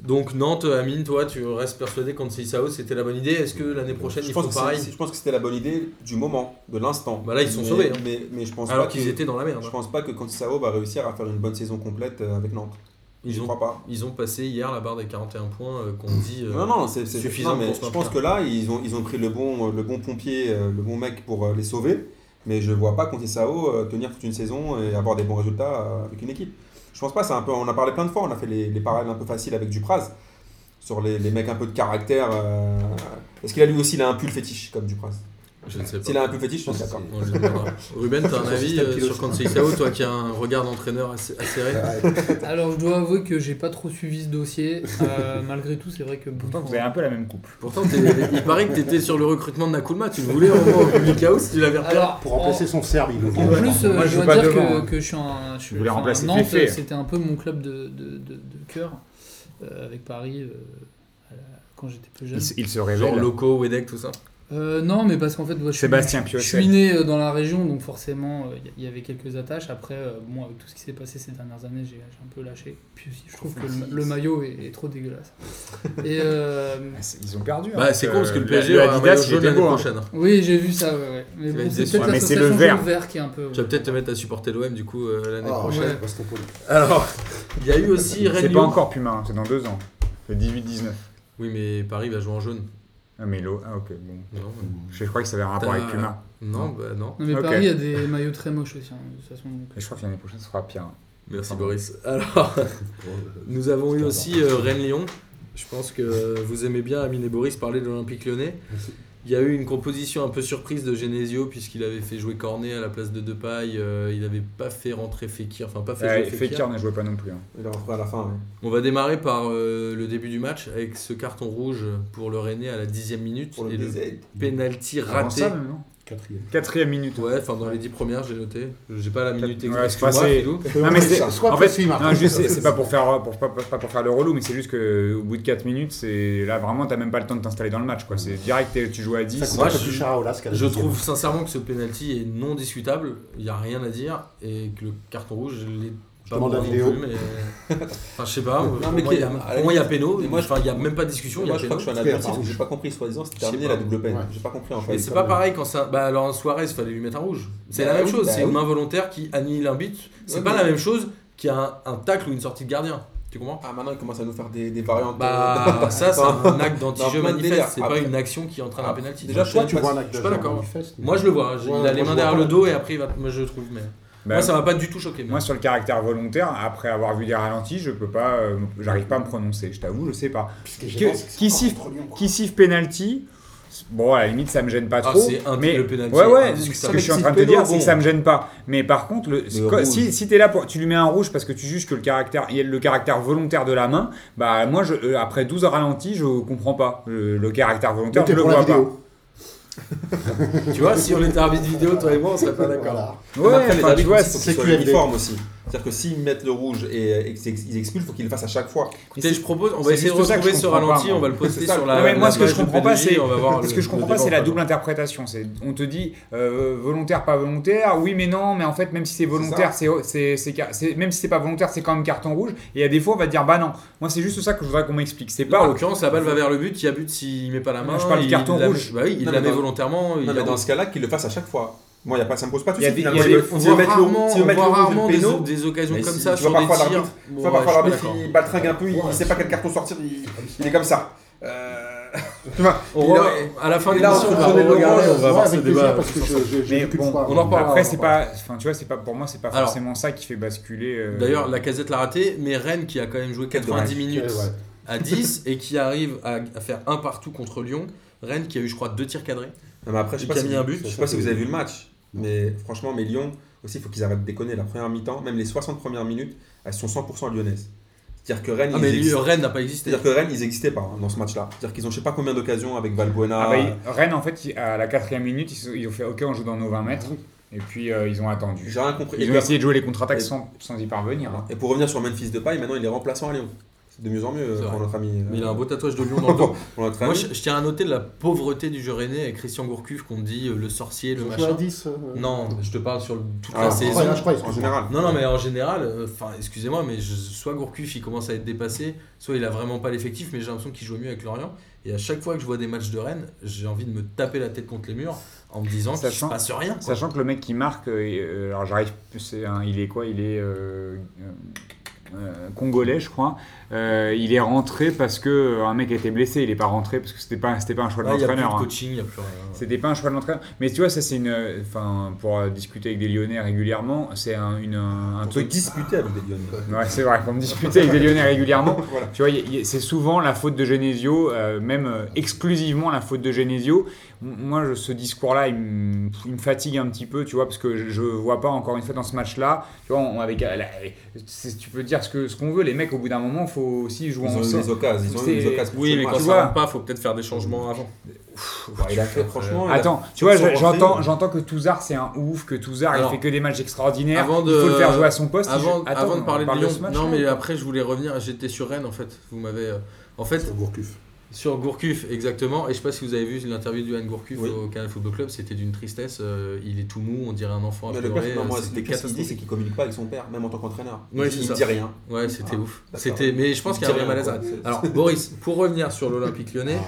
Speaker 1: Donc, Nantes, Amine, toi, tu restes persuadé qu'en Sao, c'était la bonne idée. Est-ce que l'année prochaine,
Speaker 4: Je
Speaker 1: ils
Speaker 4: pense,
Speaker 1: font
Speaker 4: que c'est-
Speaker 1: pareil
Speaker 4: je pense que c'était la bonne idée du moment, de l'instant.
Speaker 1: Bah là, ils sont
Speaker 4: Mais-
Speaker 1: sauvés, hein.
Speaker 4: Mais, mais je pense
Speaker 1: Alors
Speaker 4: pas
Speaker 1: qu'ils
Speaker 4: que-
Speaker 1: étaient dans la merde.
Speaker 4: Je
Speaker 1: hein.
Speaker 4: pense pas que Sao va réussir à faire une bonne saison complète euh, avec Nantes.
Speaker 1: Ils
Speaker 4: Je
Speaker 1: ont,
Speaker 4: crois pas.
Speaker 1: ils ont passé hier la barre des 41 points euh, qu'on dit. euh,
Speaker 4: Non, non, c'est c'est
Speaker 1: suffisant
Speaker 4: suffisant. Mais
Speaker 1: pour se
Speaker 4: je pense
Speaker 1: maintenir.
Speaker 4: que là, ils ont, ils ont pris le bon, le bon pompier, euh, le bon mec pour euh, les sauver. Mais je vois pas Sao tenir toute une saison et avoir des bons résultats euh, avec une équipe. Je pense pas, c'est un peu, on a parlé plein de fois, on a fait les, les parallèles un peu faciles avec Dupraz, sur les, les mecs un peu de caractère. euh, Est-ce qu'il a lui aussi il a un pull fétiche comme Dupraz
Speaker 1: Je ne sais pas.
Speaker 4: S'il a un pull fétiche, je suis d'accord.
Speaker 1: Bon, je vais voir. Ruben, t'as un
Speaker 4: Sur
Speaker 1: avis
Speaker 4: System
Speaker 1: euh,
Speaker 4: Kilo,
Speaker 1: sur
Speaker 4: je
Speaker 1: Kansei Sao, toi qui as un regard d'entraîneur assez acéré
Speaker 6: Alors, je dois avouer que j'ai pas trop suivi ce dossier. Euh, malgré tout, c'est vrai que.
Speaker 3: Pourtant, vous avez un peu la même coupe.
Speaker 1: Pourtant, t'es- il paraît que t'étais sur le recrutement de Nakulma, tu le voulais au moins au Public House, tu l'avais repéré.
Speaker 6: Alors,
Speaker 5: Pour remplacer son Serbe, il le
Speaker 6: En, en
Speaker 5: vend.
Speaker 6: plus, euh,
Speaker 3: Moi, je
Speaker 6: je
Speaker 3: joue
Speaker 6: dois
Speaker 3: pas
Speaker 6: dire
Speaker 3: devant,
Speaker 6: que,
Speaker 3: hein.
Speaker 6: que je suis un. Je suis,
Speaker 3: voulais
Speaker 6: enfin,
Speaker 3: remplacer
Speaker 6: Nantes,
Speaker 3: Féfé.
Speaker 6: c'était un peu mon club de, de, de, de cœur euh, avec Paris euh, à la- quand j'étais plus jeune.
Speaker 3: Il, se- il se
Speaker 1: Genre
Speaker 3: révèle.
Speaker 1: Loco, Wedek, tout ça.
Speaker 6: Euh, non, mais parce qu'en fait, moi, je suis
Speaker 3: Sébastien
Speaker 6: Je
Speaker 3: Piocel.
Speaker 6: suis né euh, dans la région, donc forcément, euh, il y avait quelques attaches. Après, euh, bon, avec tout ce qui s'est passé ces dernières années, j'ai j'ai un peu lâché. Puis aussi, je trouve que le, ma- le maillot est, est trop dégueulasse. Et euh,
Speaker 3: Ils ont perdu. hein,
Speaker 1: Bah, c'est con parce que le PSG
Speaker 3: la-
Speaker 1: aura un maillot
Speaker 3: Adidas, il
Speaker 1: jaune
Speaker 3: était
Speaker 1: l'année
Speaker 3: beau. hein.
Speaker 1: prochaine.
Speaker 6: oui, j'ai vu ça. ouais, ouais. Mais
Speaker 1: C'est
Speaker 6: bon,
Speaker 1: la
Speaker 6: c'est
Speaker 1: déception.
Speaker 6: peut-être
Speaker 3: Ouais, mais c'est le
Speaker 6: l'association
Speaker 3: vert.
Speaker 6: jaune vert qui est un peu.
Speaker 1: Tu vas peut-être euh, te mettre à supporter l'OM du coup euh, l'année
Speaker 5: Ah,
Speaker 1: prochaine.
Speaker 5: ouais, parce qu'on peut-
Speaker 1: Alors, il y a eu aussi
Speaker 3: C'est
Speaker 1: Rennes
Speaker 3: pas
Speaker 1: Lyon.
Speaker 3: encore Puma, hein, c'est dans deux ans. Le 18-19.
Speaker 1: Oui, mais Paris va jouer en jaune.
Speaker 3: Ah, mais l'eau. Ah, ok, bon.
Speaker 1: Non,
Speaker 3: Je, je crois que ça avait un rapport
Speaker 1: T'as-
Speaker 3: avec Puma.
Speaker 1: non bah non.
Speaker 6: Non, mais
Speaker 3: Ok.
Speaker 6: Paris a des maillots très moches aussi, hein, de toute façon. donc,
Speaker 3: Et je crois que l'année prochaine, ce sera pire. hein.
Speaker 1: Merci
Speaker 3: Pardon.
Speaker 1: Boris. Alors, nous avons eu
Speaker 5: Pardon.
Speaker 1: aussi euh, Rennes Lyon. Je pense que vous aimez bien Amine et Boris parler de l'Olympique lyonnais. Il y a eu une composition un peu surprise de Genesio puisqu'il avait fait jouer Cornet à la place de Depay. euh, il n'avait pas fait rentrer Fekir, enfin pas fait
Speaker 3: Ouais,
Speaker 1: jouer Fekir.
Speaker 3: Ah, Fekir ne jouait pas non plus. hein.
Speaker 4: Il en fera à la fin. ouais.
Speaker 1: On va démarrer par euh, le début du match avec ce carton rouge pour le Rennais à la dixième minute
Speaker 4: Pour le
Speaker 1: et le
Speaker 4: baiser.
Speaker 1: penalty
Speaker 3: Avant
Speaker 1: raté.
Speaker 3: ça, même, non
Speaker 5: Quatrième.
Speaker 3: Quatrième minute.
Speaker 1: Ouais, enfin dans les dix premières, j'ai noté. J'ai pas la minute
Speaker 3: Ouais,
Speaker 1: exacte.
Speaker 3: c'est
Speaker 1: excuse-moi,
Speaker 3: passé.
Speaker 1: Philou.
Speaker 3: Non mais c'est
Speaker 5: Ça, soit
Speaker 3: en fait
Speaker 5: précis, Martin.
Speaker 3: non, juste, c'est- c'est pas pour faire pour pas, pas pour faire le relou mais c'est juste que au bout de 4 minutes c'est là vraiment t'as même pas le temps de t'installer dans le match quoi c'est direct t'es- tu joues à
Speaker 5: Ça
Speaker 3: 10
Speaker 5: coûte un
Speaker 1: je-
Speaker 5: peu plus cher à Olas qu'à la
Speaker 1: Je
Speaker 5: deuxième.
Speaker 1: trouve sincèrement que ce penalty est non discutable. Il n'y a rien à dire et que le carton rouge, je l'ai pas
Speaker 5: demande
Speaker 1: moi
Speaker 5: la
Speaker 1: non
Speaker 5: vidéo.
Speaker 1: plus, mais- euh, Enfin, je sais pas. pour
Speaker 4: mais
Speaker 1: moi, il y a-
Speaker 4: qui-
Speaker 1: pour moi, il y a péno.
Speaker 4: Et moi, je-
Speaker 1: Enfin, il n'y a même pas de discussion. il y a
Speaker 4: Moi, je crois que je
Speaker 1: péno.
Speaker 4: suis un
Speaker 5: Claire,
Speaker 4: adversaire,
Speaker 5: pardon.
Speaker 4: j'ai pas compris, soi-disant, c'était
Speaker 1: Je sais
Speaker 4: terminé
Speaker 1: pas.
Speaker 4: la double peine.
Speaker 5: Ouais.
Speaker 4: J'ai pas compris en fait.
Speaker 1: Mais c'est pas pareil quand ça. Bah, alors, en Suarez, fallait lui mettre un rouge. C'est
Speaker 4: Bah
Speaker 1: la même
Speaker 4: oui,
Speaker 1: chose.
Speaker 4: bah
Speaker 1: c'est une
Speaker 4: oui.
Speaker 1: main volontaire qui annihile un but. C'est
Speaker 4: Ouais,
Speaker 1: pas
Speaker 4: mais-
Speaker 1: la même chose qu'un un tacle ou une sortie de gardien. Tu comprends
Speaker 4: Ah, maintenant, il commence à nous faire des, des variantes.
Speaker 1: Bah, ça, c'est un acte d'anti-jeu
Speaker 4: Dans plein de délire.
Speaker 1: manifeste. C'est pas
Speaker 4: Après-
Speaker 1: une action qui entraîne un
Speaker 4: Après-
Speaker 1: pénalty.
Speaker 4: Déjà,
Speaker 5: Toi,
Speaker 4: je
Speaker 5: tu
Speaker 4: sais
Speaker 5: vois
Speaker 4: pas
Speaker 1: si-
Speaker 5: un acte
Speaker 1: je suis
Speaker 5: de
Speaker 1: pas
Speaker 5: genre
Speaker 1: d'accord.
Speaker 5: manifeste, mais-
Speaker 1: Moi, je le vois. j'ai-
Speaker 5: Ouais,
Speaker 1: il a les
Speaker 5: hein. moi,
Speaker 1: mains
Speaker 5: je
Speaker 1: derrière
Speaker 5: vois
Speaker 1: le
Speaker 5: pas.
Speaker 1: dos et après, il va... moi, je le trouve. Mais
Speaker 3: Bah,
Speaker 1: moi, ça m'a pas du tout choqué. mais-
Speaker 3: moi sur le caractère volontaire après avoir vu des ralentis je peux pas euh, j'arrive pas à me prononcer je t'avoue je sais pas
Speaker 5: Puisque
Speaker 3: Que-
Speaker 5: j'ai pensé que c'est
Speaker 3: qui
Speaker 5: encore
Speaker 3: siffle-
Speaker 5: trop bien, quoi.
Speaker 3: qui siffle penalty bon à la limite ça me gêne pas
Speaker 1: Ah,
Speaker 3: trop
Speaker 1: c'est un-
Speaker 3: mais
Speaker 1: le penalty
Speaker 3: ouais ouais
Speaker 1: indiscutable.
Speaker 3: ce que je suis en
Speaker 4: Si
Speaker 3: train de te
Speaker 4: Pedro,
Speaker 3: dire c'est
Speaker 4: bon.
Speaker 3: que ça me gêne pas mais par contre le, quand-
Speaker 4: rouge.
Speaker 3: si si t'es là pour tu lui mets un rouge parce que tu juges que le caractère il y a le caractère volontaire de la main bah moi je, euh, après 12 ralentis je comprends pas Euh, le, le caractère volontaire
Speaker 5: Notez
Speaker 3: je le
Speaker 5: pour la
Speaker 3: vois pas
Speaker 5: vidéo.
Speaker 1: Tu vois, si on était arbitre vidéo, toi et moi, on serait pas d'accord.
Speaker 5: Voilà.
Speaker 3: ouais
Speaker 4: Après,
Speaker 3: enfin,
Speaker 4: les
Speaker 3: tu
Speaker 4: arbitres,
Speaker 3: vois
Speaker 4: il faut qu'ils
Speaker 5: c'est
Speaker 4: soient
Speaker 5: QFD.
Speaker 4: uniformes aussi. C'est-à-dire que s'ils mettent le rouge et, et qu'ils ex- ils expulsent, il faut qu'ils le fassent à chaque fois.
Speaker 1: Écoutez, je propose, on
Speaker 3: C'est
Speaker 1: va essayer de
Speaker 3: juste ça que
Speaker 1: retrouver
Speaker 3: je
Speaker 1: ce
Speaker 3: comprends
Speaker 1: ralenti,
Speaker 3: pas, moi.
Speaker 1: on va le poster
Speaker 4: C'est ça,
Speaker 1: sur
Speaker 4: le
Speaker 1: la.
Speaker 3: Non, mais moi,
Speaker 1: Ah la
Speaker 3: ce que je
Speaker 1: page de
Speaker 3: comprends pas,
Speaker 1: PDG,
Speaker 3: c'est
Speaker 1: on va voir
Speaker 3: ce
Speaker 1: le-
Speaker 3: que je comprends
Speaker 1: le
Speaker 3: pas,
Speaker 1: débat,
Speaker 3: c'est la
Speaker 1: enfin.
Speaker 3: double interprétation. C'est on te dit euh, volontaire, pas volontaire. Oui, mais non. Mais en fait, même si c'est volontaire, c'est c'est- c'est car- c'est- même si c'est pas volontaire, c'est quand même carton rouge. Et à défaut, on va te dire bah non. Moi, c'est juste ça que je voudrais qu'on m'explique. C'est
Speaker 1: Là, en
Speaker 3: pas
Speaker 1: l'occurrence, la balle va vers le but, il y a but s'il met pas la
Speaker 3: Non,
Speaker 1: main.
Speaker 3: je parle du
Speaker 1: il
Speaker 3: carton
Speaker 1: la-
Speaker 3: rouge.
Speaker 1: Bah oui, il
Speaker 4: Non,
Speaker 1: la
Speaker 4: mais
Speaker 1: met
Speaker 4: dans-
Speaker 1: volontairement. il
Speaker 4: Non,
Speaker 1: y a-
Speaker 4: mais dans ce cas-là, qu'ils le fassent à chaque fois. Moi, y a pas, ça me pose pas de
Speaker 3: Il y a
Speaker 4: soucis.
Speaker 3: des-
Speaker 4: finalement.
Speaker 3: il y a
Speaker 4: Si
Speaker 3: des-
Speaker 1: On
Speaker 4: tu
Speaker 1: voit
Speaker 4: veux mettre le
Speaker 1: rarement,
Speaker 4: rouge, si tu veux
Speaker 1: on
Speaker 4: mettre
Speaker 1: voit
Speaker 4: le rouge
Speaker 1: rarement
Speaker 4: et le
Speaker 1: des,
Speaker 4: péno,
Speaker 1: des occasions
Speaker 4: Mais
Speaker 1: comme
Speaker 4: si,
Speaker 1: ça
Speaker 4: tu
Speaker 1: sur
Speaker 4: vois,
Speaker 1: des
Speaker 4: parfois,
Speaker 1: tirs.
Speaker 4: l'arbitre-
Speaker 1: Bon,
Speaker 4: tu
Speaker 1: ouais,
Speaker 4: vois, parfois
Speaker 1: je suis
Speaker 4: l'arbitre,
Speaker 1: pas d'accord.
Speaker 4: il baltringue un peu, il, il sait pas quel carton sortir, il, il est comme ça. Euh...
Speaker 1: On
Speaker 4: il
Speaker 1: voit-
Speaker 4: aurait-
Speaker 1: À la fin de
Speaker 4: Et là,
Speaker 1: l'émission,
Speaker 4: on
Speaker 1: on
Speaker 4: va
Speaker 1: va
Speaker 4: prenait le
Speaker 1: regarder,
Speaker 4: orange,
Speaker 1: on va voir ce
Speaker 5: avec plaisir,
Speaker 1: débat.
Speaker 5: parce que je- je-
Speaker 3: Mais
Speaker 5: j'ai vécu
Speaker 3: bon,
Speaker 5: le soir.
Speaker 1: on en reparle.
Speaker 3: après, c'est
Speaker 1: on reparle.
Speaker 3: pas. Enfin, tu vois, c'est pas pour moi, c'est pas
Speaker 1: Alors-
Speaker 3: forcément ça qui fait basculer. euh,
Speaker 1: D'ailleurs, la casette l'a raté, mais Rennes qui a quand même joué
Speaker 4: Quel
Speaker 1: 90
Speaker 5: Ouais, ouais.
Speaker 1: minutes à 10 et qui arrive à à faire un partout contre Lyon. Rennes qui a eu, je crois, deux tirs cadrés.
Speaker 4: Non, mais après, je
Speaker 1: Et
Speaker 4: sais pas
Speaker 1: qui a
Speaker 4: si-
Speaker 1: mis un but.
Speaker 4: Je sais pas si vous avez vu le match, mais franchement, mais Lyon aussi, il faut qu'ils arrêtent de déconner. La première mi-temps, même les 60 premières minutes, elles sont 100% lyonnaises. C'est-à-dire que Rennes,
Speaker 1: Ah, mais
Speaker 4: ils
Speaker 1: lui,
Speaker 4: existent-
Speaker 1: Rennes n'a pas existé.
Speaker 4: c'est-à-dire que Rennes, ils n'existaient pas hein, dans ce match-là. C'est-à-dire qu'ils ont je sais pas combien d'occasions avec Valbuena.
Speaker 3: Ah bah, il- Rennes, en fait, il- à la quatrième minute, ils, se- ils ont fait OK, on joue dans nos 20 mètres. Et puis, euh, ils ont attendu.
Speaker 4: J'ai rien compris.
Speaker 3: Ils
Speaker 4: Et
Speaker 3: ont
Speaker 4: puis
Speaker 3: essayé de jouer les contre-attaques
Speaker 4: Et-
Speaker 3: sans, sans y parvenir.
Speaker 4: après- Et pour revenir sur Memphis Depay, maintenant il est remplaçant à Lyon. C'est de mieux en mieux
Speaker 1: C'est
Speaker 4: pour
Speaker 1: vrai.
Speaker 4: notre ami.
Speaker 1: Mais il a
Speaker 4: euh,
Speaker 1: un beau tatouage de lion dans le dos.
Speaker 4: pour notre
Speaker 1: Moi,
Speaker 4: ami.
Speaker 1: je, je tiens à noter la pauvreté du jeu rennais avec Christian Gourcuff qu'on dit euh, le sorcier,
Speaker 5: Ils
Speaker 1: le
Speaker 5: ont joué à
Speaker 1: machin.
Speaker 5: 10. euh,
Speaker 1: Non, je te parle sur le- toute
Speaker 4: Ah,
Speaker 1: la
Speaker 4: ouais,
Speaker 1: saison.
Speaker 5: ouais, je crois,
Speaker 4: En
Speaker 5: excuse-moi.
Speaker 4: général.
Speaker 1: Non, non, mais en général, euh, enfin, excusez-moi, mais je- soit Gourcuff il commence à être dépassé, soit il a vraiment pas l'effectif, mais j'ai l'impression qu'il joue mieux avec Lorient. Et à chaque fois que je vois des matchs de Rennes, j'ai envie de me taper la tête contre les murs en me disant qu'il se
Speaker 3: Sachant-
Speaker 1: passe rien. quoi.
Speaker 3: Sachant que le mec qui marque, euh, euh, alors j'arrive, c'est un- il est quoi Il est euh, euh, euh, congolais, je crois. Euh, il est rentré parce que euh, un mec a été blessé. Il n'est pas rentré parce que c'était pas c'était pas un choix de
Speaker 1: Là, il n'y a plus
Speaker 3: l'entraîneur.
Speaker 1: de
Speaker 3: hein.
Speaker 1: coaching, il n'y a plus rien.
Speaker 3: C'était pas un choix de l'entraîneur. Mais tu vois, ça c'est une. Enfin, pour euh, discuter avec des Lyonnais régulièrement, c'est un, une- un
Speaker 4: On peut
Speaker 3: truc.
Speaker 4: disputer avec des Lyonnais.
Speaker 3: Ouais, c'est vrai, pour me disputer avec des Lyonnais régulièrement.
Speaker 4: Voilà.
Speaker 3: Tu vois, y- y- c'est souvent la faute de Genesio, euh, même euh, exclusivement la faute de Genesio. M- Moi, je- ce discours-là, il, me- il me fatigue un petit peu, tu vois, parce que je, je vois pas encore une fois dans ce match-là. Tu vois, on- avec, euh, la- c'est- tu peux dire ce que ce qu'on veut, les mecs, au bout d'un moment, faut aussi jouer
Speaker 4: Ils ont eu
Speaker 3: ensemble.
Speaker 4: les occasions. Ils ont eu les
Speaker 3: C'est-
Speaker 4: occasions. pour
Speaker 1: Oui,
Speaker 4: ce
Speaker 1: mais
Speaker 4: match.
Speaker 3: tu
Speaker 1: quand
Speaker 3: vois.
Speaker 1: ça rentre pas, faut peut-être faire des changements avant. Ah,
Speaker 4: Ouais, il a fait, franchement. il a-
Speaker 3: Attends, tu
Speaker 4: ils
Speaker 3: vois,
Speaker 4: sont
Speaker 3: je- j'entends,
Speaker 4: rentrés.
Speaker 3: j'entends que Touzard c'est un ouf, que Touzard il
Speaker 1: Alors,
Speaker 3: fait que des matchs extraordinaires.
Speaker 1: avant
Speaker 3: il faut
Speaker 1: de-
Speaker 3: le faire jouer à son poste. il
Speaker 1: Avant,
Speaker 3: joue- Attends,
Speaker 1: avant de
Speaker 3: on
Speaker 1: parler de
Speaker 3: parle
Speaker 1: Lyon,
Speaker 3: ce match-là
Speaker 1: non mais euh, après je voulais revenir, j'étais sur Rennes en fait, vous m'avez... euh, En fait,
Speaker 5: sur Gourcuff.
Speaker 1: Sur Gourcuff, exactement. Et je sais pas si vous avez vu l'interview de Johan Gourcuff
Speaker 4: Oui.
Speaker 1: au Canal Football Club, c'était d'une tristesse. euh, il est tout mou, on dirait un enfant à
Speaker 4: Mais le père,
Speaker 1: pleurer.
Speaker 4: non, moi,
Speaker 1: c'était
Speaker 4: le pire, ce qu'il dit, c'est
Speaker 1: catastrophique.
Speaker 4: qu'il communique pas avec son père, même en tant qu'entraîneur. Il
Speaker 1: Ouais,
Speaker 4: dit-
Speaker 1: c'est
Speaker 4: il
Speaker 1: ça.
Speaker 4: dit rien.
Speaker 1: Ouais, c'était ouf.
Speaker 4: Ah, d'accord.
Speaker 1: C'était, mais je pense
Speaker 4: Il
Speaker 1: qu'il y a un
Speaker 4: dit
Speaker 1: vrai
Speaker 4: rien,
Speaker 1: malaise.
Speaker 4: quoi.
Speaker 1: Alors, Boris, pour revenir sur l'Olympique lyonnais,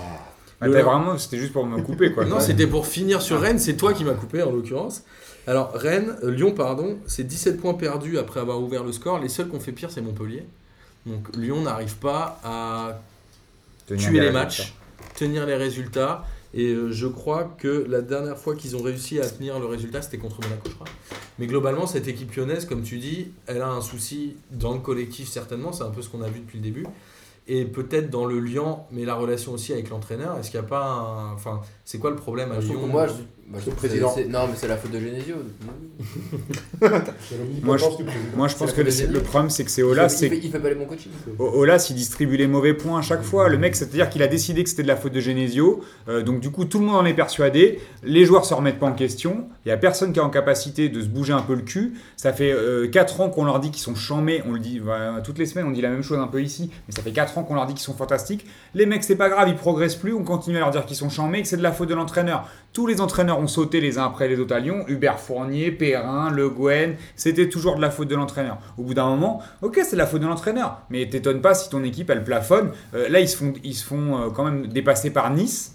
Speaker 3: Ouais, Bah, t'as vraiment, c'était juste pour me couper quoi.
Speaker 1: non, c'était pour finir sur Rennes, c'est toi qui m'as coupé en l'occurrence. Alors, Rennes, euh, Lyon, pardon, c'est 17 points perdus après avoir ouvert le score. Les seuls qu'on fait pire, c'est Montpellier. Donc, Lyon n'arrive pas à
Speaker 3: Tenir
Speaker 1: tuer les
Speaker 3: derrière,
Speaker 1: matchs, tenir les résultats. Et euh, je crois que la dernière fois qu'ils ont réussi à tenir le résultat, c'était contre Monaco, je crois. Mais globalement, cette équipe lyonnaise, comme tu dis, elle a un souci dans le collectif, certainement. C'est un peu ce qu'on a vu depuis le début. Et peut-être dans le Lyon, mais la relation aussi avec l'entraîneur. Est-ce qu'il n'y a pas un. Enfin, c'est quoi le problème à
Speaker 2: Je trouve
Speaker 1: Lyon
Speaker 2: que moi, je, bah, je trouve que c'est-
Speaker 5: président.
Speaker 2: c'est- Non, mais c'est la faute de Genesio.
Speaker 5: C'est
Speaker 3: Moi, je-
Speaker 5: l'omnipotence du président.
Speaker 3: Moi, je pense
Speaker 2: C'est
Speaker 3: que
Speaker 2: la
Speaker 3: le,
Speaker 2: deuxième.
Speaker 3: le problème, c'est que c'est
Speaker 2: il,
Speaker 3: Ola,
Speaker 2: fait, il, fait,
Speaker 3: c'est
Speaker 2: il fait pas les bons coachings.
Speaker 3: Ola, il distribue les mauvais points à chaque fois. Le mec, c'est-à-dire qu'il a décidé que c'était de la faute de Genesio. Euh, donc, du coup, tout le monde en est persuadé. Les joueurs se remettent pas en question. Il y a personne qui est en capacité de se bouger un peu le cul. Ça fait 4 ans qu'on leur dit qu'ils sont chamés. On le dit bah, toutes les semaines, on dit la même chose un peu ici. Mais ça fait 4 ans qu'on leur dit qu'ils sont fantastiques. Les mecs, c'est pas grave, ils progressent plus. On continue à leur dire qu'ils sont chamés et que c'est de la faute de l'entraîneur. Tous les entraîneurs ont sauté les uns après les autres à Lyon. Hubert Fournier, Perrin, Le Guen. C'était toujours de la faute de l'entraîneur. Au bout d'un moment, ok, c'est de la faute de l'entraîneur. Mais t'étonnes pas si ton équipe, elle plafonne. Euh, là, ils se font, ils se font euh, quand même dépasser par Nice.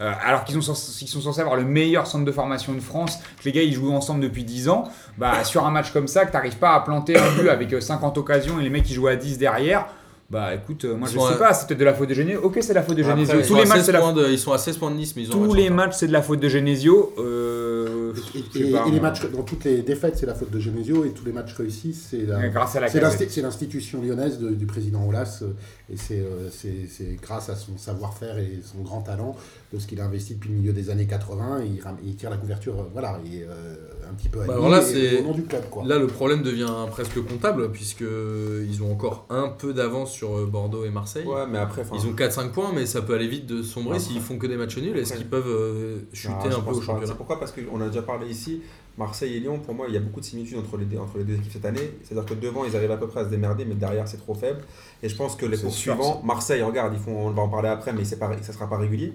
Speaker 3: euh, alors qu'ils ont cens- ils sont censés avoir le meilleur centre de formation de France, que les gars ils jouent ensemble depuis 10 ans, bah sur un match comme ça, que t'arrives pas à planter un but avec euh, 50 occasions et les mecs qui jouent à 10 derrière, bah écoute, euh, moi
Speaker 1: Ils
Speaker 3: je
Speaker 1: sont
Speaker 3: sais
Speaker 1: à-
Speaker 3: pas, c'est peut-être de la faute de Genesio, ok c'est la faute de
Speaker 1: Après,
Speaker 3: Genesio,
Speaker 1: ils,
Speaker 3: tous
Speaker 1: sont
Speaker 3: les
Speaker 1: à
Speaker 3: matchs
Speaker 1: 16
Speaker 3: c'est la,
Speaker 1: points de- ils sont à 16 points de Nice, mais ils ont un
Speaker 3: tous
Speaker 1: match
Speaker 3: les
Speaker 1: en retard.
Speaker 3: matchs c'est de la faute de Genesio, euh,
Speaker 5: Et, et-
Speaker 3: je
Speaker 5: et-
Speaker 3: sais pas,
Speaker 5: et les
Speaker 3: moi.
Speaker 5: matchs, dans toutes les défaites, c'est la faute de Genesio et tous les matchs réussis, c'est la,
Speaker 3: grâce à la
Speaker 5: C'est
Speaker 3: casette.
Speaker 5: l'insti- c'est l'institution lyonnaise de- du président Olas euh, et c'est euh, c'est- c'est grâce à son savoir-faire et son grand talent de ce qu'il a investi depuis le milieu des années 80 et il, ram- il tire la couverture euh, voilà et, euh, un petit peu à
Speaker 1: Bah,
Speaker 5: lui
Speaker 1: alors là,
Speaker 5: et
Speaker 1: c'est-
Speaker 5: au nom du club quoi.
Speaker 1: Là, le problème devient presque comptable, puisque ils ont encore un peu d'avance sur euh, Bordeaux et Marseille.
Speaker 4: Ouais, mais après, hein, enfin,
Speaker 1: Ils ont 4-5 points, mais ça peut aller vite de sombrer
Speaker 4: Ouais.
Speaker 1: s'ils font que des matchs nuls. Est-ce
Speaker 4: Ouais.
Speaker 1: qu'ils peuvent euh, chuter
Speaker 4: Non, je
Speaker 1: un peu
Speaker 4: pense
Speaker 1: au
Speaker 4: pas.
Speaker 1: championnat
Speaker 4: C'est pourquoi Parce qu'on a déjà parlé ici, Marseille et Lyon, pour moi, il y a beaucoup de similitudes entre les deux, entre les deux équipes cette année. C'est-à-dire que devant, ils arrivent à peu près à se démerder, mais derrière, c'est trop faible. Et je pense que les
Speaker 3: C'est sûr,
Speaker 4: poursuivants, Marseille, regarde, ils font, on va en parler après, mais c'est pas, ça sera pas régulier.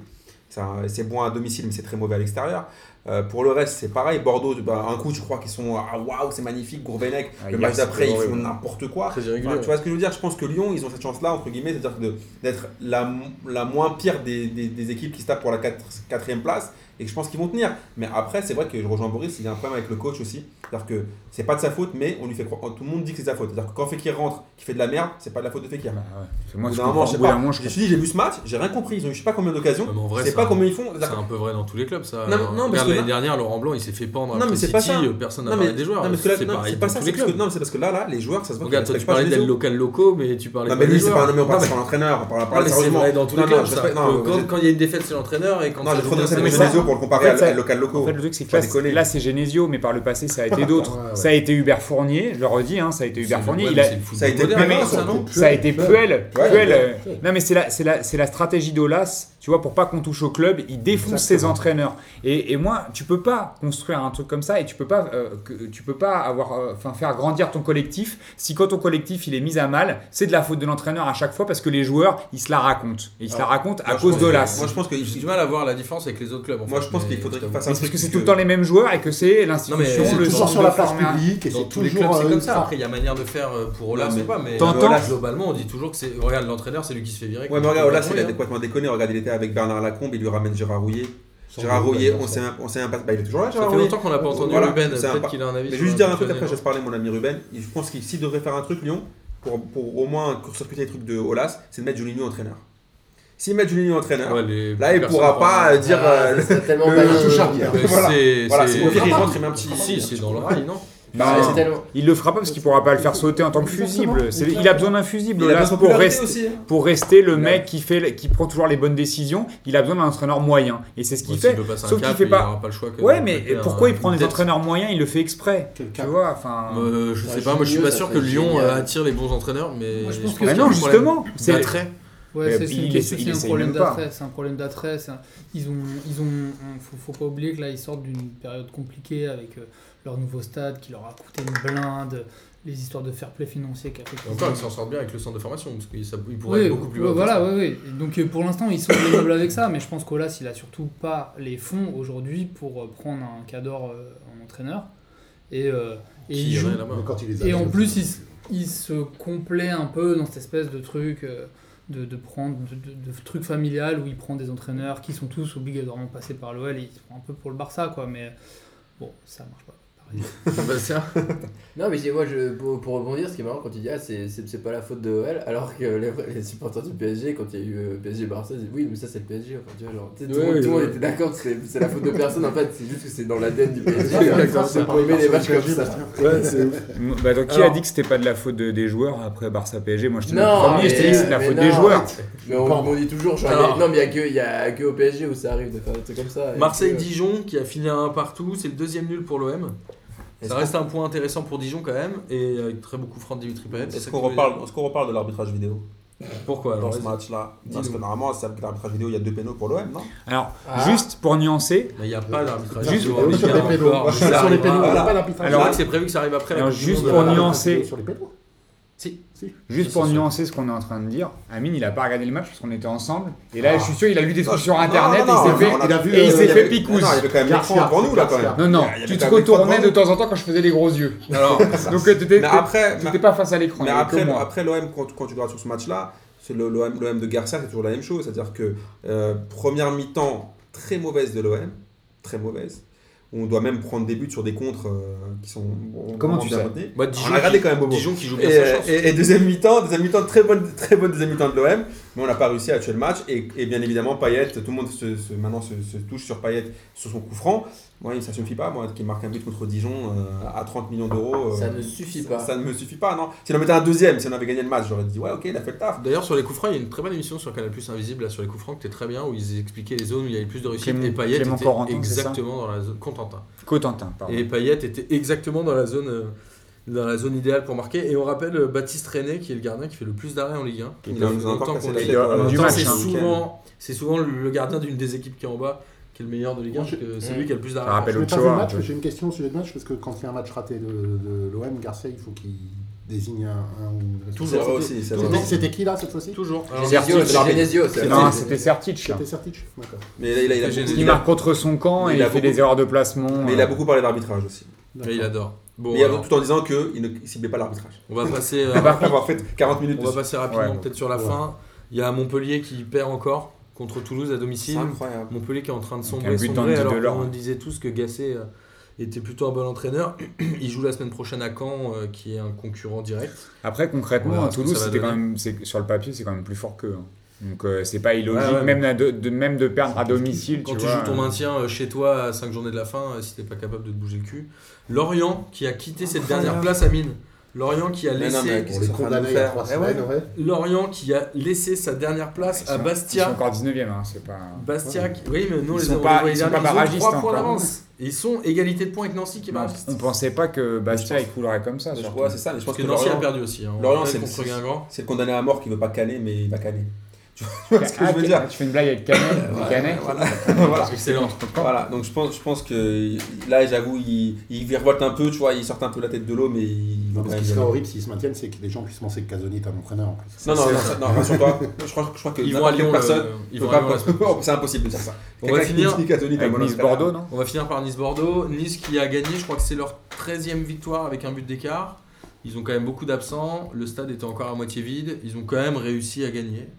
Speaker 4: Ça- C'est bon à domicile, mais c'est très mauvais à l'extérieur. Euh, pour le reste, c'est pareil. Bordeaux, bah, un coup, tu crois qu'ils sont ah, waouh, c'est magnifique. Gourvenec,
Speaker 3: Ah,
Speaker 4: le
Speaker 3: hier,
Speaker 4: match d'après, ils
Speaker 3: c'était
Speaker 4: font
Speaker 3: horrible.
Speaker 4: n'importe quoi.
Speaker 1: Très
Speaker 4: Enfin,
Speaker 1: irrégulier.
Speaker 4: tu vois ce que je veux dire Je pense que Lyon, ils ont cette chance-là, entre guillemets, c'est-à-dire de- d'être la, mo- la moins pire des, des- des équipes qui se tapent pour la quatre- quatrième place, et que je pense qu'ils vont tenir. Mais après, c'est vrai que je rejoins Boris, il y a un problème avec le coach aussi. C'est-à-dire que c'est pas de sa faute, mais on lui fait croire, tout le monde dit que c'est de sa faute. C'est-à-dire que quand Fekir rentre, qu'il fait de la merde, c'est pas de la faute de Fekir.
Speaker 3: Bah, ouais. Moi,
Speaker 4: Au bout
Speaker 3: je
Speaker 4: d'un moment,
Speaker 3: comprends,
Speaker 4: je
Speaker 3: au
Speaker 4: sais
Speaker 3: bout d'un
Speaker 4: pas.
Speaker 3: moment,
Speaker 4: Je
Speaker 3: je
Speaker 4: me suis dit, j'ai vu ce match, j'ai rien compris, ils ont eu je sais pas combien d'occasions,
Speaker 1: Ouais, mais en vrai,
Speaker 4: je sais
Speaker 1: c'est
Speaker 4: pas
Speaker 1: un-
Speaker 4: combien ils font.
Speaker 1: C'est un peu vrai dans tous les clubs, ça.
Speaker 4: Non, non, parce
Speaker 1: Regarde
Speaker 4: que
Speaker 1: l'année
Speaker 4: là-
Speaker 1: dernière, Laurent Blanc, il s'est fait pendre.
Speaker 4: Non,
Speaker 1: après
Speaker 4: mais c'est pas
Speaker 1: City,
Speaker 4: ça.
Speaker 1: euh, personne n'a
Speaker 4: Non, mais,
Speaker 1: parlé des joueurs.
Speaker 4: non, mais parce que là-
Speaker 1: C'est
Speaker 4: non,
Speaker 1: pareil
Speaker 4: c'est pas
Speaker 1: dans
Speaker 4: ça,
Speaker 1: tous les
Speaker 4: c'est parce que,
Speaker 1: clubs.
Speaker 4: non, mais c'est parce que là, là, les joueurs, ça se voit
Speaker 1: Regarde,
Speaker 4: qu'ils
Speaker 1: toi, tu
Speaker 4: respectent pas
Speaker 1: parlais
Speaker 4: les
Speaker 1: d'aides
Speaker 4: autres.
Speaker 1: locales locaux, mais tu parlais
Speaker 4: Non,
Speaker 1: pas
Speaker 4: mais
Speaker 1: des
Speaker 4: lui, c'est pas un
Speaker 1: joueurs.
Speaker 4: homme, on
Speaker 1: Non,
Speaker 4: parle
Speaker 1: mais-
Speaker 4: c'est un entraîneur, on parle
Speaker 1: Non, mais c'est vrai dans tous les
Speaker 4: Non,
Speaker 1: clubs.
Speaker 4: non, je
Speaker 1: ça. Euh,
Speaker 4: respecte- non,
Speaker 1: Quand
Speaker 4: je-
Speaker 1: quand il y a une défaite, c'est l'entraîneur. Et quand
Speaker 4: Non,
Speaker 1: ça
Speaker 4: j'ai
Speaker 1: joue
Speaker 4: trop de
Speaker 1: bien, c'est
Speaker 4: respect pour
Speaker 3: mais ça-
Speaker 1: l'entraîneur.
Speaker 4: Genesio pour le comparer
Speaker 3: en fait,
Speaker 4: à-
Speaker 3: ça-
Speaker 4: à local locaux.
Speaker 3: En fait, le truc, c'est que
Speaker 4: Faut
Speaker 3: là,
Speaker 4: pas déconner.
Speaker 3: là, c'est Genesio, mais par le passé, ça a été d'autres.
Speaker 5: Ouais, ouais.
Speaker 3: Ça a été Hubert Fournier, je le redis, hein, ça a été
Speaker 1: C'est
Speaker 3: Hubert
Speaker 1: le-
Speaker 3: Fournier.
Speaker 1: ouais,
Speaker 3: il
Speaker 1: mais
Speaker 3: a-
Speaker 1: c'est le football
Speaker 4: ça a été-
Speaker 1: moderne,
Speaker 3: mais- mais-
Speaker 1: ça, non
Speaker 3: ça a été Puel.
Speaker 4: Ouais,
Speaker 3: Puel,
Speaker 4: ouais.
Speaker 3: euh, Non, mais c'est la, c'est la, c'est la stratégie d'Olas, tu vois, pour pas qu'on touche au club, il défonce ses entraîneurs. Et, et moi, tu peux pas construire un truc comme ça et tu peux pas, euh, que, tu peux pas avoir, euh, enfin, faire grandir ton collectif si quand ton collectif il est mis à mal, c'est de la faute de l'entraîneur à chaque fois parce que les joueurs ils se la racontent. Et ils se la
Speaker 4: Alors,
Speaker 3: racontent à
Speaker 4: Ah, Moi, je
Speaker 3: cause
Speaker 4: pense que-
Speaker 3: d'Olas.
Speaker 4: Moi, je pense que
Speaker 1: J'ai du mal à voir la différence avec les autres clubs. en
Speaker 4: Moi,
Speaker 1: fait,
Speaker 4: je pense
Speaker 1: mais
Speaker 4: qu'il faudrait qu'il
Speaker 1: je
Speaker 4: fasse un
Speaker 3: Mais c'est
Speaker 4: truc.
Speaker 3: parce que c'est tout le temps les mêmes joueurs et que c'est l'institution,
Speaker 1: Non, mais
Speaker 3: le
Speaker 5: C'est toujours
Speaker 3: centre
Speaker 5: sur
Speaker 3: de
Speaker 5: la place
Speaker 3: formation.
Speaker 5: publique et
Speaker 1: Dans
Speaker 5: c'est
Speaker 1: tous les clubs,
Speaker 5: toujours
Speaker 1: c'est
Speaker 5: euh,
Speaker 1: comme ça.
Speaker 5: ultra-
Speaker 1: Après, il y a manière de faire euh, pour Ola,
Speaker 4: Non,
Speaker 1: je sais
Speaker 4: mais
Speaker 1: pas, mais
Speaker 3: t'entends
Speaker 1: Ola, globalement, on dit toujours que c'est. Regarde, l'entraîneur, c'est lui qui se fait virer.
Speaker 4: Ouais, mais regarde, là,
Speaker 1: Complètement,
Speaker 4: c'est
Speaker 1: hein.
Speaker 4: adéquatement déconné. Regarde, il était avec Bernard Lacombe, il lui ramène Gérard Rouillet. Gérard Rouillet, on sait même on sait même pas. Bah, il est toujours là,
Speaker 1: Ça
Speaker 4: Gérard
Speaker 1: fait
Speaker 4: Rouillet.
Speaker 1: longtemps qu'on n'a pas entendu
Speaker 4: Voilà,
Speaker 1: Ruben,
Speaker 4: c'est un
Speaker 1: peut-être
Speaker 4: pas-
Speaker 1: qu'il a un avis.
Speaker 4: Mais
Speaker 1: sur
Speaker 4: juste
Speaker 1: le
Speaker 4: dire un truc,
Speaker 1: fonctionnement.
Speaker 4: après, je vais parler, mon ami Ruben. Je pense qu'il s'il devrait faire un truc, Lyon, pour, pour au moins court-circuiter les trucs de Olas, c'est de mettre Juninho entraîneur. S'il met Juninho entraîneur,
Speaker 1: Ouais, les-
Speaker 4: là, il
Speaker 1: personne
Speaker 4: pourra pas euh, dire.
Speaker 2: Ah,
Speaker 4: euh,
Speaker 2: ça serait tellement
Speaker 4: le-
Speaker 2: pas
Speaker 4: le-
Speaker 2: touchable.
Speaker 5: Charpie, hein.
Speaker 1: Mais
Speaker 4: Voilà.
Speaker 1: c'est-
Speaker 4: Voilà, c'est
Speaker 1: c'est-
Speaker 4: au pire, il rentre, il met un petit.
Speaker 1: Si, c'est dans le rail, non
Speaker 3: Bah,
Speaker 2: C'est tellement-
Speaker 3: il le fera pas parce qu'il pourra pas le faire sauter en tant que
Speaker 5: Exactement.
Speaker 3: fusible. C'est- Il a besoin d'un fusible
Speaker 4: Il a
Speaker 3: là,
Speaker 4: besoin de
Speaker 3: pour,
Speaker 4: popularité
Speaker 3: rester-
Speaker 4: aussi. hein.
Speaker 3: pour rester le
Speaker 4: Ouais.
Speaker 3: mec qui, fait, qui prend toujours les bonnes décisions. Il a besoin d'un entraîneur moyen. Et c'est ce qu'il
Speaker 1: S'il
Speaker 3: fait.
Speaker 1: veut passer un
Speaker 3: sauf qu'il
Speaker 1: cap,
Speaker 3: fait
Speaker 1: il
Speaker 3: pas-
Speaker 1: aura pas le choix que
Speaker 3: Ouais,
Speaker 1: de euh,
Speaker 3: mais
Speaker 1: péter
Speaker 3: pourquoi
Speaker 1: un-
Speaker 3: il prend
Speaker 1: une
Speaker 3: des
Speaker 1: tête.
Speaker 3: entraîneurs moyens Il le fait exprès.
Speaker 5: Quel
Speaker 3: Tu
Speaker 5: cap.
Speaker 3: vois, enfin.
Speaker 1: Euh, je
Speaker 2: Ouais,
Speaker 1: sais pas, moi je suis pas
Speaker 2: Juninho,
Speaker 1: sûr
Speaker 2: ça
Speaker 1: que
Speaker 2: fait
Speaker 1: Lyon
Speaker 2: génial.
Speaker 1: euh, attire les bons entraîneurs, mais
Speaker 6: Moi, je pense que-
Speaker 1: qu'il
Speaker 3: Mais
Speaker 1: y a un
Speaker 3: non,
Speaker 1: problème
Speaker 3: justement. C'est
Speaker 1: d'attrait.
Speaker 3: Mais
Speaker 6: Ouais, c'est-
Speaker 3: puis
Speaker 6: c'est une
Speaker 3: il
Speaker 6: question,
Speaker 3: essaie- il
Speaker 6: c'est un
Speaker 3: essaye
Speaker 6: problème
Speaker 3: même pas.
Speaker 6: d'attrait, c'est un problème d'attrait. c'est un- Ils ont, ils ont, on- faut, faut pas oublier que là ils sortent d'une période compliquée avec euh, leur nouveau stade qui leur a coûté une blinde, les histoires de fair play financier qui a fait.
Speaker 1: Et Encore, ils s'en sortent bien avec le centre de formation, parce qu'ils ça- ils pourraient
Speaker 6: Oui,
Speaker 1: être beaucoup plus
Speaker 6: ouais,
Speaker 1: haut.
Speaker 6: voilà, oui, oui. Et Donc euh, pour l'instant ils sont raisonnables avec ça, mais je pense qu'Olas il a surtout pas les fonds aujourd'hui pour euh, prendre un cador euh, en entraîneur et, euh, et
Speaker 1: Qui
Speaker 6: il joue-
Speaker 1: irait là-bas
Speaker 5: Mais quand il les a,
Speaker 6: et en
Speaker 5: c'est-
Speaker 6: plus, il, se- il se complaît un peu dans cette espèce de truc euh, de, de prendre de, de- de truc familial où il prend des entraîneurs qui sont tous obligatoirement passés par l'OL et il se prend un peu pour le Barça, quoi. Mais bon, ça marche pas. pareil.
Speaker 1: Bah, c'est un-
Speaker 2: Non, mais c'est- moi, je, pour, pour rebondir, ce qui est marrant quand il dit ah, c'est, c'est, c'est pas la faute de OL, alors que les, les supporters du PSG, quand il y a eu euh, PSG Barça, ils disent oui, mais ça c'est le PSG. Enfin, tu vois, genre, tu sais, tout, le
Speaker 1: Ouais,
Speaker 2: monde- tout le monde
Speaker 1: ouais.
Speaker 2: était d'accord que c'est, c'est la faute de personne en fait, c'est juste que c'est dans l'ADN du PSG.
Speaker 5: C'est
Speaker 1: Ouais,
Speaker 5: comme ça,
Speaker 1: c'est
Speaker 5: c'est
Speaker 2: pour aimer les matchs comme
Speaker 5: PSG,
Speaker 2: ça.
Speaker 5: parce que-
Speaker 3: Bah, donc, qui
Speaker 1: Alors-
Speaker 3: a dit que c'était pas de la faute de- des joueurs après Barça PSG Moi, je te
Speaker 2: Non,
Speaker 3: le premier,
Speaker 2: mais-
Speaker 3: je t'ai dit que c'était la
Speaker 2: mais
Speaker 3: faute
Speaker 2: non.
Speaker 3: des joueurs.
Speaker 2: Mais on,
Speaker 5: Pardon.
Speaker 2: on dit toujours, genre,
Speaker 1: Alors.
Speaker 2: il y a- non, mais il y a que, il y a que au PSG où ça arrive de faire des trucs comme ça. Et que-
Speaker 4: euh,
Speaker 1: Marseille-Dijon qui a fini à un partout, c'est le deuxième nul pour l'OM.
Speaker 2: Est-ce
Speaker 1: Ça reste un point intéressant pour Dijon quand même, et avec très beaucoup francs de Dimitri Payet. c'est
Speaker 4: Est-ce
Speaker 1: ça
Speaker 4: qu'on
Speaker 1: qui veut-
Speaker 4: reparle, est-ce qu'on reparle de l'arbitrage vidéo
Speaker 1: Pourquoi
Speaker 4: dans
Speaker 1: alors
Speaker 4: ce match-là Parce que
Speaker 1: Dis-nous.
Speaker 4: normalement, c'est avec l'arbitrage vidéo, il y a deux pénaux pour l'OM, non
Speaker 3: Alors,
Speaker 2: Ah.
Speaker 3: juste pour nuancer,
Speaker 1: Il n'y a pas d'arbitrage.
Speaker 5: Juste euh,
Speaker 1: Il y
Speaker 5: sur les
Speaker 1: a encore,
Speaker 5: pénaux.
Speaker 1: mais
Speaker 5: Sur
Speaker 1: ça
Speaker 5: les
Speaker 1: arrivera.
Speaker 5: pénaux, on n'a
Speaker 1: Voilà.
Speaker 5: pas d'arbitrage.
Speaker 1: C'est
Speaker 3: Alors-
Speaker 1: vrai que c'est prévu que ça arrive après. la
Speaker 3: alors
Speaker 1: Coupe du
Speaker 3: juste
Speaker 1: Monde.
Speaker 3: pour
Speaker 5: On n'a pas
Speaker 3: nuancer-
Speaker 5: d'arbitrage Sur les pénaux.
Speaker 1: Si.
Speaker 3: Juste
Speaker 1: Ça,
Speaker 3: pour
Speaker 1: c'est sûr.
Speaker 3: nuancer ce qu'on est en train de dire, Amine il a pas regardé le match parce qu'on était ensemble. Et là, je suis sûr, il a lu des trucs sur internet
Speaker 4: Ah. Non, non,
Speaker 3: et il
Speaker 4: non,
Speaker 3: s'est
Speaker 4: on
Speaker 3: fait.
Speaker 4: a-
Speaker 5: il a
Speaker 3: et
Speaker 5: vu,
Speaker 3: il
Speaker 5: euh,
Speaker 3: s'est
Speaker 5: il y
Speaker 3: fait
Speaker 5: avait-
Speaker 3: picouze.
Speaker 4: Non, il y avait quand même des
Speaker 5: Garcia,
Speaker 4: points pour nous, là, quand même.
Speaker 5: Garcia.
Speaker 3: Non, non,
Speaker 4: Il y avait
Speaker 3: tu te
Speaker 4: quand même des
Speaker 3: retournais
Speaker 4: fois
Speaker 3: de temps en temps quand je faisais les gros yeux.
Speaker 1: Alors,
Speaker 3: Donc, euh, t'étais
Speaker 4: Mais après,
Speaker 3: t'étais pas face à l'écran.
Speaker 4: Mais
Speaker 3: il y avait
Speaker 4: après,
Speaker 3: que moi.
Speaker 4: après l'OM, quand, quand tu regardes sur ce match-là, c'est le- l'OM l'OM de Garcia, c'est toujours la même chose. C'est-à-dire que euh, première mi-temps très mauvaise de l'OM, très mauvaise. où On doit même prendre des buts sur des contres euh, qui sont. bon,
Speaker 3: Comment
Speaker 4: vraiment
Speaker 3: tu
Speaker 4: bien
Speaker 3: sais
Speaker 4: retenus.
Speaker 1: bah,
Speaker 4: On a regardé
Speaker 1: qui-
Speaker 4: quand même Bobo.
Speaker 1: Dijon qui joue
Speaker 4: Et,
Speaker 1: bien sa chance.
Speaker 4: et- et deuxième mi-temps, deuxième mi-temps, très bonne, très bonne deuxième mi-temps de l'OM, mais on n'a pas réussi à tuer le match. Et, et bien évidemment, Payet, tout le monde se, se- maintenant se, se touche sur Payet sur son coup franc. Moi, ça ne suffit pas, moi, qui marque un but contre Dijon euh, à 30 millions d'euros. euh,
Speaker 2: Ça ne suffit pas.
Speaker 4: ça ne me suffit pas, non. Si on en mettait un deuxième, si on avait gagné le match, j'aurais dit ouais, ok, il a fait le taf.
Speaker 1: D'ailleurs, sur les coups francs, il y a une très bonne émission sur Canal Plus Invisible là, sur les coups francs, qui était très bien, où ils expliquaient les zones où il y avait le plus de réussite.
Speaker 3: Clément-
Speaker 1: et Payet
Speaker 3: Clément
Speaker 1: était
Speaker 3: Corentin, c'est ça
Speaker 1: exactement dans la zone. Contentin.
Speaker 3: Cotentin, pardon.
Speaker 1: Et Payet était exactement dans la zone. euh, dans la zone idéale pour marquer et on rappelle euh, Baptiste René qui est le gardien qui fait le plus d'arrêts en Ligue 1
Speaker 4: Il a- il a encore
Speaker 1: Autant
Speaker 4: cassé
Speaker 1: qu'on
Speaker 4: la
Speaker 1: l'ait-
Speaker 4: tête, euh,
Speaker 1: En
Speaker 3: du
Speaker 1: même temps,
Speaker 3: match,
Speaker 1: c'est
Speaker 3: hein.
Speaker 1: souvent, c'est souvent le le gardien d'une des équipes qui est en bas qui est le meilleur de Ligue 1 parce que c'est
Speaker 2: Mm.
Speaker 1: lui qui a le plus d'arrêts.
Speaker 3: Ça rappelle
Speaker 5: Je n'ai pas
Speaker 3: Ochoa,
Speaker 5: vu le match,
Speaker 3: tu
Speaker 5: mais
Speaker 3: vois.
Speaker 5: j'ai une question au sujet de match parce que quand il y a un match raté de, de l'OM, Garcia, il faut qu'il désigne un. un ou-
Speaker 1: Toujours,
Speaker 5: C'était-
Speaker 4: ouais, aussi, c'est
Speaker 5: c'était-
Speaker 4: vrai.
Speaker 5: C'était qui là cette fois-ci
Speaker 1: Toujours. Alors,
Speaker 3: Génésio,
Speaker 2: Genesio, c'est
Speaker 3: l'arbitre.
Speaker 2: Genesio, c'est
Speaker 3: Non,
Speaker 2: c'est-
Speaker 3: c'était Sertic. là.
Speaker 5: C'était Sertic, d'accord.
Speaker 4: Mais là, il a, il a
Speaker 1: J'ai
Speaker 4: beaucoup,
Speaker 1: des
Speaker 3: Il
Speaker 4: il a-
Speaker 3: marque contre son camp et
Speaker 4: Il
Speaker 3: il
Speaker 4: a
Speaker 3: fait
Speaker 4: beaucoup-
Speaker 3: des erreurs de placement. euh.
Speaker 4: mais il a beaucoup parlé d'arbitrage aussi.
Speaker 1: mais il adore. Bon,
Speaker 4: Mais il a-
Speaker 1: alors,
Speaker 4: tout en disant qu'il ne ciblait pas l'arbitrage.
Speaker 1: on va passer, euh,
Speaker 4: Après avoir fait 40 minutes
Speaker 1: on
Speaker 4: de
Speaker 1: va passer rapidement
Speaker 3: Ouais.
Speaker 1: peut-être sur la
Speaker 5: Ouais.
Speaker 1: fin. Il y a Montpellier qui perd encore contre Toulouse à
Speaker 4: C'est
Speaker 1: domicile.
Speaker 4: incroyable.
Speaker 1: Montpellier qui est en train de
Speaker 3: un
Speaker 1: sombrer.
Speaker 3: but
Speaker 1: sombrer,
Speaker 3: d'Andy
Speaker 1: alors
Speaker 3: Delors,
Speaker 1: qu'on
Speaker 3: ouais.
Speaker 1: disait tous que Gasset euh, était plutôt un bon entraîneur. il joue la semaine prochaine à Caen, euh, qui est un concurrent direct.
Speaker 3: Après,
Speaker 1: On
Speaker 3: concrètement,
Speaker 1: verra
Speaker 3: à
Speaker 1: ce que
Speaker 3: Toulouse,
Speaker 1: ça va
Speaker 3: c'était quand
Speaker 1: donner.
Speaker 3: même, c'est- sur le papier, c'est quand même plus fort qu'eux. hein. Donc, euh, c'est pas illogique,
Speaker 1: Ouais, ouais,
Speaker 3: même, de, de- même de perdre à domicile.
Speaker 1: Quand tu,
Speaker 3: vois,
Speaker 1: joues ton
Speaker 3: euh,
Speaker 1: maintien euh, chez toi à 5 journées de la fin, euh, si t'es pas capable de te bouger le cul. Lorient qui a quitté
Speaker 3: Ah,
Speaker 1: cette dernière place à mine. Lorient qui a
Speaker 4: Mais non,
Speaker 1: laissé,
Speaker 4: mais
Speaker 5: On
Speaker 4: qu'est-ce
Speaker 5: les
Speaker 4: qu'ils sont en train de
Speaker 5: condamnait il y a
Speaker 4: faire
Speaker 5: trois
Speaker 4: Eh ouais.
Speaker 5: semaines, ouais.
Speaker 1: Lorient qui a laissé sa dernière place
Speaker 3: ils
Speaker 1: à
Speaker 3: sont- Ils sont
Speaker 1: Bastia.
Speaker 3: encore 19ème, hein, c'est pas.
Speaker 1: Bastia, qui- oui, mais non,
Speaker 3: Ils
Speaker 1: les
Speaker 3: sont
Speaker 1: on les
Speaker 3: pas-
Speaker 1: voyait
Speaker 3: ils sont
Speaker 1: derniers,
Speaker 3: pas
Speaker 1: ils ont
Speaker 3: barragistes
Speaker 1: 3 points
Speaker 3: encore.
Speaker 1: d'avance. Ils sont égalité de points avec Nancy qui est
Speaker 3: Non,
Speaker 1: barragiste.
Speaker 3: on pensait pas que Bastia
Speaker 4: pense-
Speaker 3: il coulerait comme ça. surtout.
Speaker 4: Ouais, c'est ça, mais je pense
Speaker 1: Parce
Speaker 4: que
Speaker 1: que Nancy a
Speaker 4: Lorient,
Speaker 1: perdu aussi. hein. On
Speaker 4: Lorient,
Speaker 1: rappelle
Speaker 4: c'est le-
Speaker 1: contre Guingamp.
Speaker 4: c'est le condamné à mort qui veut pas canner, mais il va canner. Tu vois tu vois ce que
Speaker 3: Ah,
Speaker 4: je veux
Speaker 3: tu-
Speaker 4: dire
Speaker 3: Tu fais une blague avec Canet.
Speaker 4: Ouais,
Speaker 3: Canet.
Speaker 4: voilà. Voilà.
Speaker 1: Excellent.
Speaker 4: Voilà, donc je pense, je pense que là, j'avoue, il, il virevolte un peu, tu vois, il sort un peu la tête de l'eau, mais il
Speaker 5: Non, mais
Speaker 4: va quand
Speaker 5: Ce
Speaker 4: même
Speaker 5: qui
Speaker 4: y
Speaker 5: serait
Speaker 4: aller.
Speaker 5: horrible s'ils se maintiennent, c'est que les gens puissent penser que Casoni est un entraîneur en plus.
Speaker 4: Non, non, non, non, rassure-toi. Je crois, je crois que
Speaker 1: Ils vont à
Speaker 4: n'importe quelle
Speaker 1: Lyon. le-
Speaker 4: personne.
Speaker 1: Ils
Speaker 4: peut
Speaker 1: vont à
Speaker 4: pas
Speaker 1: Lyon la semaine prochaine.
Speaker 4: penser- C'est impossible de dire ça.
Speaker 1: On va
Speaker 4: Quelqu'un qui
Speaker 1: finir
Speaker 4: dit Anthony, t'as
Speaker 3: Avec
Speaker 4: bon
Speaker 3: Nice
Speaker 4: entraîneur.
Speaker 3: Bordeaux, non
Speaker 1: On va finir par Nice-Bordeaux. Nice qui a gagné, je crois que c'est leur 13e victoire avec un but d'écart. Ils ont quand même beaucoup d'absents. Le stade était encore à moitié vide. Ils ont quand même réussi à gagner.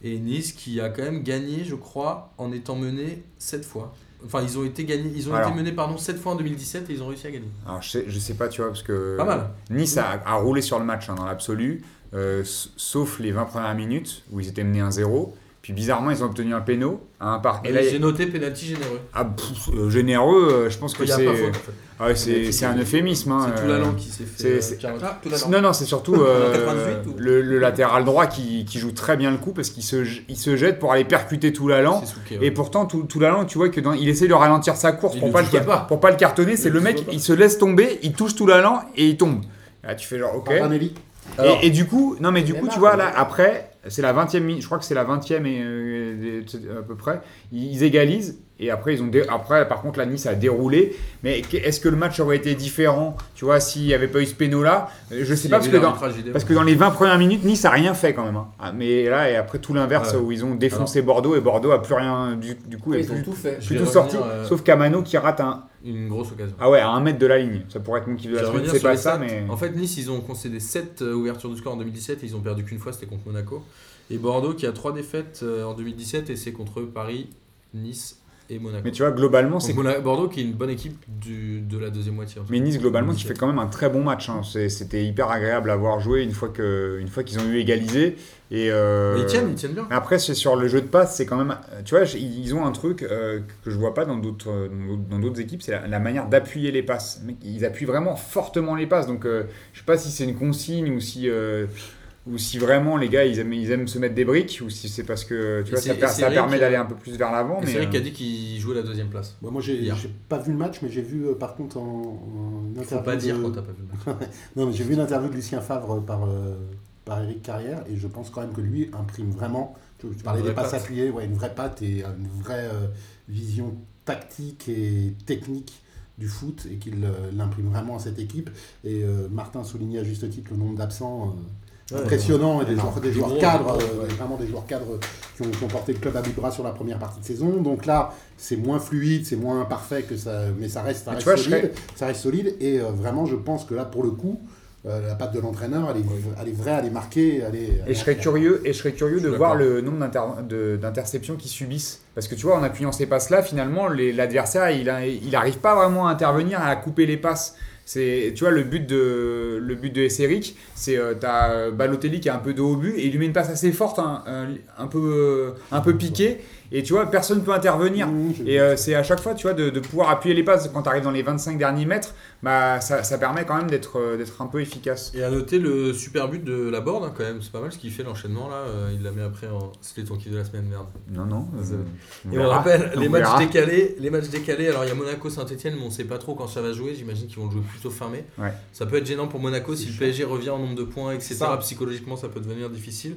Speaker 1: Et Nice qui a quand même gagné, je crois, en étant mené 7 fois. Enfin, ils ont été, gagnés, ils ont
Speaker 3: Alors.
Speaker 1: été menés pardon, 7 fois en 2017 et ils ont réussi à gagner.
Speaker 3: Alors, je sais, je sais pas, tu vois, parce que.
Speaker 1: Pas mal.
Speaker 3: Nice a, a roulé sur le match hein, dans l'absolu, euh, s- sauf les 20 premières minutes où ils étaient menés 1-0. Puis bizarrement, ils ont obtenu un péno hein, à un parc.
Speaker 1: Et là, j'ai noté pénalty généreux.
Speaker 3: ah, pff, euh, généreux, euh, je pense que
Speaker 1: Il y a pas
Speaker 3: c'est.
Speaker 1: faute, en fait.
Speaker 3: Ah ouais, c'est c'est un euphémisme. hein,
Speaker 1: C'est tout
Speaker 3: euh,
Speaker 1: la langue qui s'est
Speaker 3: c'est-
Speaker 1: fait. euh,
Speaker 3: c'est-
Speaker 1: carotte.
Speaker 4: Ah, tout à l'heure.
Speaker 3: Non, non, c'est surtout euh,
Speaker 4: 98 ou-
Speaker 3: le, le latéral droit qui, qui joue très bien le coup parce qu'il se, il se jette pour aller percuter tout l'allant.
Speaker 1: C'est Souquet, ouais.
Speaker 3: Et pourtant, tout, tout l'allant, tu vois que dans, il essaie de ralentir sa course
Speaker 1: Il
Speaker 3: pour
Speaker 1: le
Speaker 3: pas le,
Speaker 1: touche
Speaker 3: car-
Speaker 1: pas.
Speaker 3: pour pas le cartonner. C'est
Speaker 1: le
Speaker 3: le
Speaker 1: touche
Speaker 3: mec,
Speaker 1: pas.
Speaker 3: il se laisse tomber, il touche tout l'allant et il tombe. Là, tu fais genre, ok.
Speaker 5: Campanelli.
Speaker 2: Alors-
Speaker 3: Et, et du coup, non mais du
Speaker 2: Mais
Speaker 3: coup, tu
Speaker 2: marre,
Speaker 3: vois
Speaker 2: mais-
Speaker 3: là après, c'est la 20e mi- je crois que c'est la 20e et euh, et- à peu près, ils égalisent et après ils ont dé- après par contre la Nice a déroulé, mais qu- est-ce que le match aurait été différent, tu vois, s'il n'y avait pas eu ce péno là Je sais
Speaker 1: Il y
Speaker 3: pas parce
Speaker 1: avait
Speaker 3: que dans
Speaker 1: l'arbitrage, évidemment.
Speaker 3: parce que dans les 20 premières minutes, Nice a rien fait quand même. hein. Ah, mais là et après tout l'inverse
Speaker 1: Ouais.
Speaker 3: où ils ont défoncé Bordeaux et Bordeaux a plus rien du, du coup est
Speaker 2: Ils ont
Speaker 3: plus,
Speaker 2: tout fait.
Speaker 1: Je
Speaker 3: plus
Speaker 1: vais
Speaker 3: tout
Speaker 1: revenir,
Speaker 3: sorti
Speaker 1: euh,
Speaker 3: sauf Camano qui rate un
Speaker 1: Une grosse occasion.
Speaker 3: ah ouais, à un mètre de la ligne. Ça pourrait être mon kiff de
Speaker 1: Je
Speaker 3: la
Speaker 1: vais
Speaker 3: semaine,
Speaker 1: revenir
Speaker 3: c'est
Speaker 1: sur
Speaker 3: pas
Speaker 1: les
Speaker 3: ça
Speaker 1: stats.
Speaker 3: mais
Speaker 1: En fait, Nice, ils ont concédé 7 ouvertures du score en 2017 et ils ont perdu qu'une fois, c'était contre Monaco. Et Bordeaux qui a 3 défaites euh, en 2017 et c'est contre Paris, Nice et Monaco.
Speaker 3: mais tu vois globalement, c'est
Speaker 1: Donc, Mona- Bordeaux qui est une bonne équipe du, de la deuxième moitié. hein. en tout
Speaker 3: Mais Nice, globalement, qui
Speaker 1: Nickel.
Speaker 3: fait quand même un très bon match. hein. C'est- C'était hyper agréable à voir jouer une fois que- une fois qu'ils ont eu égalisé. Et,
Speaker 1: cas.
Speaker 3: euh,
Speaker 1: Mais ils tiennent, ils tiennent bien.
Speaker 3: Après, c'est sur le jeu de passe, c'est quand même. Tu vois, j- ils ont un truc euh, que je vois pas dans d'autres euh, dans d'autres- dans d'autres équipes, c'est la, la manière d'appuyer les passes. Mec, Ils appuient vraiment fortement les passes. Donc, euh, je sais pas si c'est une consigne ou si. euh, ou si vraiment les gars ils aiment, ils aiment se mettre des briques, ou si c'est parce que tu
Speaker 1: Et
Speaker 3: vois,
Speaker 1: c'est-
Speaker 3: ça,
Speaker 1: et
Speaker 3: per-
Speaker 1: c'est
Speaker 3: ça
Speaker 1: vrai
Speaker 3: permet
Speaker 1: que-
Speaker 3: d'aller un peu plus vers l'avant.
Speaker 1: Et
Speaker 3: mais,
Speaker 1: C'est vrai
Speaker 3: euh,
Speaker 1: qu'il a dit qu'il jouait la deuxième place.
Speaker 5: Bah, moi, j'ai
Speaker 1: Hier.
Speaker 5: j'ai pas vu le match, mais j'ai vu euh, par contre en, en
Speaker 1: Faut
Speaker 5: interview
Speaker 1: pas dire
Speaker 5: de-
Speaker 1: quand t'as pas vu le match.
Speaker 5: Non, mais j'ai vu une interview de Lucien Favre par, euh, par Eric Carrière, et je pense quand même que lui imprime vraiment. Tu, tu parlais
Speaker 1: Une
Speaker 5: des
Speaker 1: vraie
Speaker 5: passes
Speaker 1: patte.
Speaker 5: appuyées, ouais, une vraie patte et une vraie euh, vision tactique et technique du foot, et qu'il euh, l'imprime vraiment à cette équipe. Et euh, Martin soulignait à juste titre le nombre d'absents. euh,
Speaker 1: Ouais,
Speaker 5: impressionnant et des
Speaker 1: ouais.
Speaker 5: joueurs, des
Speaker 1: Des
Speaker 5: joueurs
Speaker 1: gros,
Speaker 5: cadres,
Speaker 1: ouais.
Speaker 5: euh, vraiment des joueurs cadres qui ont, qui ont porté le club à bout de bras sur la première partie de saison. Donc là, c'est moins fluide, c'est moins parfait que ça, mais ça reste, ça
Speaker 3: Mais
Speaker 5: reste
Speaker 3: tu vois, je
Speaker 5: solide. Ça reste solide et euh, vraiment, je pense que là, pour le coup, euh, la patte de l'entraîneur, elle, est- elle est vraie, elle est marquée, elle est.
Speaker 3: Et je serais curieux, et je serais curieux
Speaker 1: Je
Speaker 3: de
Speaker 1: suis
Speaker 3: voir
Speaker 1: d'accord.
Speaker 3: le nombre d'inter- de- d'interceptions qu'ils subissent. Parce que tu vois, en appuyant ces passes-là, finalement, les- l'adversaire, il a- il n'arrive pas vraiment à intervenir, à couper les passes. C'est, tu vois, le but de, le but de Esseric, c'est euh, t'as euh, Balotelli qui a un peu de haut but et il lui met une passe assez forte, hein, un, un peu, euh, un peu piquée. Et tu vois, personne peut intervenir.
Speaker 5: Mmh, je-
Speaker 3: Et euh, c'est à chaque fois, tu vois, de, de pouvoir appuyer les passes quand tu arrives dans les 25 derniers mètres, bah, ça, ça permet quand même d'être euh, d'être un peu efficace.
Speaker 1: Et à noter le super but de la board quand même, c'est pas mal ce qu'il fait l'enchaînement là, euh, il la met après en. C'était ton kiff de la semaine, merde.
Speaker 3: Non, non. euh,
Speaker 1: Et on
Speaker 3: verra.
Speaker 1: rappelle les
Speaker 3: On
Speaker 1: matchs
Speaker 3: verra.
Speaker 1: décalés, les matchs décalés. Alors il y a Monaco Saint-Etienne, mais on sait pas trop quand ça va jouer. J'imagine qu'ils vont le jouer plutôt fermé.
Speaker 3: Ouais.
Speaker 1: Ça peut être gênant pour Monaco si le PSG revient en nombre de points, etc.
Speaker 4: Ça.
Speaker 1: Psychologiquement, ça peut devenir difficile.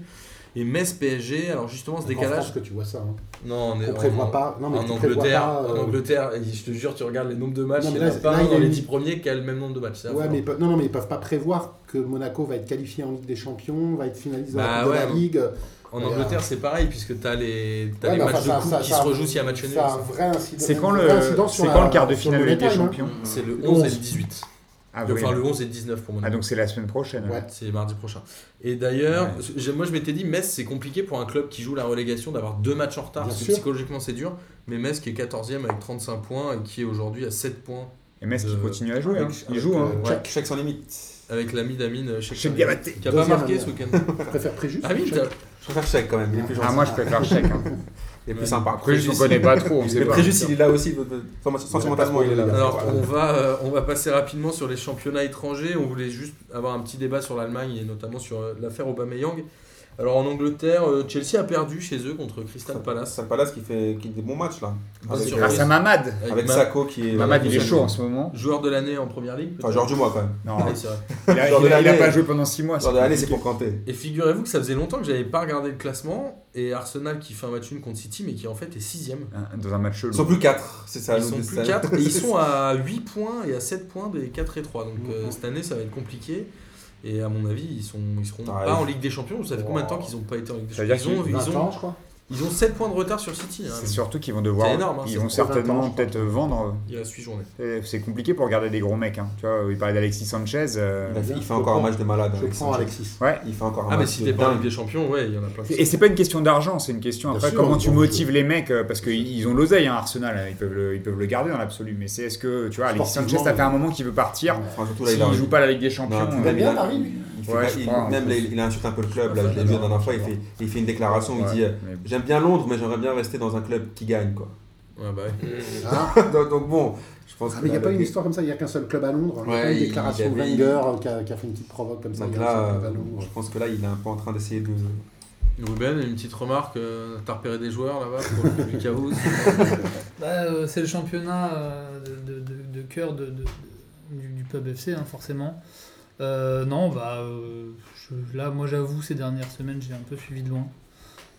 Speaker 1: Et Metz PSG, alors justement ce
Speaker 5: Donc, en France
Speaker 1: décalage.
Speaker 5: que tu vois ça. hein.
Speaker 1: Non, on est
Speaker 5: On prévoit
Speaker 1: en-
Speaker 5: pas. Non, mais
Speaker 1: en
Speaker 5: tu prévois
Speaker 1: Angleterre,
Speaker 5: pas, euh,
Speaker 1: en Angleterre, et je te jure, tu regardes les nombres de matchs,
Speaker 5: Non,
Speaker 1: il
Speaker 5: mais
Speaker 1: n'y en a
Speaker 5: là,
Speaker 1: pas
Speaker 5: là,
Speaker 1: un
Speaker 5: il y a
Speaker 1: dans les
Speaker 5: une-
Speaker 1: 10 premiers qui a le même nombre de matchs. c'est
Speaker 5: Ouais,
Speaker 1: affolant.
Speaker 5: mais ils peuvent- non, non, mais ils peuvent pas prévoir que Monaco va être qualifié en Ligue des Champions, va être finaliste dans
Speaker 1: Bah
Speaker 5: la Coupe de
Speaker 1: ouais,
Speaker 5: la Ligue.
Speaker 1: En
Speaker 5: Ouais,
Speaker 1: Angleterre,
Speaker 5: euh,
Speaker 1: c'est pareil, puisque tu as les, t'as
Speaker 5: Ouais,
Speaker 1: les
Speaker 5: mais
Speaker 1: matchs
Speaker 5: enfin, ça-
Speaker 1: de coupe
Speaker 5: ça-
Speaker 1: qui
Speaker 5: ça-
Speaker 1: se rejouent s'il y a match nul.
Speaker 5: Ça a un vrai incident.
Speaker 3: C'est quand,
Speaker 5: un
Speaker 3: le,
Speaker 5: vrai incident sur
Speaker 3: c'est
Speaker 5: la-
Speaker 3: quand le quart de
Speaker 5: sur
Speaker 3: finale de
Speaker 5: le
Speaker 3: Ligue des
Speaker 5: money time, hein.
Speaker 3: Champions
Speaker 1: C'est le
Speaker 5: Le
Speaker 1: 11 et le
Speaker 5: 11.
Speaker 1: 18.
Speaker 3: Avril.
Speaker 1: Enfin, le 11 et le 19 pour Monaco.
Speaker 3: Ah donc c'est la semaine prochaine.
Speaker 5: Ouais.
Speaker 1: C'est mardi prochain. Et d'ailleurs, j'ai- moi je m'étais dit, Metz c'est compliqué pour un club qui joue la relégation d'avoir deux matchs en retard.
Speaker 5: Bien
Speaker 1: parce que
Speaker 5: sûr.
Speaker 1: psychologiquement c'est dur. Mais Metz qui est 14ème avec 35 points et qui est aujourd'hui à 7 points
Speaker 3: Et Metz qui
Speaker 1: Euh,
Speaker 3: continue à jouer.
Speaker 1: avec-
Speaker 3: hein. Il joue.
Speaker 5: euh,
Speaker 3: hein.
Speaker 1: Ouais.
Speaker 5: Jack,
Speaker 4: Chèque sans limite.
Speaker 1: avec l'ami d'Amine euh, Sheikh
Speaker 3: Sheikh
Speaker 1: Tamim,
Speaker 3: Diabaté.
Speaker 1: Qui a pas
Speaker 5: Deuxième
Speaker 1: marqué ce
Speaker 5: ami.
Speaker 1: week-end.
Speaker 5: je préfère préjuger.
Speaker 1: Ah oui,
Speaker 5: Jack.
Speaker 1: t'as-
Speaker 4: Je préfère chèque quand même, il est
Speaker 1: euh,
Speaker 4: plus gentil.
Speaker 3: Ah moi je préfère chèque. hein.
Speaker 4: Il est plus
Speaker 1: Ouais.
Speaker 4: sympa.
Speaker 3: Préjudice on connaît pas trop, on sait
Speaker 4: Le
Speaker 3: pas.
Speaker 4: préjudice, il est là aussi. votre- votre- enfin, Sentimentalement, il est là.
Speaker 1: alors on va, euh, on va passer rapidement sur les championnats étrangers. On voulait juste avoir un petit débat sur l'Allemagne et notamment sur euh, l'affaire Aubameyang. Alors en Angleterre, euh, Chelsea a perdu chez eux contre Crystal Palace.
Speaker 4: C'est Palace qui fait qui fait des bons matchs là.
Speaker 1: Bien
Speaker 4: Avec,
Speaker 1: sûr.
Speaker 4: euh,
Speaker 3: Grâce à Mamad.
Speaker 4: avec
Speaker 1: Ma-
Speaker 4: Sako qui est.
Speaker 3: Mamad il est chaud en ce moment.
Speaker 1: Joueur de l'année en première ligue.
Speaker 4: Enfin,
Speaker 1: peut-être
Speaker 4: genre du mois quand même.
Speaker 3: Non,
Speaker 1: Ouais, c'est vrai.
Speaker 3: il a,
Speaker 4: Genre de
Speaker 3: il a- il a
Speaker 4: l'année.
Speaker 3: pas joué pendant 6 mois.
Speaker 4: Genre de
Speaker 3: c'est
Speaker 4: l'année, c'est
Speaker 3: compliqué.
Speaker 4: pour Kanté.
Speaker 1: Et figurez-vous que ça faisait longtemps que j'avais pas regardé le classement et Arsenal qui fait un match nul contre City mais qui en fait est sixième.
Speaker 3: Hein, Dans un match
Speaker 4: Ils sont
Speaker 3: long.
Speaker 4: plus 4, c'est ça.
Speaker 1: Ils
Speaker 4: le-
Speaker 1: sont plus
Speaker 4: ça-
Speaker 1: 4 et ils sont à 8 points et à 7 points des 4 et 3. Donc euh,
Speaker 5: Mhm.
Speaker 1: cette année ça va être compliqué. Et à mon avis, ils sont ils seront
Speaker 4: Ah,
Speaker 1: pas
Speaker 4: ils-
Speaker 1: en Ligue des Champions. Ça fait combien de temps qu'ils ont pas été en Ligue des
Speaker 3: Ça veut dire
Speaker 1: Champions Ils ont, Ah
Speaker 5: Ils
Speaker 1: ils ont-
Speaker 5: ans, je crois.
Speaker 1: Ils ont 7 points de retard sur City. hein.
Speaker 3: C'est surtout qu'ils vont devoir.
Speaker 1: C'est énorme, hein,
Speaker 3: ils
Speaker 1: c'est
Speaker 3: vont
Speaker 5: 320 ans,
Speaker 3: certainement
Speaker 5: je
Speaker 3: peut-être vendre.
Speaker 1: Il reste 8 journées.
Speaker 3: euh, C'est compliqué pour garder des gros mecs. hein. Tu vois, il parlait d'Alexis Sanchez. euh,
Speaker 1: Bah,
Speaker 4: Il a fait- il fait
Speaker 5: Je
Speaker 4: encore un
Speaker 5: prends-
Speaker 4: match de malade.
Speaker 5: Je
Speaker 4: Alexis
Speaker 5: prends
Speaker 4: Sanchez.
Speaker 5: Alexis.
Speaker 3: Ouais.
Speaker 4: Il fait encore un
Speaker 1: Ah, mais
Speaker 4: match
Speaker 1: si
Speaker 4: de
Speaker 1: t'es pas en
Speaker 4: dingue.
Speaker 1: Ligue des Champions, ouais, il y en a plein.
Speaker 3: Et c'est pas une question d'argent, c'est une question
Speaker 5: Bien
Speaker 3: après
Speaker 5: sûr,
Speaker 3: comment tu
Speaker 5: bon,
Speaker 3: motives les mecs euh, parce qu'ils ont l'oseille, hein, Arsenal, euh, ils peuvent le, ils peuvent le garder dans l'absolu. Mais c'est est-ce que tu vois, Alexis
Speaker 5: Sportivement,
Speaker 3: Sanchez, ça
Speaker 5: oui.
Speaker 3: fait un moment qu'il veut partir.
Speaker 4: Enfin, surtout là,
Speaker 3: S'il
Speaker 4: il a-
Speaker 3: joue pas la Ligue des Champions,
Speaker 4: Non,
Speaker 3: euh,
Speaker 4: il a-
Speaker 5: bien
Speaker 4: il a-
Speaker 5: Paris, lui.
Speaker 4: il fait
Speaker 3: Ouais,
Speaker 4: pas-
Speaker 3: je
Speaker 4: il-
Speaker 3: crois,
Speaker 4: Même
Speaker 3: en
Speaker 4: là,
Speaker 3: fait.
Speaker 4: il, il insulte un peu le club.
Speaker 5: Ouais,
Speaker 4: Là, je l'ai
Speaker 5: non,
Speaker 4: vu la dernière fois. Il
Speaker 5: non.
Speaker 4: fait, il fait une déclaration où
Speaker 3: ouais,
Speaker 4: il dit euh,
Speaker 3: mais-
Speaker 4: J'aime bien Londres, mais j'aimerais bien rester dans un club qui gagne. Quoi.
Speaker 1: Ouais, bah ouais.
Speaker 5: Ah,
Speaker 4: donc, donc bon, je pense
Speaker 5: ah,
Speaker 4: que
Speaker 5: mais il n'y a
Speaker 4: là,
Speaker 5: pas
Speaker 4: le-
Speaker 5: une histoire comme ça, il n'y a qu'un seul club à Londres. Il y a
Speaker 4: Ouais,
Speaker 5: pas une
Speaker 4: il-
Speaker 5: déclaration
Speaker 4: il y avait-
Speaker 5: Wenger euh, qui a, qui a fait une petite provoque comme ça.
Speaker 4: Donc
Speaker 5: il y a un
Speaker 4: là,
Speaker 5: seul
Speaker 4: euh,
Speaker 5: club à Londres.
Speaker 4: je pense que là, il est un peu en train d'essayer de.
Speaker 1: Ruben, une petite remarque euh, T'as repéré des joueurs là-bas pour le public house
Speaker 6: Bah, euh, c'est le championnat euh, de, de- de- de cœur de, de- de- du, du pub FC, hein, forcément. Euh, non, bah, euh, je- là, moi j'avoue, ces dernières semaines, j'ai un peu suivi de loin.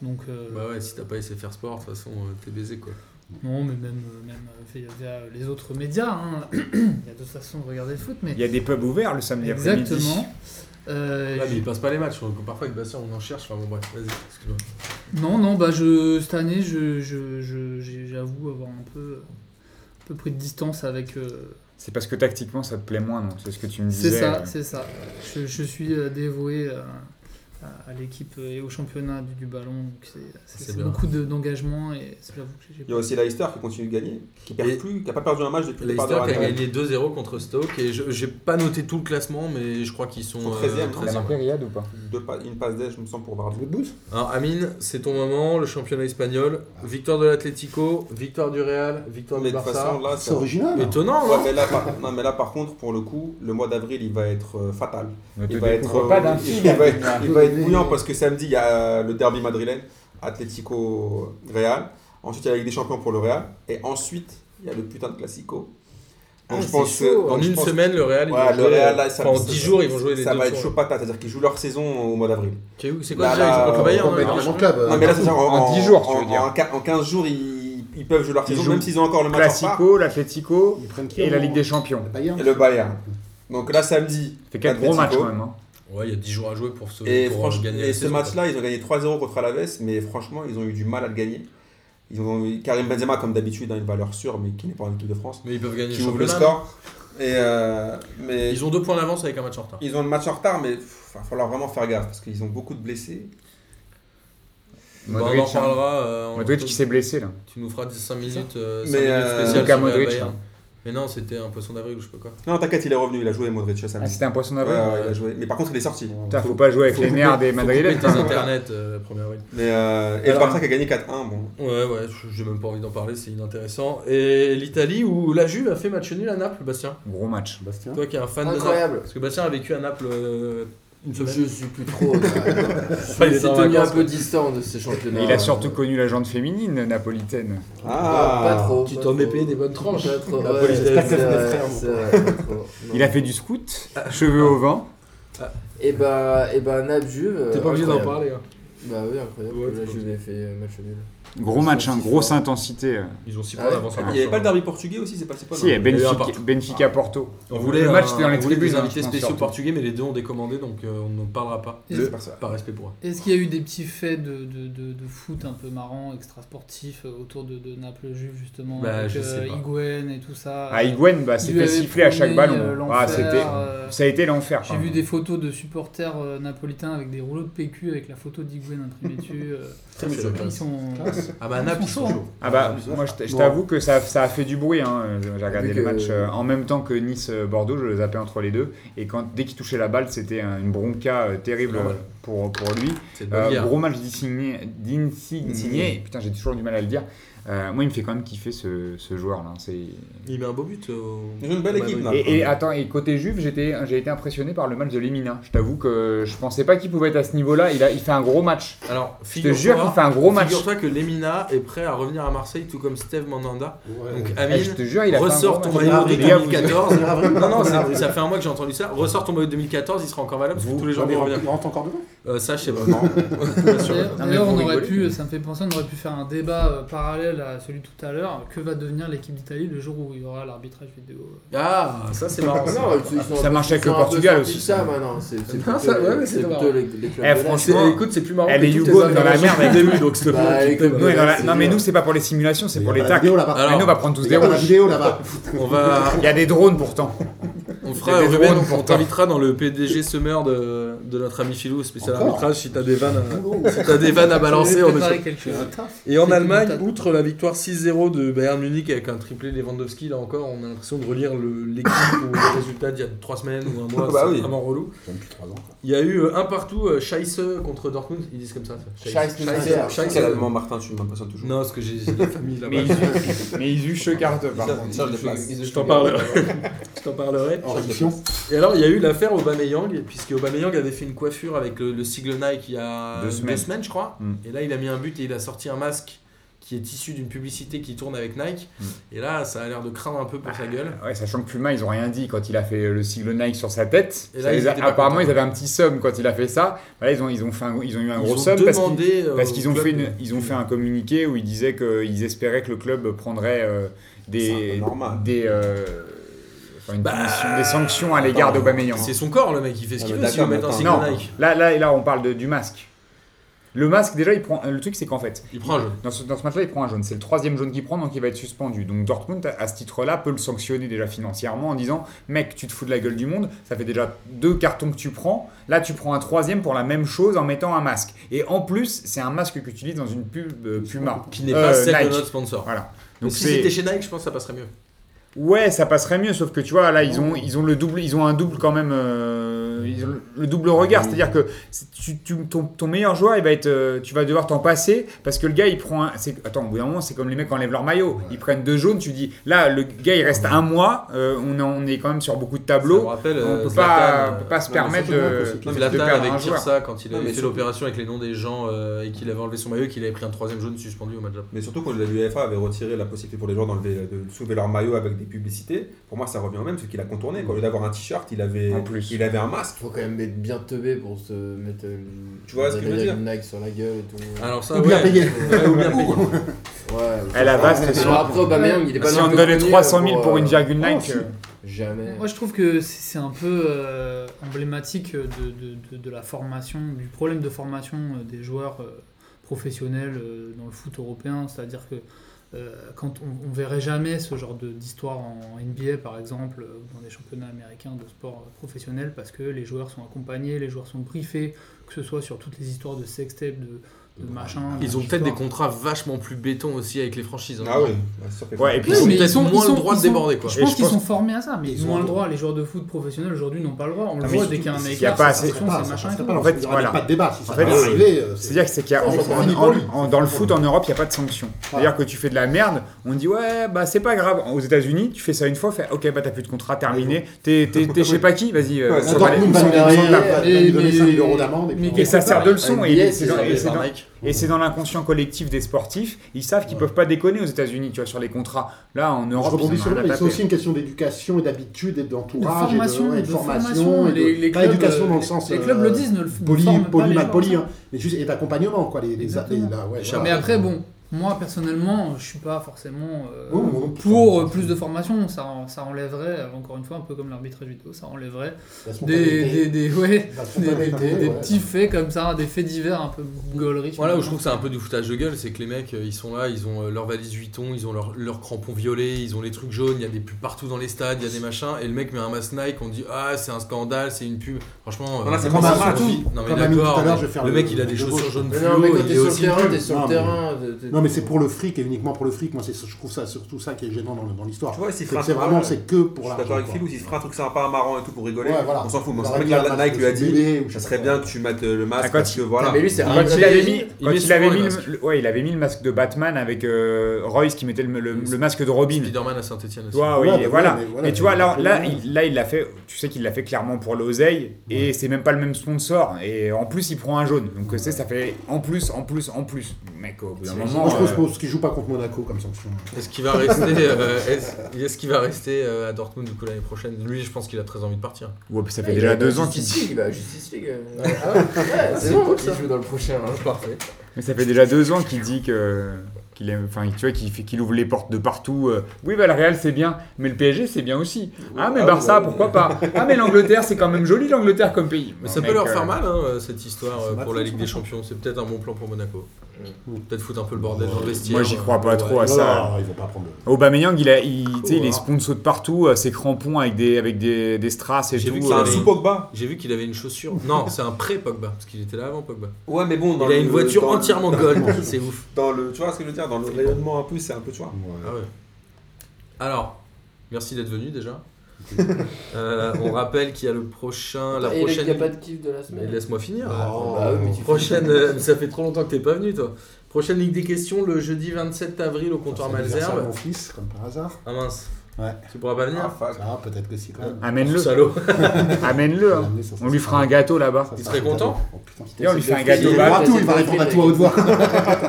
Speaker 6: Donc, euh,
Speaker 1: Bah ouais, si t'as pas essayé de faire sport, de toute façon, euh, t'es baisé quoi.
Speaker 6: non, mais même, euh, même euh, via, via les autres médias, hein. il y a d'autres façons de regarder le foot, mais
Speaker 3: Il y a des pubs ouverts le samedi après-midi.
Speaker 6: exactement. Euh,
Speaker 1: Là, mais ils passent pas les matchs, donc parfois avec Bastien on en cherche. Enfin bon, bref, vas-y, excuse-moi.
Speaker 6: Non, non, bah je cette année, je, je, je- j'ai- j'avoue avoir un peu, un peu pris de distance avec. euh,
Speaker 3: C'est parce que tactiquement ça te plaît moins, non C'est ce que tu me disais.
Speaker 6: c'est ça,
Speaker 3: euh.
Speaker 6: c'est ça. Je, je suis euh, dévoué euh, à, à l'équipe et au championnat du, du ballon. donc c'est,
Speaker 1: C'est
Speaker 6: c'est- c'est
Speaker 1: bien.
Speaker 6: beaucoup de- d'engagement et c'est j'avoue que j'ai
Speaker 4: Il y a aussi Leicester qui continue de gagner, qui
Speaker 1: Et-
Speaker 4: perd plus, qui n'a pas perdu un match depuis le départ de
Speaker 1: Leicester qui a
Speaker 4: Ranieri.
Speaker 1: gagné 2-0 contre Stoke et je- j'ai pas noté tout le classement mais je crois qu'ils sont
Speaker 4: Au 13e, non
Speaker 3: Il a
Speaker 1: 13e,
Speaker 3: marqué
Speaker 1: ouais.
Speaker 3: Riyad ou pas
Speaker 4: Deux pa- Une passe d'âge, je me sens, pour Vardy.
Speaker 1: Alors Amine, c'est ton moment, le championnat espagnol, victoire de l'Atlético, victoire du Real, victoire
Speaker 4: Mais
Speaker 1: du
Speaker 4: de toute
Speaker 1: Barça.
Speaker 4: façon, là,
Speaker 5: C'est
Speaker 4: ça-
Speaker 5: original. hein.
Speaker 1: Étonnant,
Speaker 4: Ouais,
Speaker 1: non
Speaker 4: mais là, par... Non, mais là, par contre, pour le coup, le mois d'avril, il va être euh, fatal.
Speaker 3: Ne te
Speaker 4: Il va être,
Speaker 3: découvre
Speaker 4: euh,
Speaker 3: pas d'un
Speaker 4: il-
Speaker 3: fil.
Speaker 4: il va être- il va être
Speaker 5: Mais-
Speaker 4: bouillant parce que samedi, il y a le derby madrilène, Atlético Real. Ensuite, il y a la Ligue des Champions pour le Real. Et ensuite, il y a le putain de Classico. Donc,
Speaker 1: Ah,
Speaker 4: je
Speaker 1: c'est
Speaker 4: pense
Speaker 1: chaud.
Speaker 4: que-
Speaker 1: en
Speaker 4: donc, je
Speaker 1: une
Speaker 4: pense-
Speaker 1: semaine, le Real, ils
Speaker 4: Ouais,
Speaker 1: vont
Speaker 4: le
Speaker 1: jouer,
Speaker 4: Real, là,
Speaker 1: euh,
Speaker 4: ça-
Speaker 1: enfin, en
Speaker 4: ça-
Speaker 1: 10 jours, ils vont jouer les
Speaker 4: Ça
Speaker 1: deux
Speaker 4: va être
Speaker 1: tours. Euh,
Speaker 4: chaud patate, c'est-à-dire qu'ils jouent leur saison au mois d'avril.
Speaker 1: Ok, où- C'est quoi
Speaker 4: Là,
Speaker 1: déjà Ils
Speaker 4: là,
Speaker 1: jouent contre
Speaker 4: euh,
Speaker 1: Bayern
Speaker 5: Bon, mais
Speaker 1: non,
Speaker 5: dans
Speaker 1: ils
Speaker 5: mon
Speaker 1: jouent-
Speaker 5: club. euh,
Speaker 4: Non, mais là, c'est-à-dire
Speaker 3: en 10 jours, tu veux
Speaker 4: en-
Speaker 3: dire.
Speaker 4: En, quin- en 15 jours, ils, ils peuvent jouer leur
Speaker 3: Ils
Speaker 4: saison,
Speaker 3: jouent
Speaker 4: même s'ils ont encore le match en retard.
Speaker 3: Classico, l'Atletico
Speaker 5: Ils prennent qui
Speaker 3: et
Speaker 5: au-
Speaker 3: la Ligue des Champions.
Speaker 5: Le Bayern.
Speaker 4: Et le Bayern. Donc là, samedi.
Speaker 3: C'est quatre gros
Speaker 4: Atlético.
Speaker 3: matchs quand même. hein.
Speaker 1: Ouais, il y a 10 jours à jouer pour se
Speaker 4: Et,
Speaker 1: pour, euh,
Speaker 4: franchement,
Speaker 1: gagner.
Speaker 4: et
Speaker 1: la
Speaker 4: ce
Speaker 1: saison,
Speaker 4: match-là, ils ont gagné 3-0 contre Alaves, mais franchement, ils ont eu du mal à le gagner. Ils ont eu Karim Benzema, comme d'habitude, a une valeur sûre, mais qui n'est pas en équipe de France,
Speaker 1: quoi. Mais ils peuvent gagner
Speaker 4: qui
Speaker 1: le
Speaker 4: ouvre le
Speaker 1: championnat.
Speaker 4: score. Et euh, mais ils ont...
Speaker 1: Ils ont deux points d'avance avec un match en retard.
Speaker 4: le match en retard, mais il va falloir vraiment faire gaffe parce qu'ils ont beaucoup de blessés.
Speaker 1: Bah,
Speaker 3: Modric,
Speaker 1: on en parlera. euh,
Speaker 3: hein.
Speaker 1: en-
Speaker 3: Modric qui s'est blessé là.
Speaker 1: Tu nous feras 5 minutes, euh,
Speaker 4: Mais,
Speaker 1: cinq minutes
Speaker 4: euh,
Speaker 1: spéciales
Speaker 3: Luka
Speaker 1: sur la
Speaker 3: Modric,
Speaker 1: Bayern.
Speaker 3: hein.
Speaker 1: Mais non, c'était un poisson d'avril ou je sais pas quoi.
Speaker 4: Non, t'inquiète, il est revenu, il a joué Modric ça
Speaker 3: Ah,
Speaker 4: samedi.
Speaker 3: c'était un poisson
Speaker 4: Ouais,
Speaker 3: d'avril.
Speaker 4: ouais, il a joué. Mais par contre, il est sorti.
Speaker 3: Putain, faut pas jouer avec les nerfs des Madrilènes.
Speaker 1: Tes internet, euh, première avril.
Speaker 4: Mais, euh, et
Speaker 1: Alors-
Speaker 4: le Barça qui a gagné 4-1, bon.
Speaker 1: Ouais, ouais, je- j'ai même pas envie d'en parler, c'est inintéressant. Et l'Italie où la Juve a fait match nul à Naples, Bastien.
Speaker 3: Gros match.
Speaker 5: Bastien.
Speaker 1: Toi qui es un fan de Naples.
Speaker 2: Incroyable.
Speaker 1: Parce que Bastien a vécu à Naples euh, une semaine.
Speaker 2: Je suis plus trop. euh,
Speaker 1: Enfin, il
Speaker 2: J'ai
Speaker 1: était
Speaker 2: tenu un
Speaker 1: vacances,
Speaker 2: peu
Speaker 1: quoi.
Speaker 2: distant de ces championnats.
Speaker 3: Mais il a surtout connu la jante féminine napolitaine.
Speaker 2: Ah, pas trop.
Speaker 1: Tu
Speaker 2: pas
Speaker 1: t'en mets
Speaker 2: trop.
Speaker 1: payé des bonnes tranches.
Speaker 2: Pas trop.
Speaker 1: La
Speaker 2: ouais,
Speaker 1: police
Speaker 2: c'est
Speaker 1: des
Speaker 2: vrai,
Speaker 1: frères,
Speaker 2: c'est
Speaker 1: des
Speaker 2: vrai,
Speaker 1: frères,
Speaker 2: c'est vrai, pas trop. Non.
Speaker 3: Il a fait du scout, cheveux au vent.
Speaker 2: Et bah, et bah, Nab Juve. euh,
Speaker 1: T'es pas obligé d'en
Speaker 2: incroyable.
Speaker 1: parler. hein.
Speaker 2: Bah oui, incroyable.
Speaker 1: Ouais,
Speaker 2: la
Speaker 1: c'est
Speaker 2: Juve a fait euh, match nul.
Speaker 3: Gros match, hein, grosse intensité. euh.
Speaker 1: Ils ont 6
Speaker 2: Ah
Speaker 1: points
Speaker 2: ouais.
Speaker 1: d'avance. hein.
Speaker 4: Il n'y avait pas le derby portugais aussi, c'est passé pas
Speaker 3: Si, et
Speaker 4: non
Speaker 1: y a eu un
Speaker 3: Benfica,
Speaker 1: partout.
Speaker 6: Ah.
Speaker 3: Benfica Porto.
Speaker 1: On voulait,
Speaker 3: le match c'était dans les
Speaker 1: on voulait
Speaker 3: tribunes.
Speaker 1: des
Speaker 3: hein,
Speaker 1: invités
Speaker 3: je pense,
Speaker 1: spéciaux
Speaker 3: surtout.
Speaker 1: portugais, mais les deux ont décommandé, donc euh, on n'en parlera pas.
Speaker 6: Le-
Speaker 4: C'est pas ça.
Speaker 1: Par respect pour eux.
Speaker 6: Est-ce qu'il y a eu des petits faits de, de, de, de foot un peu marrants, extra-sportifs, euh, autour de, de Naples-Juve, justement
Speaker 1: Bah,
Speaker 6: avec,
Speaker 1: je sais pas.
Speaker 6: Higuaín et tout ça
Speaker 3: Ah, Higuain, bah, s'est
Speaker 6: Il lui
Speaker 3: fait
Speaker 6: avait
Speaker 3: siffler à chaque
Speaker 6: promis, euh,
Speaker 3: ballon. Ah,
Speaker 6: l'enfer,
Speaker 3: c'était,
Speaker 6: euh,
Speaker 3: ça a été l'enfer. hein.
Speaker 6: J'ai
Speaker 3: pardon.
Speaker 6: vu des photos de supporters euh, napolitains avec des rouleaux de PQ avec la photo d'Higuain imprimée dessus. euh,
Speaker 1: Très bien.
Speaker 6: ils sont.
Speaker 1: Ah bah Naples, ils sont chauds.
Speaker 3: Ah bah,
Speaker 5: bizarre.
Speaker 3: moi je t- je
Speaker 5: Bon.
Speaker 3: t'avoue que ça, ça a fait du bruit. hein. J'ai regardé
Speaker 2: Vu
Speaker 3: le
Speaker 2: que-
Speaker 3: match euh, en même temps que Nice-Bordeaux, je le zappais entre les deux. Et quand, dès qu'il touchait la balle, c'était un- une bronca euh, terrible
Speaker 6: Ah
Speaker 1: Normal.
Speaker 3: pour, pour lui.
Speaker 1: C'est de bonne
Speaker 3: Euh,
Speaker 1: guerre.
Speaker 3: gros match d'insigné. d'insigné. Putain, j'ai toujours du mal à le dire. Euh, moi, il me fait quand même kiffer ce, ce joueur-là. hein. C'est...
Speaker 1: Il met un beau but. euh,
Speaker 4: Ils ont une belle
Speaker 1: au Madrid.
Speaker 4: équipe, là.
Speaker 3: Et, et attends, et côté Juve, j'étais, j'ai été impressionné par le match de Lemina. Je t'avoue que je pensais pas qu'il pouvait être à ce niveau-là. Il, a, il fait un gros match.
Speaker 1: Alors,
Speaker 3: Je te
Speaker 1: figure-toi,
Speaker 3: jure qu'il fait un gros match.
Speaker 1: Figure-toi que Lemina est prêt à revenir à Marseille, tout comme Steve Mandanda.
Speaker 5: Ouais.
Speaker 1: Donc
Speaker 3: Eh, je
Speaker 1: Amine,
Speaker 3: te jure, il a
Speaker 1: ressort
Speaker 3: fait
Speaker 1: ton
Speaker 3: un gros match.
Speaker 1: maillot de
Speaker 3: Les gars, vous-
Speaker 1: 2014.
Speaker 5: Avril,
Speaker 1: Non, non,
Speaker 5: avril.
Speaker 1: c'est- ça fait un mois que j'ai entendu ça. Ressort ton maillot de 2014, il sera encore valable parce que
Speaker 5: Vous-
Speaker 1: tous les gens
Speaker 5: non, mais
Speaker 1: vont
Speaker 5: il rentre-
Speaker 1: revenir.
Speaker 5: il rentre encore dedans
Speaker 1: Euh, ça, je sais pas. Non. Bien sûr.
Speaker 6: D'ailleurs,
Speaker 3: mais
Speaker 6: d'ailleurs,
Speaker 3: vous
Speaker 6: on aurait
Speaker 3: rigolez.
Speaker 6: pu, ça me fait penser, on aurait pu faire un débat euh, parallèle à celui de tout à l'heure. Que va devenir l'équipe d'Italie le jour où il y aura l'arbitrage vidéo
Speaker 1: Ah, ça c'est marrant. ça.
Speaker 2: Non, ils sont
Speaker 3: Ça
Speaker 2: un peu-
Speaker 3: marche
Speaker 2: ils
Speaker 3: avec
Speaker 2: sont
Speaker 3: le
Speaker 2: un peu
Speaker 3: Portugal
Speaker 2: sortis
Speaker 3: aussi.
Speaker 2: de Ça maintenant, c'est c'est
Speaker 1: Non,
Speaker 2: plutôt,
Speaker 1: ça- ouais, mais
Speaker 2: c'est
Speaker 1: c'est
Speaker 2: plutôt
Speaker 1: marrant.
Speaker 2: les, les clubs
Speaker 3: Eh,
Speaker 2: de l'Est.
Speaker 3: franchement,
Speaker 1: C'est- Écoute, c'est plus marrant.
Speaker 3: Eh,
Speaker 1: que
Speaker 3: les
Speaker 1: toutes
Speaker 3: Yougos dans la
Speaker 1: interventions
Speaker 3: merde,
Speaker 1: du début, donc s'il te plaît.
Speaker 2: Bah,
Speaker 1: s'il te
Speaker 2: écoute,
Speaker 1: plaît.
Speaker 3: Nous, on est dans la-
Speaker 2: c'est
Speaker 3: Non, mais
Speaker 2: dur.
Speaker 3: nous, c'est pas pour les simulations, c'est
Speaker 5: Mais
Speaker 3: pour
Speaker 5: y
Speaker 3: les
Speaker 5: a pas la
Speaker 3: tacles.
Speaker 5: vidéo là-bas.
Speaker 1: Alors,
Speaker 3: Mais nous, on va prendre tous
Speaker 5: Il
Speaker 3: des
Speaker 5: y a pas la
Speaker 3: rouges.
Speaker 5: vidéo là-bas.
Speaker 1: On va,
Speaker 3: Il y a des drones pourtant.
Speaker 1: on
Speaker 3: Il
Speaker 1: fera
Speaker 3: y a des
Speaker 1: Ruben,
Speaker 3: drones,
Speaker 1: on
Speaker 3: pourtant.
Speaker 1: t'invitera dans le PDG Summer de, de notre ami Philou, spécial
Speaker 5: Encore
Speaker 1: arbitrage. Si t'as des vannes, à, si t'as des vannes à
Speaker 3: oh,
Speaker 1: balancer, on est
Speaker 6: préparer
Speaker 1: chaud.
Speaker 6: quelque chose.
Speaker 1: Et en
Speaker 6: C'est
Speaker 1: Allemagne,
Speaker 6: une
Speaker 1: outre la victoire 6-0 de Bayern Munich avec un triplé Lewandowski, là encore, on a l'impression de relire le- l'équipe ou le résultat d'il y a 3 semaines ou un mois,
Speaker 4: Bah
Speaker 1: c'est
Speaker 4: oui.
Speaker 1: vraiment relou.
Speaker 5: J'aime plus 3 ans. quoi.
Speaker 1: Il y a eu euh, un partout, euh, Scheisse contre Dortmund, ils disent comme ça. ça.
Speaker 2: Scheisse, Scheisse.
Speaker 1: Scheisse.
Speaker 4: Quel allemand, Martin, tu m'impressionnes toujours.
Speaker 1: Non, parce que j'ai j'ai de la famille
Speaker 3: Mais
Speaker 1: là-bas.
Speaker 3: ils eu- mais ils eu ce carte par
Speaker 4: Ça,
Speaker 3: contre.
Speaker 4: ça, je les place.
Speaker 1: Je t'en parlerai. Je t'en parlerai.
Speaker 5: En réduction,
Speaker 1: Et alors, il y a eu l'affaire Aubameyang, puisque Aubameyang avait fait une coiffure avec le, le sigle Nike il y a
Speaker 3: Deux semaines.
Speaker 1: je crois.
Speaker 3: Mm.
Speaker 1: Et là, il a mis un but et il a sorti un masque qui est issu d'une publicité qui tourne avec Nike.
Speaker 3: Mm.
Speaker 1: Et là, ça a l'air de craindre un peu pour sa gueule.
Speaker 3: Ah Ouais, sachant que Puma, ils ont rien dit quand il a fait le sigle Nike sur sa tête.
Speaker 1: Et là,
Speaker 3: Ça
Speaker 1: ils
Speaker 3: les a-
Speaker 1: étaient pas
Speaker 3: apparemment,
Speaker 1: contents.
Speaker 3: ils avaient un petit somme quand il a fait ça. Bah là, ils ont, ils ont, fait un- ils ont eu un
Speaker 1: Ils
Speaker 3: gros
Speaker 1: ont
Speaker 3: somme parce qu'ils
Speaker 1: demandé, euh,
Speaker 3: parce qu'ils ont,
Speaker 1: au
Speaker 3: fait
Speaker 1: club
Speaker 3: une- ils ont fait un communiqué où ils disaient qu'ils espéraient que le club prendrait euh,
Speaker 4: C'est un peu
Speaker 3: des,
Speaker 4: normal.
Speaker 3: des, euh, enfin, une
Speaker 1: Bah,
Speaker 3: punition- des sanctions à l'égard
Speaker 4: attends,
Speaker 3: d'Aubameyang.
Speaker 1: C'est son corps, le mec, il fait ce
Speaker 4: Ah,
Speaker 1: qu'il
Speaker 4: mais
Speaker 1: veut. S'il veut
Speaker 4: d'accord,
Speaker 1: mettre un
Speaker 4: mais
Speaker 1: sigle
Speaker 3: Non,
Speaker 1: Nike,
Speaker 3: là, là, là, on parle de- du masque. Le masque, déjà, il prend. Le truc, c'est qu'en fait,
Speaker 1: il prend un jaune.
Speaker 3: dans ce, dans ce match-là, il prend un jaune. C'est le troisième jaune qu'il prend, donc il va être suspendu. Donc Dortmund, à ce titre-là, peut le sanctionner déjà financièrement en disant Mec, tu te fous de la gueule du monde, ça fait déjà deux cartons que tu prends. Là, tu prends un troisième pour la même chose en mettant un masque. Et en plus, c'est un masque que tu utilises dans une pub euh, Puma.
Speaker 1: Qui n'est
Speaker 3: Euh,
Speaker 1: pas celle
Speaker 3: Nike.
Speaker 1: de notre sponsor.
Speaker 3: Voilà.
Speaker 1: Donc,
Speaker 3: Donc
Speaker 1: si
Speaker 3: c'est-
Speaker 1: c'était chez Nike, je pense que ça passerait mieux.
Speaker 3: Ouais, ça passerait mieux, sauf que tu vois, là, ils ont, ils ont le double, ils ont un double quand même, euh, ils ont le- le double regard. C'est-à-dire que c'est- tu, tu- ton, ton meilleur joueur, il va être, euh, tu vas devoir t'en passer parce que le gars, il prend un. c'est- Attends, au bout d'un moment, c'est comme les mecs qui enlèvent leur maillot. Ils prennent deux jaunes, tu dis, là, le gars, il reste un mois, euh, on, est- on est quand même sur beaucoup de
Speaker 1: Ça me
Speaker 3: tableaux.
Speaker 1: rappelle,
Speaker 3: on
Speaker 1: euh,
Speaker 3: peut pas,
Speaker 1: Zlatan,
Speaker 3: on peut pas se
Speaker 5: non, mais
Speaker 3: permettre
Speaker 5: c'est bien
Speaker 3: de.
Speaker 5: aussi.
Speaker 1: Non,
Speaker 3: de
Speaker 1: mais Zlatan
Speaker 3: perdre un
Speaker 1: avait
Speaker 3: joueur.
Speaker 1: ça quand il
Speaker 4: Non,
Speaker 1: avait
Speaker 4: mais
Speaker 1: fait
Speaker 4: surtout-
Speaker 1: l'opération avec les noms des gens euh, et qu'il avait enlevé son maillot et qu'il avait pris un troisième jaune suspendu au match d'après.
Speaker 4: Mais surtout quand l'UEFA avait retiré la possibilité pour les joueurs d'enlever, de soulever leur maillot avec des publicités, pour moi ça revient au même, c'est qu'il a contourné. Quoi. Au lieu d'avoir un t-shirt, il avait,
Speaker 3: En plus.
Speaker 4: il avait un masque.
Speaker 2: Faut quand même être bien teubé pour se mettre une...
Speaker 4: Tu vois ce que je veux dire
Speaker 2: Nike sur la gueule et tout.
Speaker 1: Alors ça,
Speaker 5: Ou bien
Speaker 1: ouais.
Speaker 5: payé.
Speaker 1: Ouais, ou bien payé.
Speaker 2: Ouais.
Speaker 3: Elle a vaste, si
Speaker 2: Alors après, Aubameyang, il est pas
Speaker 3: on- Bah, si
Speaker 2: non
Speaker 3: on
Speaker 2: plus
Speaker 3: donnait
Speaker 2: connu
Speaker 3: 300 000 pour
Speaker 2: euh,
Speaker 3: une virgule Nike.
Speaker 5: si.
Speaker 3: euh,
Speaker 2: Jamais.
Speaker 6: Moi, je trouve que c'est c'est un peu euh, emblématique de, de- de- de la formation, du problème de formation euh, des joueurs euh, professionnels euh, dans le foot européen. C'est-à-dire que euh, quand on, on verrait jamais ce genre de- d'histoire en NBA, par exemple, euh, ou dans des championnats américains de sport euh, professionnel, parce que les joueurs sont accompagnés, les joueurs sont briefés, que ce soit sur toutes les histoires de sextape, de, de machin.
Speaker 1: Ils ont
Speaker 6: de
Speaker 1: peut-être des
Speaker 6: histoires.
Speaker 1: contrats vachement plus béton aussi avec les franchises. hein.
Speaker 4: Ah oui, bah, c'est sûr que-
Speaker 3: Ouais, et
Speaker 1: Ils
Speaker 3: puis
Speaker 1: ont
Speaker 6: mais
Speaker 1: peut-être
Speaker 6: ils sont-
Speaker 1: moins
Speaker 6: ils
Speaker 1: le
Speaker 6: sont-
Speaker 1: droit de
Speaker 6: ils sont-
Speaker 1: déborder quoi.
Speaker 6: Je
Speaker 3: Et
Speaker 6: pense
Speaker 3: je
Speaker 6: qu'ils
Speaker 3: pense-
Speaker 6: sont formés à ça, mais
Speaker 5: Ils
Speaker 6: ils ont
Speaker 5: ont
Speaker 6: moins
Speaker 5: le
Speaker 6: le droit. Les joueurs de foot professionnels aujourd'hui n'ont pas le droit. On le
Speaker 3: Ah, mais
Speaker 6: voit
Speaker 3: surtout,
Speaker 6: dès qu'il y a un
Speaker 3: c'est qu'il y a
Speaker 6: écart,
Speaker 3: pas
Speaker 6: ça
Speaker 3: assez- Ah,
Speaker 5: Ça serait
Speaker 6: sanctionne,
Speaker 5: pas-
Speaker 6: c'est
Speaker 5: ça
Speaker 6: machin.
Speaker 5: serait pas
Speaker 6: etc.
Speaker 5: dans-
Speaker 3: En fait,
Speaker 5: il y aura
Speaker 3: voilà.
Speaker 5: pas de débat. Si ça
Speaker 3: En fait,
Speaker 5: devait
Speaker 3: c'est-
Speaker 5: arriver, euh, c'est-
Speaker 3: C'est-à-dire que c'est qu'il y a-
Speaker 5: Ça,
Speaker 3: en-
Speaker 5: c'est fini pour
Speaker 3: en-
Speaker 5: lui.
Speaker 3: en- dans le foot en Europe, il n'y a pas de sanction. C'est-à-dire que tu fais de la merde, on dit ouais, bah c'est pas grave. Aux États-Unis, tu fais ça une fois, fait ok, bah t'as plus de contrat, terminé, t'es t'es- t'es je sais pas qui, vas-y. euh,
Speaker 4: Ouais,
Speaker 3: on
Speaker 5: Attends,
Speaker 3: va aller-
Speaker 5: nous,
Speaker 3: on
Speaker 5: on va
Speaker 3: s'en-
Speaker 5: le
Speaker 3: on s'en tape.
Speaker 5: verrer,
Speaker 6: Mais-
Speaker 5: il va donner
Speaker 6: mais-
Speaker 5: 5 000 euros d'amende.
Speaker 6: mais
Speaker 5: puis
Speaker 3: Et
Speaker 5: on-
Speaker 3: ça sert de leçon, et
Speaker 2: Yes,
Speaker 3: c'est dans-
Speaker 2: c'est
Speaker 3: et
Speaker 1: Ils
Speaker 3: c'est
Speaker 1: ont
Speaker 3: dans-
Speaker 1: Nike.
Speaker 3: et c'est dans l'inconscient collectif des sportifs, ils savent qu'ils peuvent pas déconner aux États-Unis, tu vois, sur les contrats. Là, en
Speaker 5: Je
Speaker 3: Europe, ils en
Speaker 5: rebondis
Speaker 3: ont
Speaker 5: sur
Speaker 3: rien
Speaker 5: lui,
Speaker 3: à
Speaker 5: mais c'est
Speaker 3: taper.
Speaker 5: aussi une question d'éducation et d'habitude et d'entourage.
Speaker 6: de formation,
Speaker 5: et ouais,
Speaker 6: de, formation,
Speaker 5: et de-
Speaker 6: les, les
Speaker 5: pas
Speaker 6: clubs,
Speaker 5: éducation dans le
Speaker 6: euh,
Speaker 5: sens.
Speaker 6: Les
Speaker 5: euh,
Speaker 6: clubs le disent, ne le f- ne
Speaker 5: Poli,
Speaker 6: forment pas
Speaker 5: poli,
Speaker 6: les
Speaker 5: mal
Speaker 6: joueurs
Speaker 5: poli,
Speaker 6: à ça.
Speaker 5: hein. mais juste et d'accompagnement quoi, les, les, les,
Speaker 6: Exactement.
Speaker 5: là, ouais,
Speaker 1: Mais
Speaker 5: voilà.
Speaker 6: Mais après, bon, moi personnellement, je suis pas forcément euh,
Speaker 5: Oui, oui, oui.
Speaker 6: pour euh, plus de formation. Ça, en- ça enlèverait, euh, encore une fois, un peu comme l'arbitrage vidéo, ça enlèverait
Speaker 5: La
Speaker 6: des,
Speaker 5: spontanéité,
Speaker 6: des, des- ouais,
Speaker 5: la
Speaker 6: des- des-
Speaker 5: spontanéité,
Speaker 6: des- des
Speaker 5: ouais.
Speaker 6: petits faits comme ça, des faits divers un peu gauleries.
Speaker 1: Voilà où je trouve que c'est un peu du foutage de gueule, c'est que les mecs euh, ils sont là, ils ont euh, leur valise Vuitton, ils ont leur, leur crampon violet, ils ont les trucs jaunes, il y a des pubs partout dans les stades, il y a des machins, et le mec met un masque Nike, on dit ah c'est un scandale, c'est une pub. Franchement, euh,
Speaker 4: Non, là, c'est
Speaker 1: on
Speaker 4: comme
Speaker 1: s'en
Speaker 4: un match.
Speaker 1: fout. Non mais
Speaker 5: Comme a mis tout
Speaker 1: d'accord,
Speaker 5: à l'heure, je vais faire
Speaker 1: le mec
Speaker 5: le-
Speaker 1: il a des
Speaker 5: le
Speaker 1: chaussures
Speaker 5: gauche.
Speaker 1: jaunes
Speaker 2: Mais non, mais
Speaker 1: fluo,
Speaker 2: quand
Speaker 1: il
Speaker 2: t'es
Speaker 1: est
Speaker 2: sur le
Speaker 1: aussi une
Speaker 2: terrain,
Speaker 1: pub.
Speaker 2: t'es sur
Speaker 5: Non,
Speaker 2: le
Speaker 5: mais-
Speaker 2: terrain. t'es-
Speaker 5: Non mais c'est pour le fric et uniquement pour le fric. Moi c'est je trouve ça surtout ça qui est gênant dans, dans l'histoire.
Speaker 4: Tu vois, s'il
Speaker 5: C'est
Speaker 4: fera
Speaker 5: que
Speaker 4: un
Speaker 5: c'est
Speaker 4: truc-
Speaker 5: vraiment c'est que
Speaker 4: Je
Speaker 5: pour
Speaker 4: suis
Speaker 5: la.
Speaker 4: d'accord avec Philou, s'il fera un truc sympa, marrant et tout pour rigoler,
Speaker 5: Ouais, voilà.
Speaker 4: on s'en fout. Mais
Speaker 5: Il
Speaker 4: c'est
Speaker 5: aurait
Speaker 4: vrai que
Speaker 5: mis un
Speaker 4: la- la
Speaker 5: masque
Speaker 4: Nike lui a
Speaker 5: de
Speaker 4: dit
Speaker 5: bébé ou je
Speaker 4: ça
Speaker 5: sais
Speaker 4: serait
Speaker 5: pas.
Speaker 4: bien que tu mettes euh, le
Speaker 3: Ah,
Speaker 4: masque
Speaker 3: quand
Speaker 4: parce
Speaker 3: il-
Speaker 4: que
Speaker 2: Ah,
Speaker 4: voilà.
Speaker 2: mais lui, c'est
Speaker 3: Quand il avait mis,
Speaker 1: Il
Speaker 3: quand
Speaker 1: met
Speaker 3: il
Speaker 1: souvent
Speaker 3: avait
Speaker 1: le
Speaker 3: mis,
Speaker 1: masque.
Speaker 3: le, ouais, il avait mis le masque de Batman avec euh, Royce qui mettait le, le- le masque de Robin.
Speaker 1: Spider-Man à Saint-Etienne
Speaker 3: Tu
Speaker 1: aussi.
Speaker 3: vois, oui,
Speaker 5: Ouais, bah
Speaker 3: et voilà.
Speaker 5: ouais, mais
Speaker 3: Mais,
Speaker 5: voilà,
Speaker 3: tu vois,
Speaker 5: mais-
Speaker 3: là,
Speaker 5: mais-
Speaker 3: là, il, là, il l'a fait. Tu sais qu'il l'a fait clairement pour l'oseille, et c'est même pas le même sponsor. Et en plus, il prend un jaune. Donc, tu sais, ça fait en plus, en plus, en plus. Mec, au bout d'un
Speaker 1: C'est-
Speaker 3: moment,
Speaker 5: Moi, contre
Speaker 1: euh,
Speaker 5: Osmos, qui joue pas contre Monaco comme sanction.
Speaker 1: Est-ce qu'il va rester, euh, est-ce, est-ce qu'il va rester euh, à Dortmund du coup l'année prochaine Lui, je pense qu'il a très envie de partir.
Speaker 3: Ouais, puis ça fait
Speaker 2: Ouais, il
Speaker 3: déjà
Speaker 2: va
Speaker 3: deux
Speaker 2: à
Speaker 3: ans qu'il
Speaker 2: Justice League, il va à Justice League. euh. Ah ouais, ouais, c'est bon qu'il joue dans le prochain. hein.
Speaker 1: Parfait.
Speaker 3: Mais ça fait déjà deux ans qu'il dit que qu'il aime, enfin tu vois qu'il fait qu'il ouvre les portes de partout. euh, oui bah le Real c'est bien, mais le PSG c'est bien aussi. Ah mais
Speaker 4: ah,
Speaker 3: Barça
Speaker 4: ouais.
Speaker 3: pourquoi pas Ah mais l'Angleterre c'est quand même joli l'Angleterre comme pays.
Speaker 1: Mais
Speaker 3: Bon,
Speaker 1: ça peut
Speaker 3: mec,
Speaker 1: leur
Speaker 3: euh,
Speaker 1: faire mal, hein, cette histoire
Speaker 5: c'est
Speaker 1: euh,
Speaker 5: ma
Speaker 1: pour
Speaker 5: faute,
Speaker 1: la Ligue des
Speaker 5: je comprends.
Speaker 1: Champions. C'est peut-être un bon plan pour Monaco.
Speaker 5: Mm.
Speaker 1: Peut-être foutre un peu le bordel dans le vestiaire. hein.
Speaker 3: Moi j'y crois pas
Speaker 1: Ouais.
Speaker 3: trop à
Speaker 5: Non,
Speaker 3: ça.
Speaker 5: non, ils vont pas prendre le-
Speaker 3: Aubameyang il a il, tu sais, il
Speaker 1: Oh,
Speaker 3: est
Speaker 1: hein.
Speaker 3: sponsor de partout, euh, ses crampons avec des avec des, des strass et
Speaker 1: J'ai
Speaker 3: tout.
Speaker 1: vu que
Speaker 4: C'est
Speaker 1: ça
Speaker 3: euh,
Speaker 4: un
Speaker 1: avait-
Speaker 4: sous Pogba.
Speaker 1: J'ai vu qu'il avait une chaussure. Non, c'est un pré-Pogba, parce qu'il était là avant Pogba.
Speaker 4: Ouais, mais bon, dans
Speaker 1: Il a
Speaker 4: le-
Speaker 1: une voiture
Speaker 4: dans le-
Speaker 1: entièrement gold, c'est ouf.
Speaker 4: Dans le, tu vois ce que je veux dire Dans le rayonnement un peu, c'est un peu, tu vois.
Speaker 5: Ouais.
Speaker 1: Ah ouais. Alors, merci d'être venu déjà. Euh, on rappelle qu'il y a le prochain, la
Speaker 2: Et Eric,
Speaker 1: prochaine.
Speaker 2: y a pas de kiff de la
Speaker 1: Mais
Speaker 2: semaine.
Speaker 1: laisse-moi finir.
Speaker 5: Oh.
Speaker 2: Bah oui, mais tu-
Speaker 1: Prochaine, euh, ça fait trop longtemps que t'es pas venu toi. Prochaine Ligue des questions le jeudi 27 avril au comptoir
Speaker 5: C'est l'anniversaire de
Speaker 1: Malzerbe.
Speaker 5: mon fils, comme par hasard.
Speaker 1: Ah mince.
Speaker 5: Ouais.
Speaker 1: Tu pourras pas venir.
Speaker 4: Ah, fuck.
Speaker 5: Ah, peut-être que si quand même.
Speaker 3: Amène-le,
Speaker 1: Salaud.
Speaker 3: amène-le. hein. On lui fera un gâteau là-bas.
Speaker 5: Ça
Speaker 1: Il
Speaker 5: sera
Speaker 1: serait content
Speaker 5: Oh putain.
Speaker 3: Et on lui fait un
Speaker 5: Il
Speaker 3: gâteau.
Speaker 5: va
Speaker 2: verra
Speaker 5: à tout, il va répondre à tout à haute voix.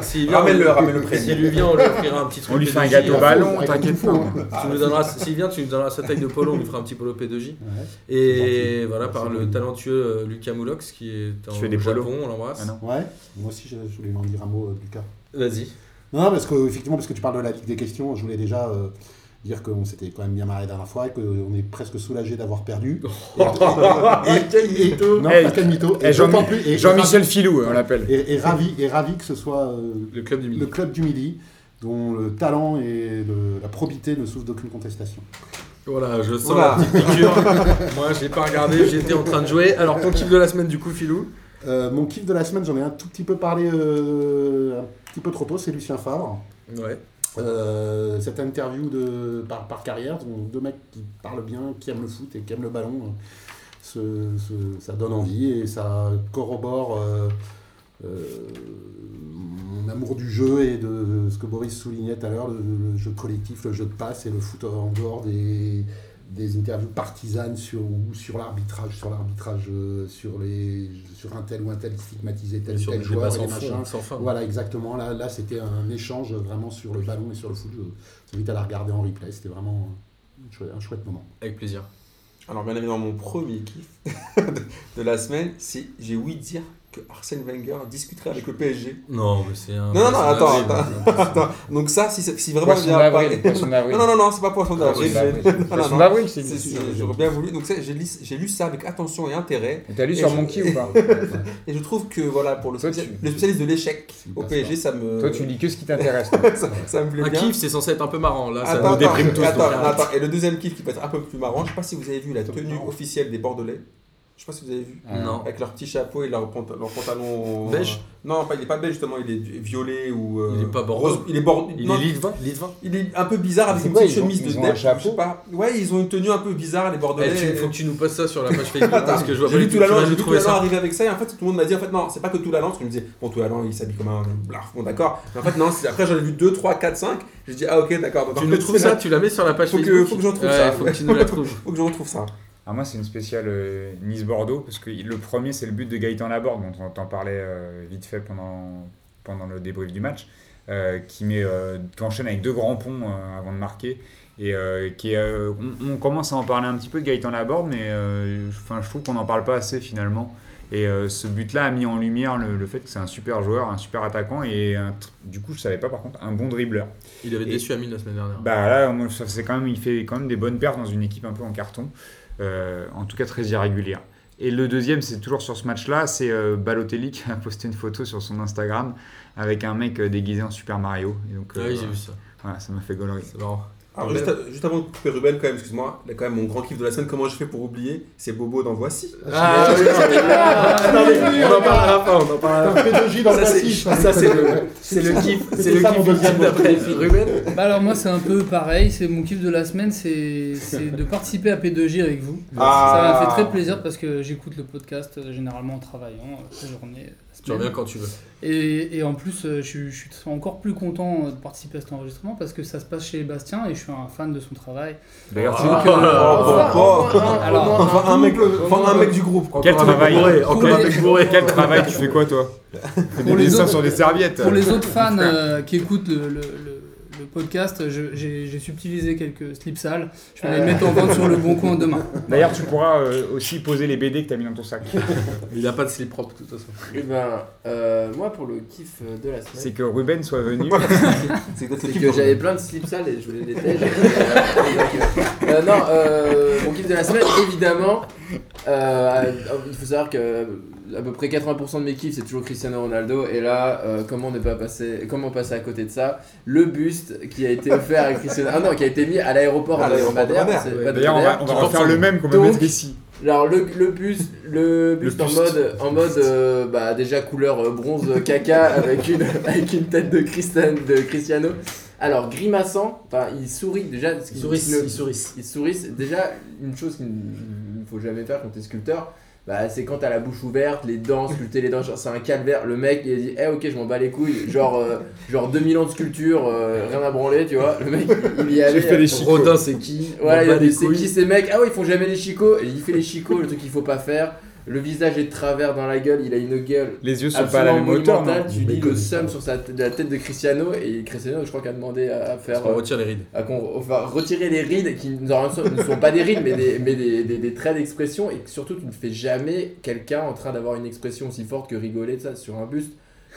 Speaker 1: S'il vient,
Speaker 4: Ramène-le,
Speaker 1: on-
Speaker 4: ramène le
Speaker 1: S'il
Speaker 4: président.
Speaker 1: lui vient, on lui offrira un petit truc.
Speaker 3: On lui fait un
Speaker 1: P2J.
Speaker 3: gâteau au ballon,
Speaker 5: Ah,
Speaker 3: t'inquiète
Speaker 5: faut-
Speaker 3: pas.
Speaker 1: Tu nous donneras, s'il vient, tu nous donneras sa taille de polo, on lui fera un petit polo P2J.
Speaker 5: Ouais.
Speaker 1: Et
Speaker 5: Gentil.
Speaker 1: voilà, par
Speaker 5: C'est
Speaker 1: le
Speaker 5: cool.
Speaker 1: talentueux euh, Lucas Moulox qui est en
Speaker 3: Qui fait des
Speaker 1: Japon,
Speaker 3: polos.
Speaker 1: on l'embrasse.
Speaker 3: Ah non.
Speaker 5: Ouais, moi aussi je je voulais en dire un mot, euh, Lucas.
Speaker 1: Vas-y.
Speaker 5: Non, parce que effectivement, parce que tu parles de la Ligue des questions, je voulais déjà euh, dire qu'on s'était quand même bien marré la dernière fois et qu'on est presque soulagé d'avoir perdu.
Speaker 1: Calmito.
Speaker 5: Non,
Speaker 3: Hey,
Speaker 5: pas Calmito.
Speaker 3: hey, Jean-
Speaker 5: d'autant plus- et-
Speaker 3: Jean-Michel Filou, euh, on l'appelle.
Speaker 5: Et, et ravi, et ravi que ce soit euh,
Speaker 1: Le club du
Speaker 5: le
Speaker 1: Midi.
Speaker 5: club du Midi, dont le talent et le- la probité ne souffrent d'aucune contestation.
Speaker 1: Voilà, je sens
Speaker 4: Voilà.
Speaker 1: la petite piqûre. Moi, j'ai pas regardé, j'étais en train de jouer. Alors, ton kiff de la semaine, du coup, Filou
Speaker 5: Euh, mon kiff de la semaine, j'en ai un tout petit peu parlé euh, un petit peu trop tôt, c'est Lucien Favre.
Speaker 1: Ouais.
Speaker 5: Euh, cette interview de, par, par carrière, donc deux mecs qui parlent bien, qui aiment le foot et qui aiment le ballon, euh, ce- ce- ça donne envie et ça corrobore euh, euh, mon amour du jeu et de ce que Boris soulignait tout à l'heure, le, le jeu collectif, le jeu de passe et le foot en dehors des, des interviews partisanes sur, ou sur l'arbitrage, sur l'arbitrage, euh, sur, les, sur un tel ou un tel qui stigmatisait
Speaker 1: Bien
Speaker 5: tel ou
Speaker 1: sûr,
Speaker 5: tel
Speaker 1: je
Speaker 5: joueur
Speaker 1: pas
Speaker 5: et
Speaker 1: bah, sans
Speaker 5: les machins.
Speaker 1: fond, sans fin.
Speaker 5: Voilà, exactement. Là, là c'était un échange vraiment sur le ballon et sur le foot. Je vous invite à la regarder en replay. C'était vraiment un chouette, un chouette moment.
Speaker 1: Avec plaisir.
Speaker 4: Alors, bien évidemment, mon premier kiff de la semaine, c'est j'ai ouï dire que Arsène Wenger discuterait avec le PSG.
Speaker 1: Non, mais c'est un.
Speaker 4: Non, non, non, attends,
Speaker 1: attends.
Speaker 4: Donc, ça, si, si vraiment il y
Speaker 3: Poisson
Speaker 4: a
Speaker 3: d'avril,
Speaker 4: pas-
Speaker 3: poisson d'avril.
Speaker 4: Non, non, non, non, c'est pas poisson d'avril.
Speaker 3: Poisson
Speaker 4: j'ai-
Speaker 3: d'avril.
Speaker 4: Ah, non,
Speaker 3: Poisson
Speaker 4: non.
Speaker 3: d'avril, c'est
Speaker 4: C'est-
Speaker 5: si,
Speaker 4: c'est-
Speaker 5: j'ai-
Speaker 4: J'aurais bien voulu. Donc, ça, j'ai lu, j'ai lu ça avec attention et intérêt.
Speaker 3: Et T'as lu
Speaker 4: Et
Speaker 3: sur
Speaker 4: je-
Speaker 3: Monkey ou pas
Speaker 4: Et je trouve que, voilà, pour le
Speaker 3: Toi,
Speaker 4: spécialiste,
Speaker 3: tu-
Speaker 4: le spécialiste de l'échec
Speaker 5: C'est une
Speaker 4: au
Speaker 5: passe
Speaker 4: PSG, ça me.
Speaker 3: Toi, tu lis que ce qui t'intéresse.
Speaker 4: ça, ça me plaît
Speaker 1: Un
Speaker 4: bien.
Speaker 1: kiff, c'est censé être un peu marrant. Là, ça
Speaker 4: Attends,
Speaker 1: nous déprime
Speaker 4: attends,
Speaker 1: tous.
Speaker 4: attends,
Speaker 1: donc, arrête.
Speaker 4: attends. Et le deuxième kiff qui peut être un peu plus marrant, je sais pas si vous avez vu la tenue officielle des Bordelais. Je sais pas si vous avez vu.
Speaker 1: Non.
Speaker 4: Avec leur petit chapeau et leur, pant- leur pantalon.
Speaker 1: Beige
Speaker 4: Non, pas, il est pas beige justement, il est du- violet ou. euh,
Speaker 1: Il est pas bordeaux.
Speaker 4: rose. Il est bordeaux.
Speaker 1: Il
Speaker 4: non,
Speaker 1: est Litvin Litvin
Speaker 4: il est un peu bizarre avec
Speaker 3: C'est
Speaker 4: une
Speaker 3: quoi,
Speaker 4: petite
Speaker 3: ils ont-
Speaker 4: chemise de
Speaker 3: ils ont
Speaker 4: dep,
Speaker 3: un chapeau
Speaker 4: je sais pas. Ouais, ils ont une tenue un peu bizarre, les Bordelais. Ah,
Speaker 1: Eh, tu- Faut que tu nous passes ça sur la page Facebook parce que je vois
Speaker 4: J'ai
Speaker 1: pas
Speaker 4: vu
Speaker 1: du tout.
Speaker 4: tout
Speaker 1: Tu vas
Speaker 4: la
Speaker 1: nous
Speaker 4: lance, j'ai vu tout
Speaker 1: trouver
Speaker 4: la lance
Speaker 1: ça.
Speaker 4: arriver avec ça, et en fait tout le monde m'a dit en fait non, c'est pas que tout la lance, parce que je me disais bon tout la lance il s'habille comme un blard, bon d'accord, mais en fait non, c'est- après j'en ai vu 2, 3, 4, 5, j'ai dit ah ok d'accord, donc,
Speaker 1: Tu
Speaker 4: en
Speaker 1: nous
Speaker 4: fait,
Speaker 1: trouves
Speaker 4: c'est
Speaker 1: ça, tu la mets sur la page
Speaker 4: Faut que-
Speaker 1: Facebook.
Speaker 4: faut que j'en trouve
Speaker 1: Ouais,
Speaker 4: ça.
Speaker 1: Faut que tu nous la trouves.
Speaker 4: Faut que je retrouve ça.
Speaker 3: Ah, moi, c'est une spéciale euh, Nice-Bordeaux, parce que le premier, c'est le but de Gaëtan Laborde, dont on t'en parlait euh, vite fait pendant, pendant le débrief du match, euh, qui, met, euh, qui enchaîne avec deux grands ponts euh, avant de marquer. Et euh, qui est, euh, on, on commence à en parler un petit peu de Gaëtan Laborde, mais euh, enfin, je trouve qu'on n'en parle pas assez finalement. Et euh, ce but-là a mis en lumière le, le fait que c'est un super joueur, un super attaquant, et un tr- du coup, je savais pas par contre, un bon dribbleur.
Speaker 1: Il avait
Speaker 3: Et-
Speaker 1: déçu Amine la semaine dernière.
Speaker 3: Bah là, moi, ça, c'est quand même, il fait quand même des bonnes pertes dans une équipe un peu en carton, euh, en tout cas très irrégulière. Et le deuxième, c'est toujours sur ce match-là, c'est euh, Balotelli qui a posté une photo sur son Instagram avec un mec euh, déguisé en Super Mario. Et donc, euh,
Speaker 1: Ouais, Ah j'ai vu ça.
Speaker 3: voilà, ça m'a fait gaulerie.
Speaker 1: C'est marrant.
Speaker 4: Alors,
Speaker 1: Ruben.
Speaker 4: juste, à- juste avant de couper Ruben, quand même, excuse-moi, là, quand même, mon grand kiff de la semaine, comment je fais pour oublier C'est Bobo dans Voici.
Speaker 1: Ah, oui,
Speaker 5: oui,
Speaker 1: on en
Speaker 5: oui.
Speaker 1: parlera pas, on en parlera pas.
Speaker 5: P2J dans
Speaker 1: Ça,
Speaker 5: le
Speaker 1: c'est-
Speaker 5: passif.
Speaker 1: ça, c'est le- C'est le kiff, c'est
Speaker 5: C'était
Speaker 1: le
Speaker 5: ça, mon
Speaker 1: kiff
Speaker 5: deuxième
Speaker 1: ultime d'après.
Speaker 5: mot.
Speaker 1: Ruben
Speaker 6: Bah alors moi c'est un peu pareil, c'est mon kiff de la semaine, c'est c'est de participer à P2J avec vous.
Speaker 4: Ah.
Speaker 6: Ça m'a fait très plaisir parce que j'écoute le podcast euh, généralement en travaillant euh, la journée.
Speaker 1: Tu reviens quand tu veux.
Speaker 6: Et, et en plus, euh, je, suis- je suis très- encore plus content euh, de participer à cet enregistrement parce que ça se passe chez Bastien et je suis un fan de son travail.
Speaker 3: D'ailleurs,
Speaker 1: Ah.
Speaker 6: Donc, euh,
Speaker 4: Oh, oh, oh.
Speaker 6: Alors,
Speaker 4: Enfin, un mec,
Speaker 2: couple,
Speaker 4: enfin, un
Speaker 2: euh,
Speaker 4: mec du groupe. quoi.
Speaker 3: Quel
Speaker 4: Enfin,
Speaker 3: travail.
Speaker 1: Bourré, encore
Speaker 6: Cool.
Speaker 1: un mec bourré.
Speaker 3: quel travail, tu fais quoi toi Fais des
Speaker 6: les
Speaker 3: dessins
Speaker 6: autres-
Speaker 3: sur des serviettes.
Speaker 6: pour les autres fans euh, qui écoutent le, le- le- le podcast, je- j'ai j'ai subtilisé quelques slips sales. Je vais les mettre en vente sur le bon coin demain.
Speaker 3: D'ailleurs, tu pourras euh, aussi poser les BD que t'as mis dans ton sac.
Speaker 1: Il a pas de slip propre, de toute façon.
Speaker 2: Eh ben, euh, moi pour le kiff de la semaine,
Speaker 3: C'est que Ruben soit venu.
Speaker 4: C'est peut-être
Speaker 2: c'est
Speaker 4: l'équipe
Speaker 2: que
Speaker 4: de-
Speaker 2: j'avais plein de slips sales et je voulais les têches. Euh, non, euh, mon kiff de la semaine, évidemment, euh, il faut savoir que euh, à peu près 80% de mes kiffs c'est toujours Cristiano Ronaldo et là euh, comment ne pas passer comment passer à côté de ça le buste qui a été offert à Cristiano ah non qui a été mis à l'aéroport
Speaker 4: À
Speaker 2: de
Speaker 4: l'aéroport de
Speaker 2: Madère,
Speaker 4: Madère,
Speaker 2: c'est
Speaker 1: ouais.
Speaker 2: pas de
Speaker 3: D'ailleurs, on va, on va
Speaker 1: Madère.
Speaker 3: refaire le même qu'on va
Speaker 2: Donc-
Speaker 3: mettre ici.
Speaker 2: Alors le, le bus, le bus
Speaker 3: Le
Speaker 2: en
Speaker 3: bus.
Speaker 2: mode, en mode euh, bah, déjà couleur euh, bronze caca avec une, avec une tête de, Christian, de Cristiano. Alors grimaçant, enfin il sourit déjà. ce qui-
Speaker 7: Souris,
Speaker 2: le-
Speaker 7: ils sourissent.
Speaker 2: il sourit. c'est Déjà une chose qu'il ne faut jamais faire quand t'es sculpteur, bah, c'est quand t'as la bouche ouverte, les dents, sculpter les dents, genre, c'est un calvaire. Le mec il a dit, eh ok je m'en bats les couilles, genre, euh, genre 2000 ans de sculpture, euh, rien à branler, tu vois. Le mec il y euh, allait.
Speaker 3: J'ai fait les chicots.
Speaker 1: Rodin, c'est qui
Speaker 2: Voilà, il
Speaker 1: Bas
Speaker 2: a
Speaker 1: des
Speaker 2: dit, c'est
Speaker 1: couilles.
Speaker 2: qui ces mecs Ah ouais, ils font jamais les chicots. Et il fait les chicots, le truc qu'il faut pas faire. Le visage est de travers dans la gueule, il a une gueule
Speaker 3: Les yeux sont pas à la
Speaker 2: absolument
Speaker 3: même hauteur.
Speaker 2: monumentale.
Speaker 3: non
Speaker 2: Tu dis le seum sur sa, de la tête de Cristiano et Cristiano, je crois, qu'il a demandé à, à faire.
Speaker 1: On
Speaker 2: euh,
Speaker 1: retire les rides.
Speaker 2: à qu'on- enfin, retirer les rides qui ne sont ne sont pas des rides mais des, mais des, des- des traits d'expression et que surtout tu ne fais jamais quelqu'un en train d'avoir une expression aussi forte que rigoler de ça sur un buste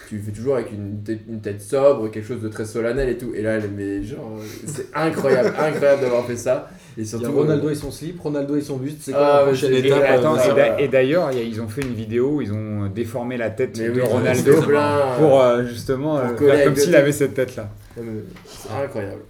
Speaker 2: tu fais toujours avec une tête, une tête sobre quelque chose de très solennel et tout et là mais genre euh, c'est incroyable incroyable d'avoir fait ça et
Speaker 7: Il y
Speaker 2: surtout euh,
Speaker 7: a Ronaldo et son slip, Ronaldo et son buste, c'est quoi
Speaker 2: Ah,
Speaker 7: la
Speaker 2: ouais,
Speaker 7: prochaine
Speaker 2: c'est-
Speaker 7: étape
Speaker 3: Et,
Speaker 1: Étape,
Speaker 3: attends,
Speaker 1: euh,
Speaker 3: et
Speaker 2: ça
Speaker 3: d'a-
Speaker 2: va.
Speaker 3: et d'ailleurs, il y a- ils ont fait une vidéo où ils ont euh, déformé la tête
Speaker 2: Mais oui,
Speaker 3: de Ronaldo
Speaker 2: c'est plein.
Speaker 3: pour euh, justement
Speaker 2: Pour
Speaker 3: euh,
Speaker 2: coller
Speaker 3: faire
Speaker 2: avec
Speaker 3: comme
Speaker 2: le
Speaker 3: s'il
Speaker 2: truc.
Speaker 3: avait cette tête-là.
Speaker 2: Euh, c'est incroyable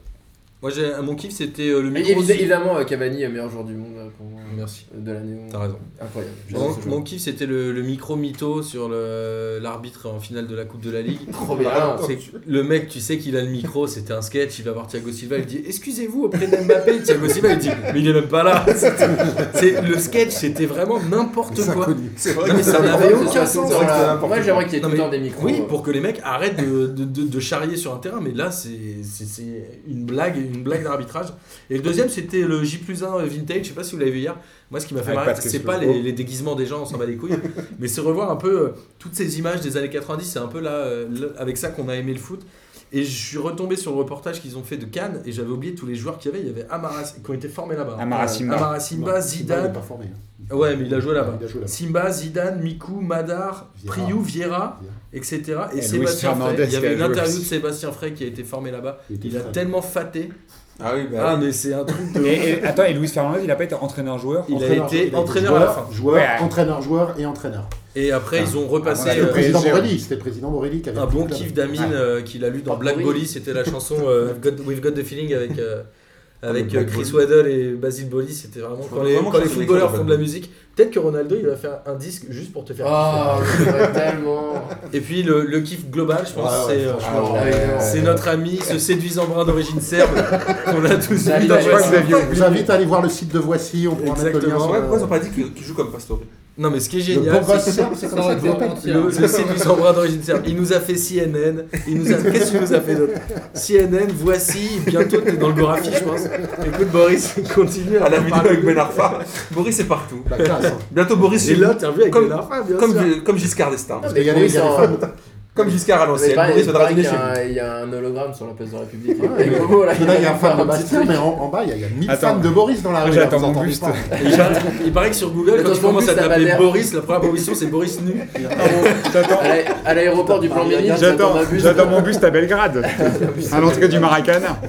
Speaker 1: Moi, j'ai mon kiff, c'était euh, le
Speaker 2: Mais
Speaker 1: micro.
Speaker 2: évi- évidemment euh, Cavani euh, meilleur joueur du monde euh, pour moi
Speaker 1: Merci.
Speaker 2: euh, de l'année on-
Speaker 1: T'as raison.
Speaker 2: incroyable J'adore
Speaker 1: Mon,
Speaker 2: ce
Speaker 1: mon
Speaker 2: joueur.
Speaker 1: kiff, c'était le, le micro mytho sur le- l'arbitre en finale de la Coupe de la Ligue.
Speaker 2: trop bien
Speaker 1: C'est- le mec, tu sais qu'il a le micro, c'était un sketch, il va voir Thiago Silva, il dit Excusez-vous auprès d'Mbappé. Thiago Silva, il dit Mais il est même pas là. C'était- c'est- le sketch, c'était vraiment n'importe
Speaker 5: Ça
Speaker 1: quoi.
Speaker 5: connu.
Speaker 4: C'est vrai
Speaker 1: Non, mais ça n'avait aucun
Speaker 2: C'est
Speaker 1: sens.
Speaker 2: vrai que c'est
Speaker 4: Voilà.
Speaker 2: n'importe Moi j'aimerais qu'il y ait
Speaker 1: Non,
Speaker 2: tout le
Speaker 1: mais-
Speaker 2: temps des micros
Speaker 1: Oui,
Speaker 2: euh.
Speaker 1: pour que les mecs arrêtent de, de, de- de charrier sur un terrain, mais là c'est c'est- c'est une blague, une blague d'arbitrage. Et le deuxième c'était le J plus 1 vintage, je sais pas si vous l'avez vu hier. Moi ce qui m'a fait
Speaker 3: Avec
Speaker 1: marrer,
Speaker 3: Patrice
Speaker 1: c'est pas
Speaker 3: Lumbo.
Speaker 1: les, les déguisements des gens, on s'en bat les couilles, mais c'est revoir un peu euh, toutes ces images des années 90, c'est un peu là, euh, le- avec ça qu'on a aimé le foot. Et je suis retombé sur le reportage qu'ils ont fait de Cannes et j'avais oublié tous les joueurs qu'il y avait. Il y avait Amaras qui ont été formés là-bas.
Speaker 3: Amara Simba.
Speaker 1: Amara Simba,
Speaker 5: Non, il est
Speaker 1: Zidane.
Speaker 5: pas formé, hein.
Speaker 1: Ouais, mais il a joué là-bas.
Speaker 5: Il a joué là-bas.
Speaker 1: Simba, Zidane, Miku, Madar,
Speaker 5: Vieira.
Speaker 1: Priou, Vieira, etc. Et,
Speaker 3: Et
Speaker 1: Sébastien
Speaker 3: Luis
Speaker 1: Frey.
Speaker 3: Fernandez
Speaker 1: Il y
Speaker 3: qui a
Speaker 1: avait une
Speaker 3: joué
Speaker 1: interview
Speaker 3: aussi.
Speaker 1: de Sébastien Frey qui a été formé là-bas.
Speaker 5: était
Speaker 1: Il a
Speaker 5: très
Speaker 1: tellement faté.
Speaker 4: Ah oui, bah,
Speaker 1: Ah, mais c'est un truc de.
Speaker 3: Et, et- attends, et Luis Fernandez, il a pas été entraîneur-joueur
Speaker 1: Il a
Speaker 5: Entraîneur,
Speaker 1: été
Speaker 5: il a
Speaker 1: entraîneur à la
Speaker 5: joueur,
Speaker 1: fin.
Speaker 5: Joueur,
Speaker 3: Ouais.
Speaker 5: entraîneur, joueur et entraîneur.
Speaker 1: Et après, ils ont repassé
Speaker 3: Ah,
Speaker 5: C'était
Speaker 3: voilà,
Speaker 5: le
Speaker 1: euh,
Speaker 5: président
Speaker 3: PSG,
Speaker 5: Morelli. C'était le président Morelli qui avait
Speaker 1: un
Speaker 5: pris
Speaker 1: bon
Speaker 5: le club. Ah,
Speaker 1: kiff d'Amine
Speaker 3: Ouais.
Speaker 1: euh, qu'il a lu dans
Speaker 2: Pas
Speaker 1: Black
Speaker 2: pourri.
Speaker 1: Bolly. C'était la chanson euh, I've got- We've Got the Feeling avec. euh, avec
Speaker 4: Ah, mais
Speaker 1: euh,
Speaker 4: Black
Speaker 1: Chris
Speaker 4: Bolly.
Speaker 1: Waddle et Basile Boli, c'était vraiment
Speaker 4: Je
Speaker 1: quand
Speaker 4: vois
Speaker 1: les,
Speaker 4: vraiment
Speaker 1: quand
Speaker 4: que
Speaker 1: les
Speaker 4: ça fait
Speaker 1: footballeurs
Speaker 4: école,
Speaker 1: font de la musique. Peut-être que Ronaldo, il va faire un disque juste pour te faire.
Speaker 2: Ah, mais j'aimerais tellement.
Speaker 1: kiffer. Et puis le, le kiff global, je pense,
Speaker 5: Ouais, ouais,
Speaker 1: c'est euh,
Speaker 5: franchement,
Speaker 2: Ah,
Speaker 5: ouais.
Speaker 2: ouais.
Speaker 1: C'est notre ami, ce séduisant brun d'origine serbe qu'on a tous
Speaker 2: Salut,
Speaker 1: vu dans
Speaker 2: Alex.
Speaker 1: Voici.
Speaker 5: ah. Je vous invite à aller voir le site de Voici. On pourra mettre le lien.
Speaker 1: Exactement.
Speaker 5: sur
Speaker 4: pourquoi
Speaker 5: le-
Speaker 4: pourquoi ils ont pas dit que- qu'ils jouent comme Pastore
Speaker 1: Non mais ce qui est
Speaker 5: Le
Speaker 1: génial,
Speaker 5: Progrès
Speaker 1: c'est
Speaker 5: Serbe, c'est comme ça
Speaker 6: aurait
Speaker 5: que
Speaker 6: été hein.
Speaker 5: ça s'appelle.
Speaker 6: authentique.
Speaker 1: le, le séduisant brun d'origine serbe. Il nous a fait CNN. Il nous a... Qu'est-ce qu'il nous a fait d'autre CNN, voici. Bientôt t'es dans le Gorafi, je pense. Écoute Boris, continue
Speaker 4: À la
Speaker 1: nous
Speaker 4: vidéo
Speaker 1: parler.
Speaker 4: avec Ben Arfa. Boris est partout.
Speaker 5: La classe, hein.
Speaker 4: Bientôt Boris
Speaker 1: Et
Speaker 4: il-
Speaker 1: là, t'es revu avec
Speaker 4: Comme-
Speaker 1: Ben Arfa, bien sûr.
Speaker 4: comme, comme Giscard d'Estaing.
Speaker 5: Parce qu'il y a les- il y a les femmes.
Speaker 4: Comme Giscard à
Speaker 2: Mais
Speaker 4: l'ancienne.
Speaker 2: pareil,
Speaker 4: Boris va te
Speaker 2: pareil, il
Speaker 4: radiner
Speaker 2: y
Speaker 4: chez
Speaker 2: a
Speaker 4: lui.
Speaker 2: un- Il y a un hologramme sur la place de la République. hein, avec Bobo, là,
Speaker 5: Parce que là, il y a un fan de
Speaker 2: petit
Speaker 5: Bastien,
Speaker 2: truc.
Speaker 5: mais en, en bas, il y a- il y a 1000
Speaker 3: Attends.
Speaker 5: fans de Boris dans la rue.
Speaker 3: J'attends
Speaker 5: là, vous
Speaker 3: mon
Speaker 5: entendez
Speaker 3: buste.
Speaker 5: pas.
Speaker 1: Et j'ai- Il paraît que sur Google,
Speaker 2: Mais
Speaker 1: quand
Speaker 2: dans
Speaker 1: tu
Speaker 2: son
Speaker 1: commences
Speaker 2: bus,
Speaker 1: à
Speaker 2: ça va
Speaker 1: taper
Speaker 2: l'air.
Speaker 1: Boris, la première proposition c'est Boris nu.
Speaker 2: À l'a- À l'aéroport du plan ministre,
Speaker 3: J'attends
Speaker 2: on abuse.
Speaker 3: j'attends mon buste à Belgrade, à l'entrée du Maracana.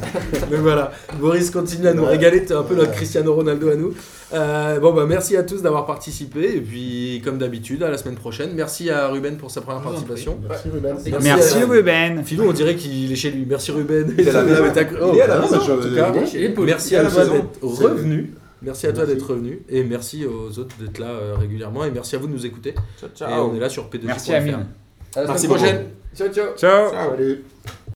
Speaker 1: Donc voilà, Boris continue à nous régaler, t'es un peu notre Cristiano Ronaldo à nous. Euh, bon bah merci à tous d'avoir participé et puis comme d'habitude à la semaine prochaine. Merci à Ruben pour sa première
Speaker 6: Je vous en
Speaker 1: participation.
Speaker 5: Merci Ruben.
Speaker 3: Merci
Speaker 1: à-
Speaker 3: Ruben.
Speaker 1: Philou, on dirait qu'il est chez lui. Merci Ruben.
Speaker 4: Il est à la maison.
Speaker 1: mais t'as cru- oh,
Speaker 4: Il est à la
Speaker 1: bah,
Speaker 4: maison,
Speaker 1: non, en tout cas.
Speaker 6: Et Paul.
Speaker 1: Merci à
Speaker 4: la
Speaker 1: toi
Speaker 4: maison.
Speaker 1: d'être
Speaker 5: C'est-
Speaker 1: revenu. Merci à toi
Speaker 5: Merci.
Speaker 1: d'être revenu et merci aux autres d'être là euh, régulièrement et merci à vous de nous écouter.
Speaker 4: Ciao,
Speaker 1: Et on est là sur p 2
Speaker 3: Merci Amine.
Speaker 2: À la
Speaker 4: Merci
Speaker 2: semaine
Speaker 4: beaucoup.
Speaker 2: prochaine. Ciao, ciao.
Speaker 3: Ciao.
Speaker 4: Ciao.
Speaker 5: Salut.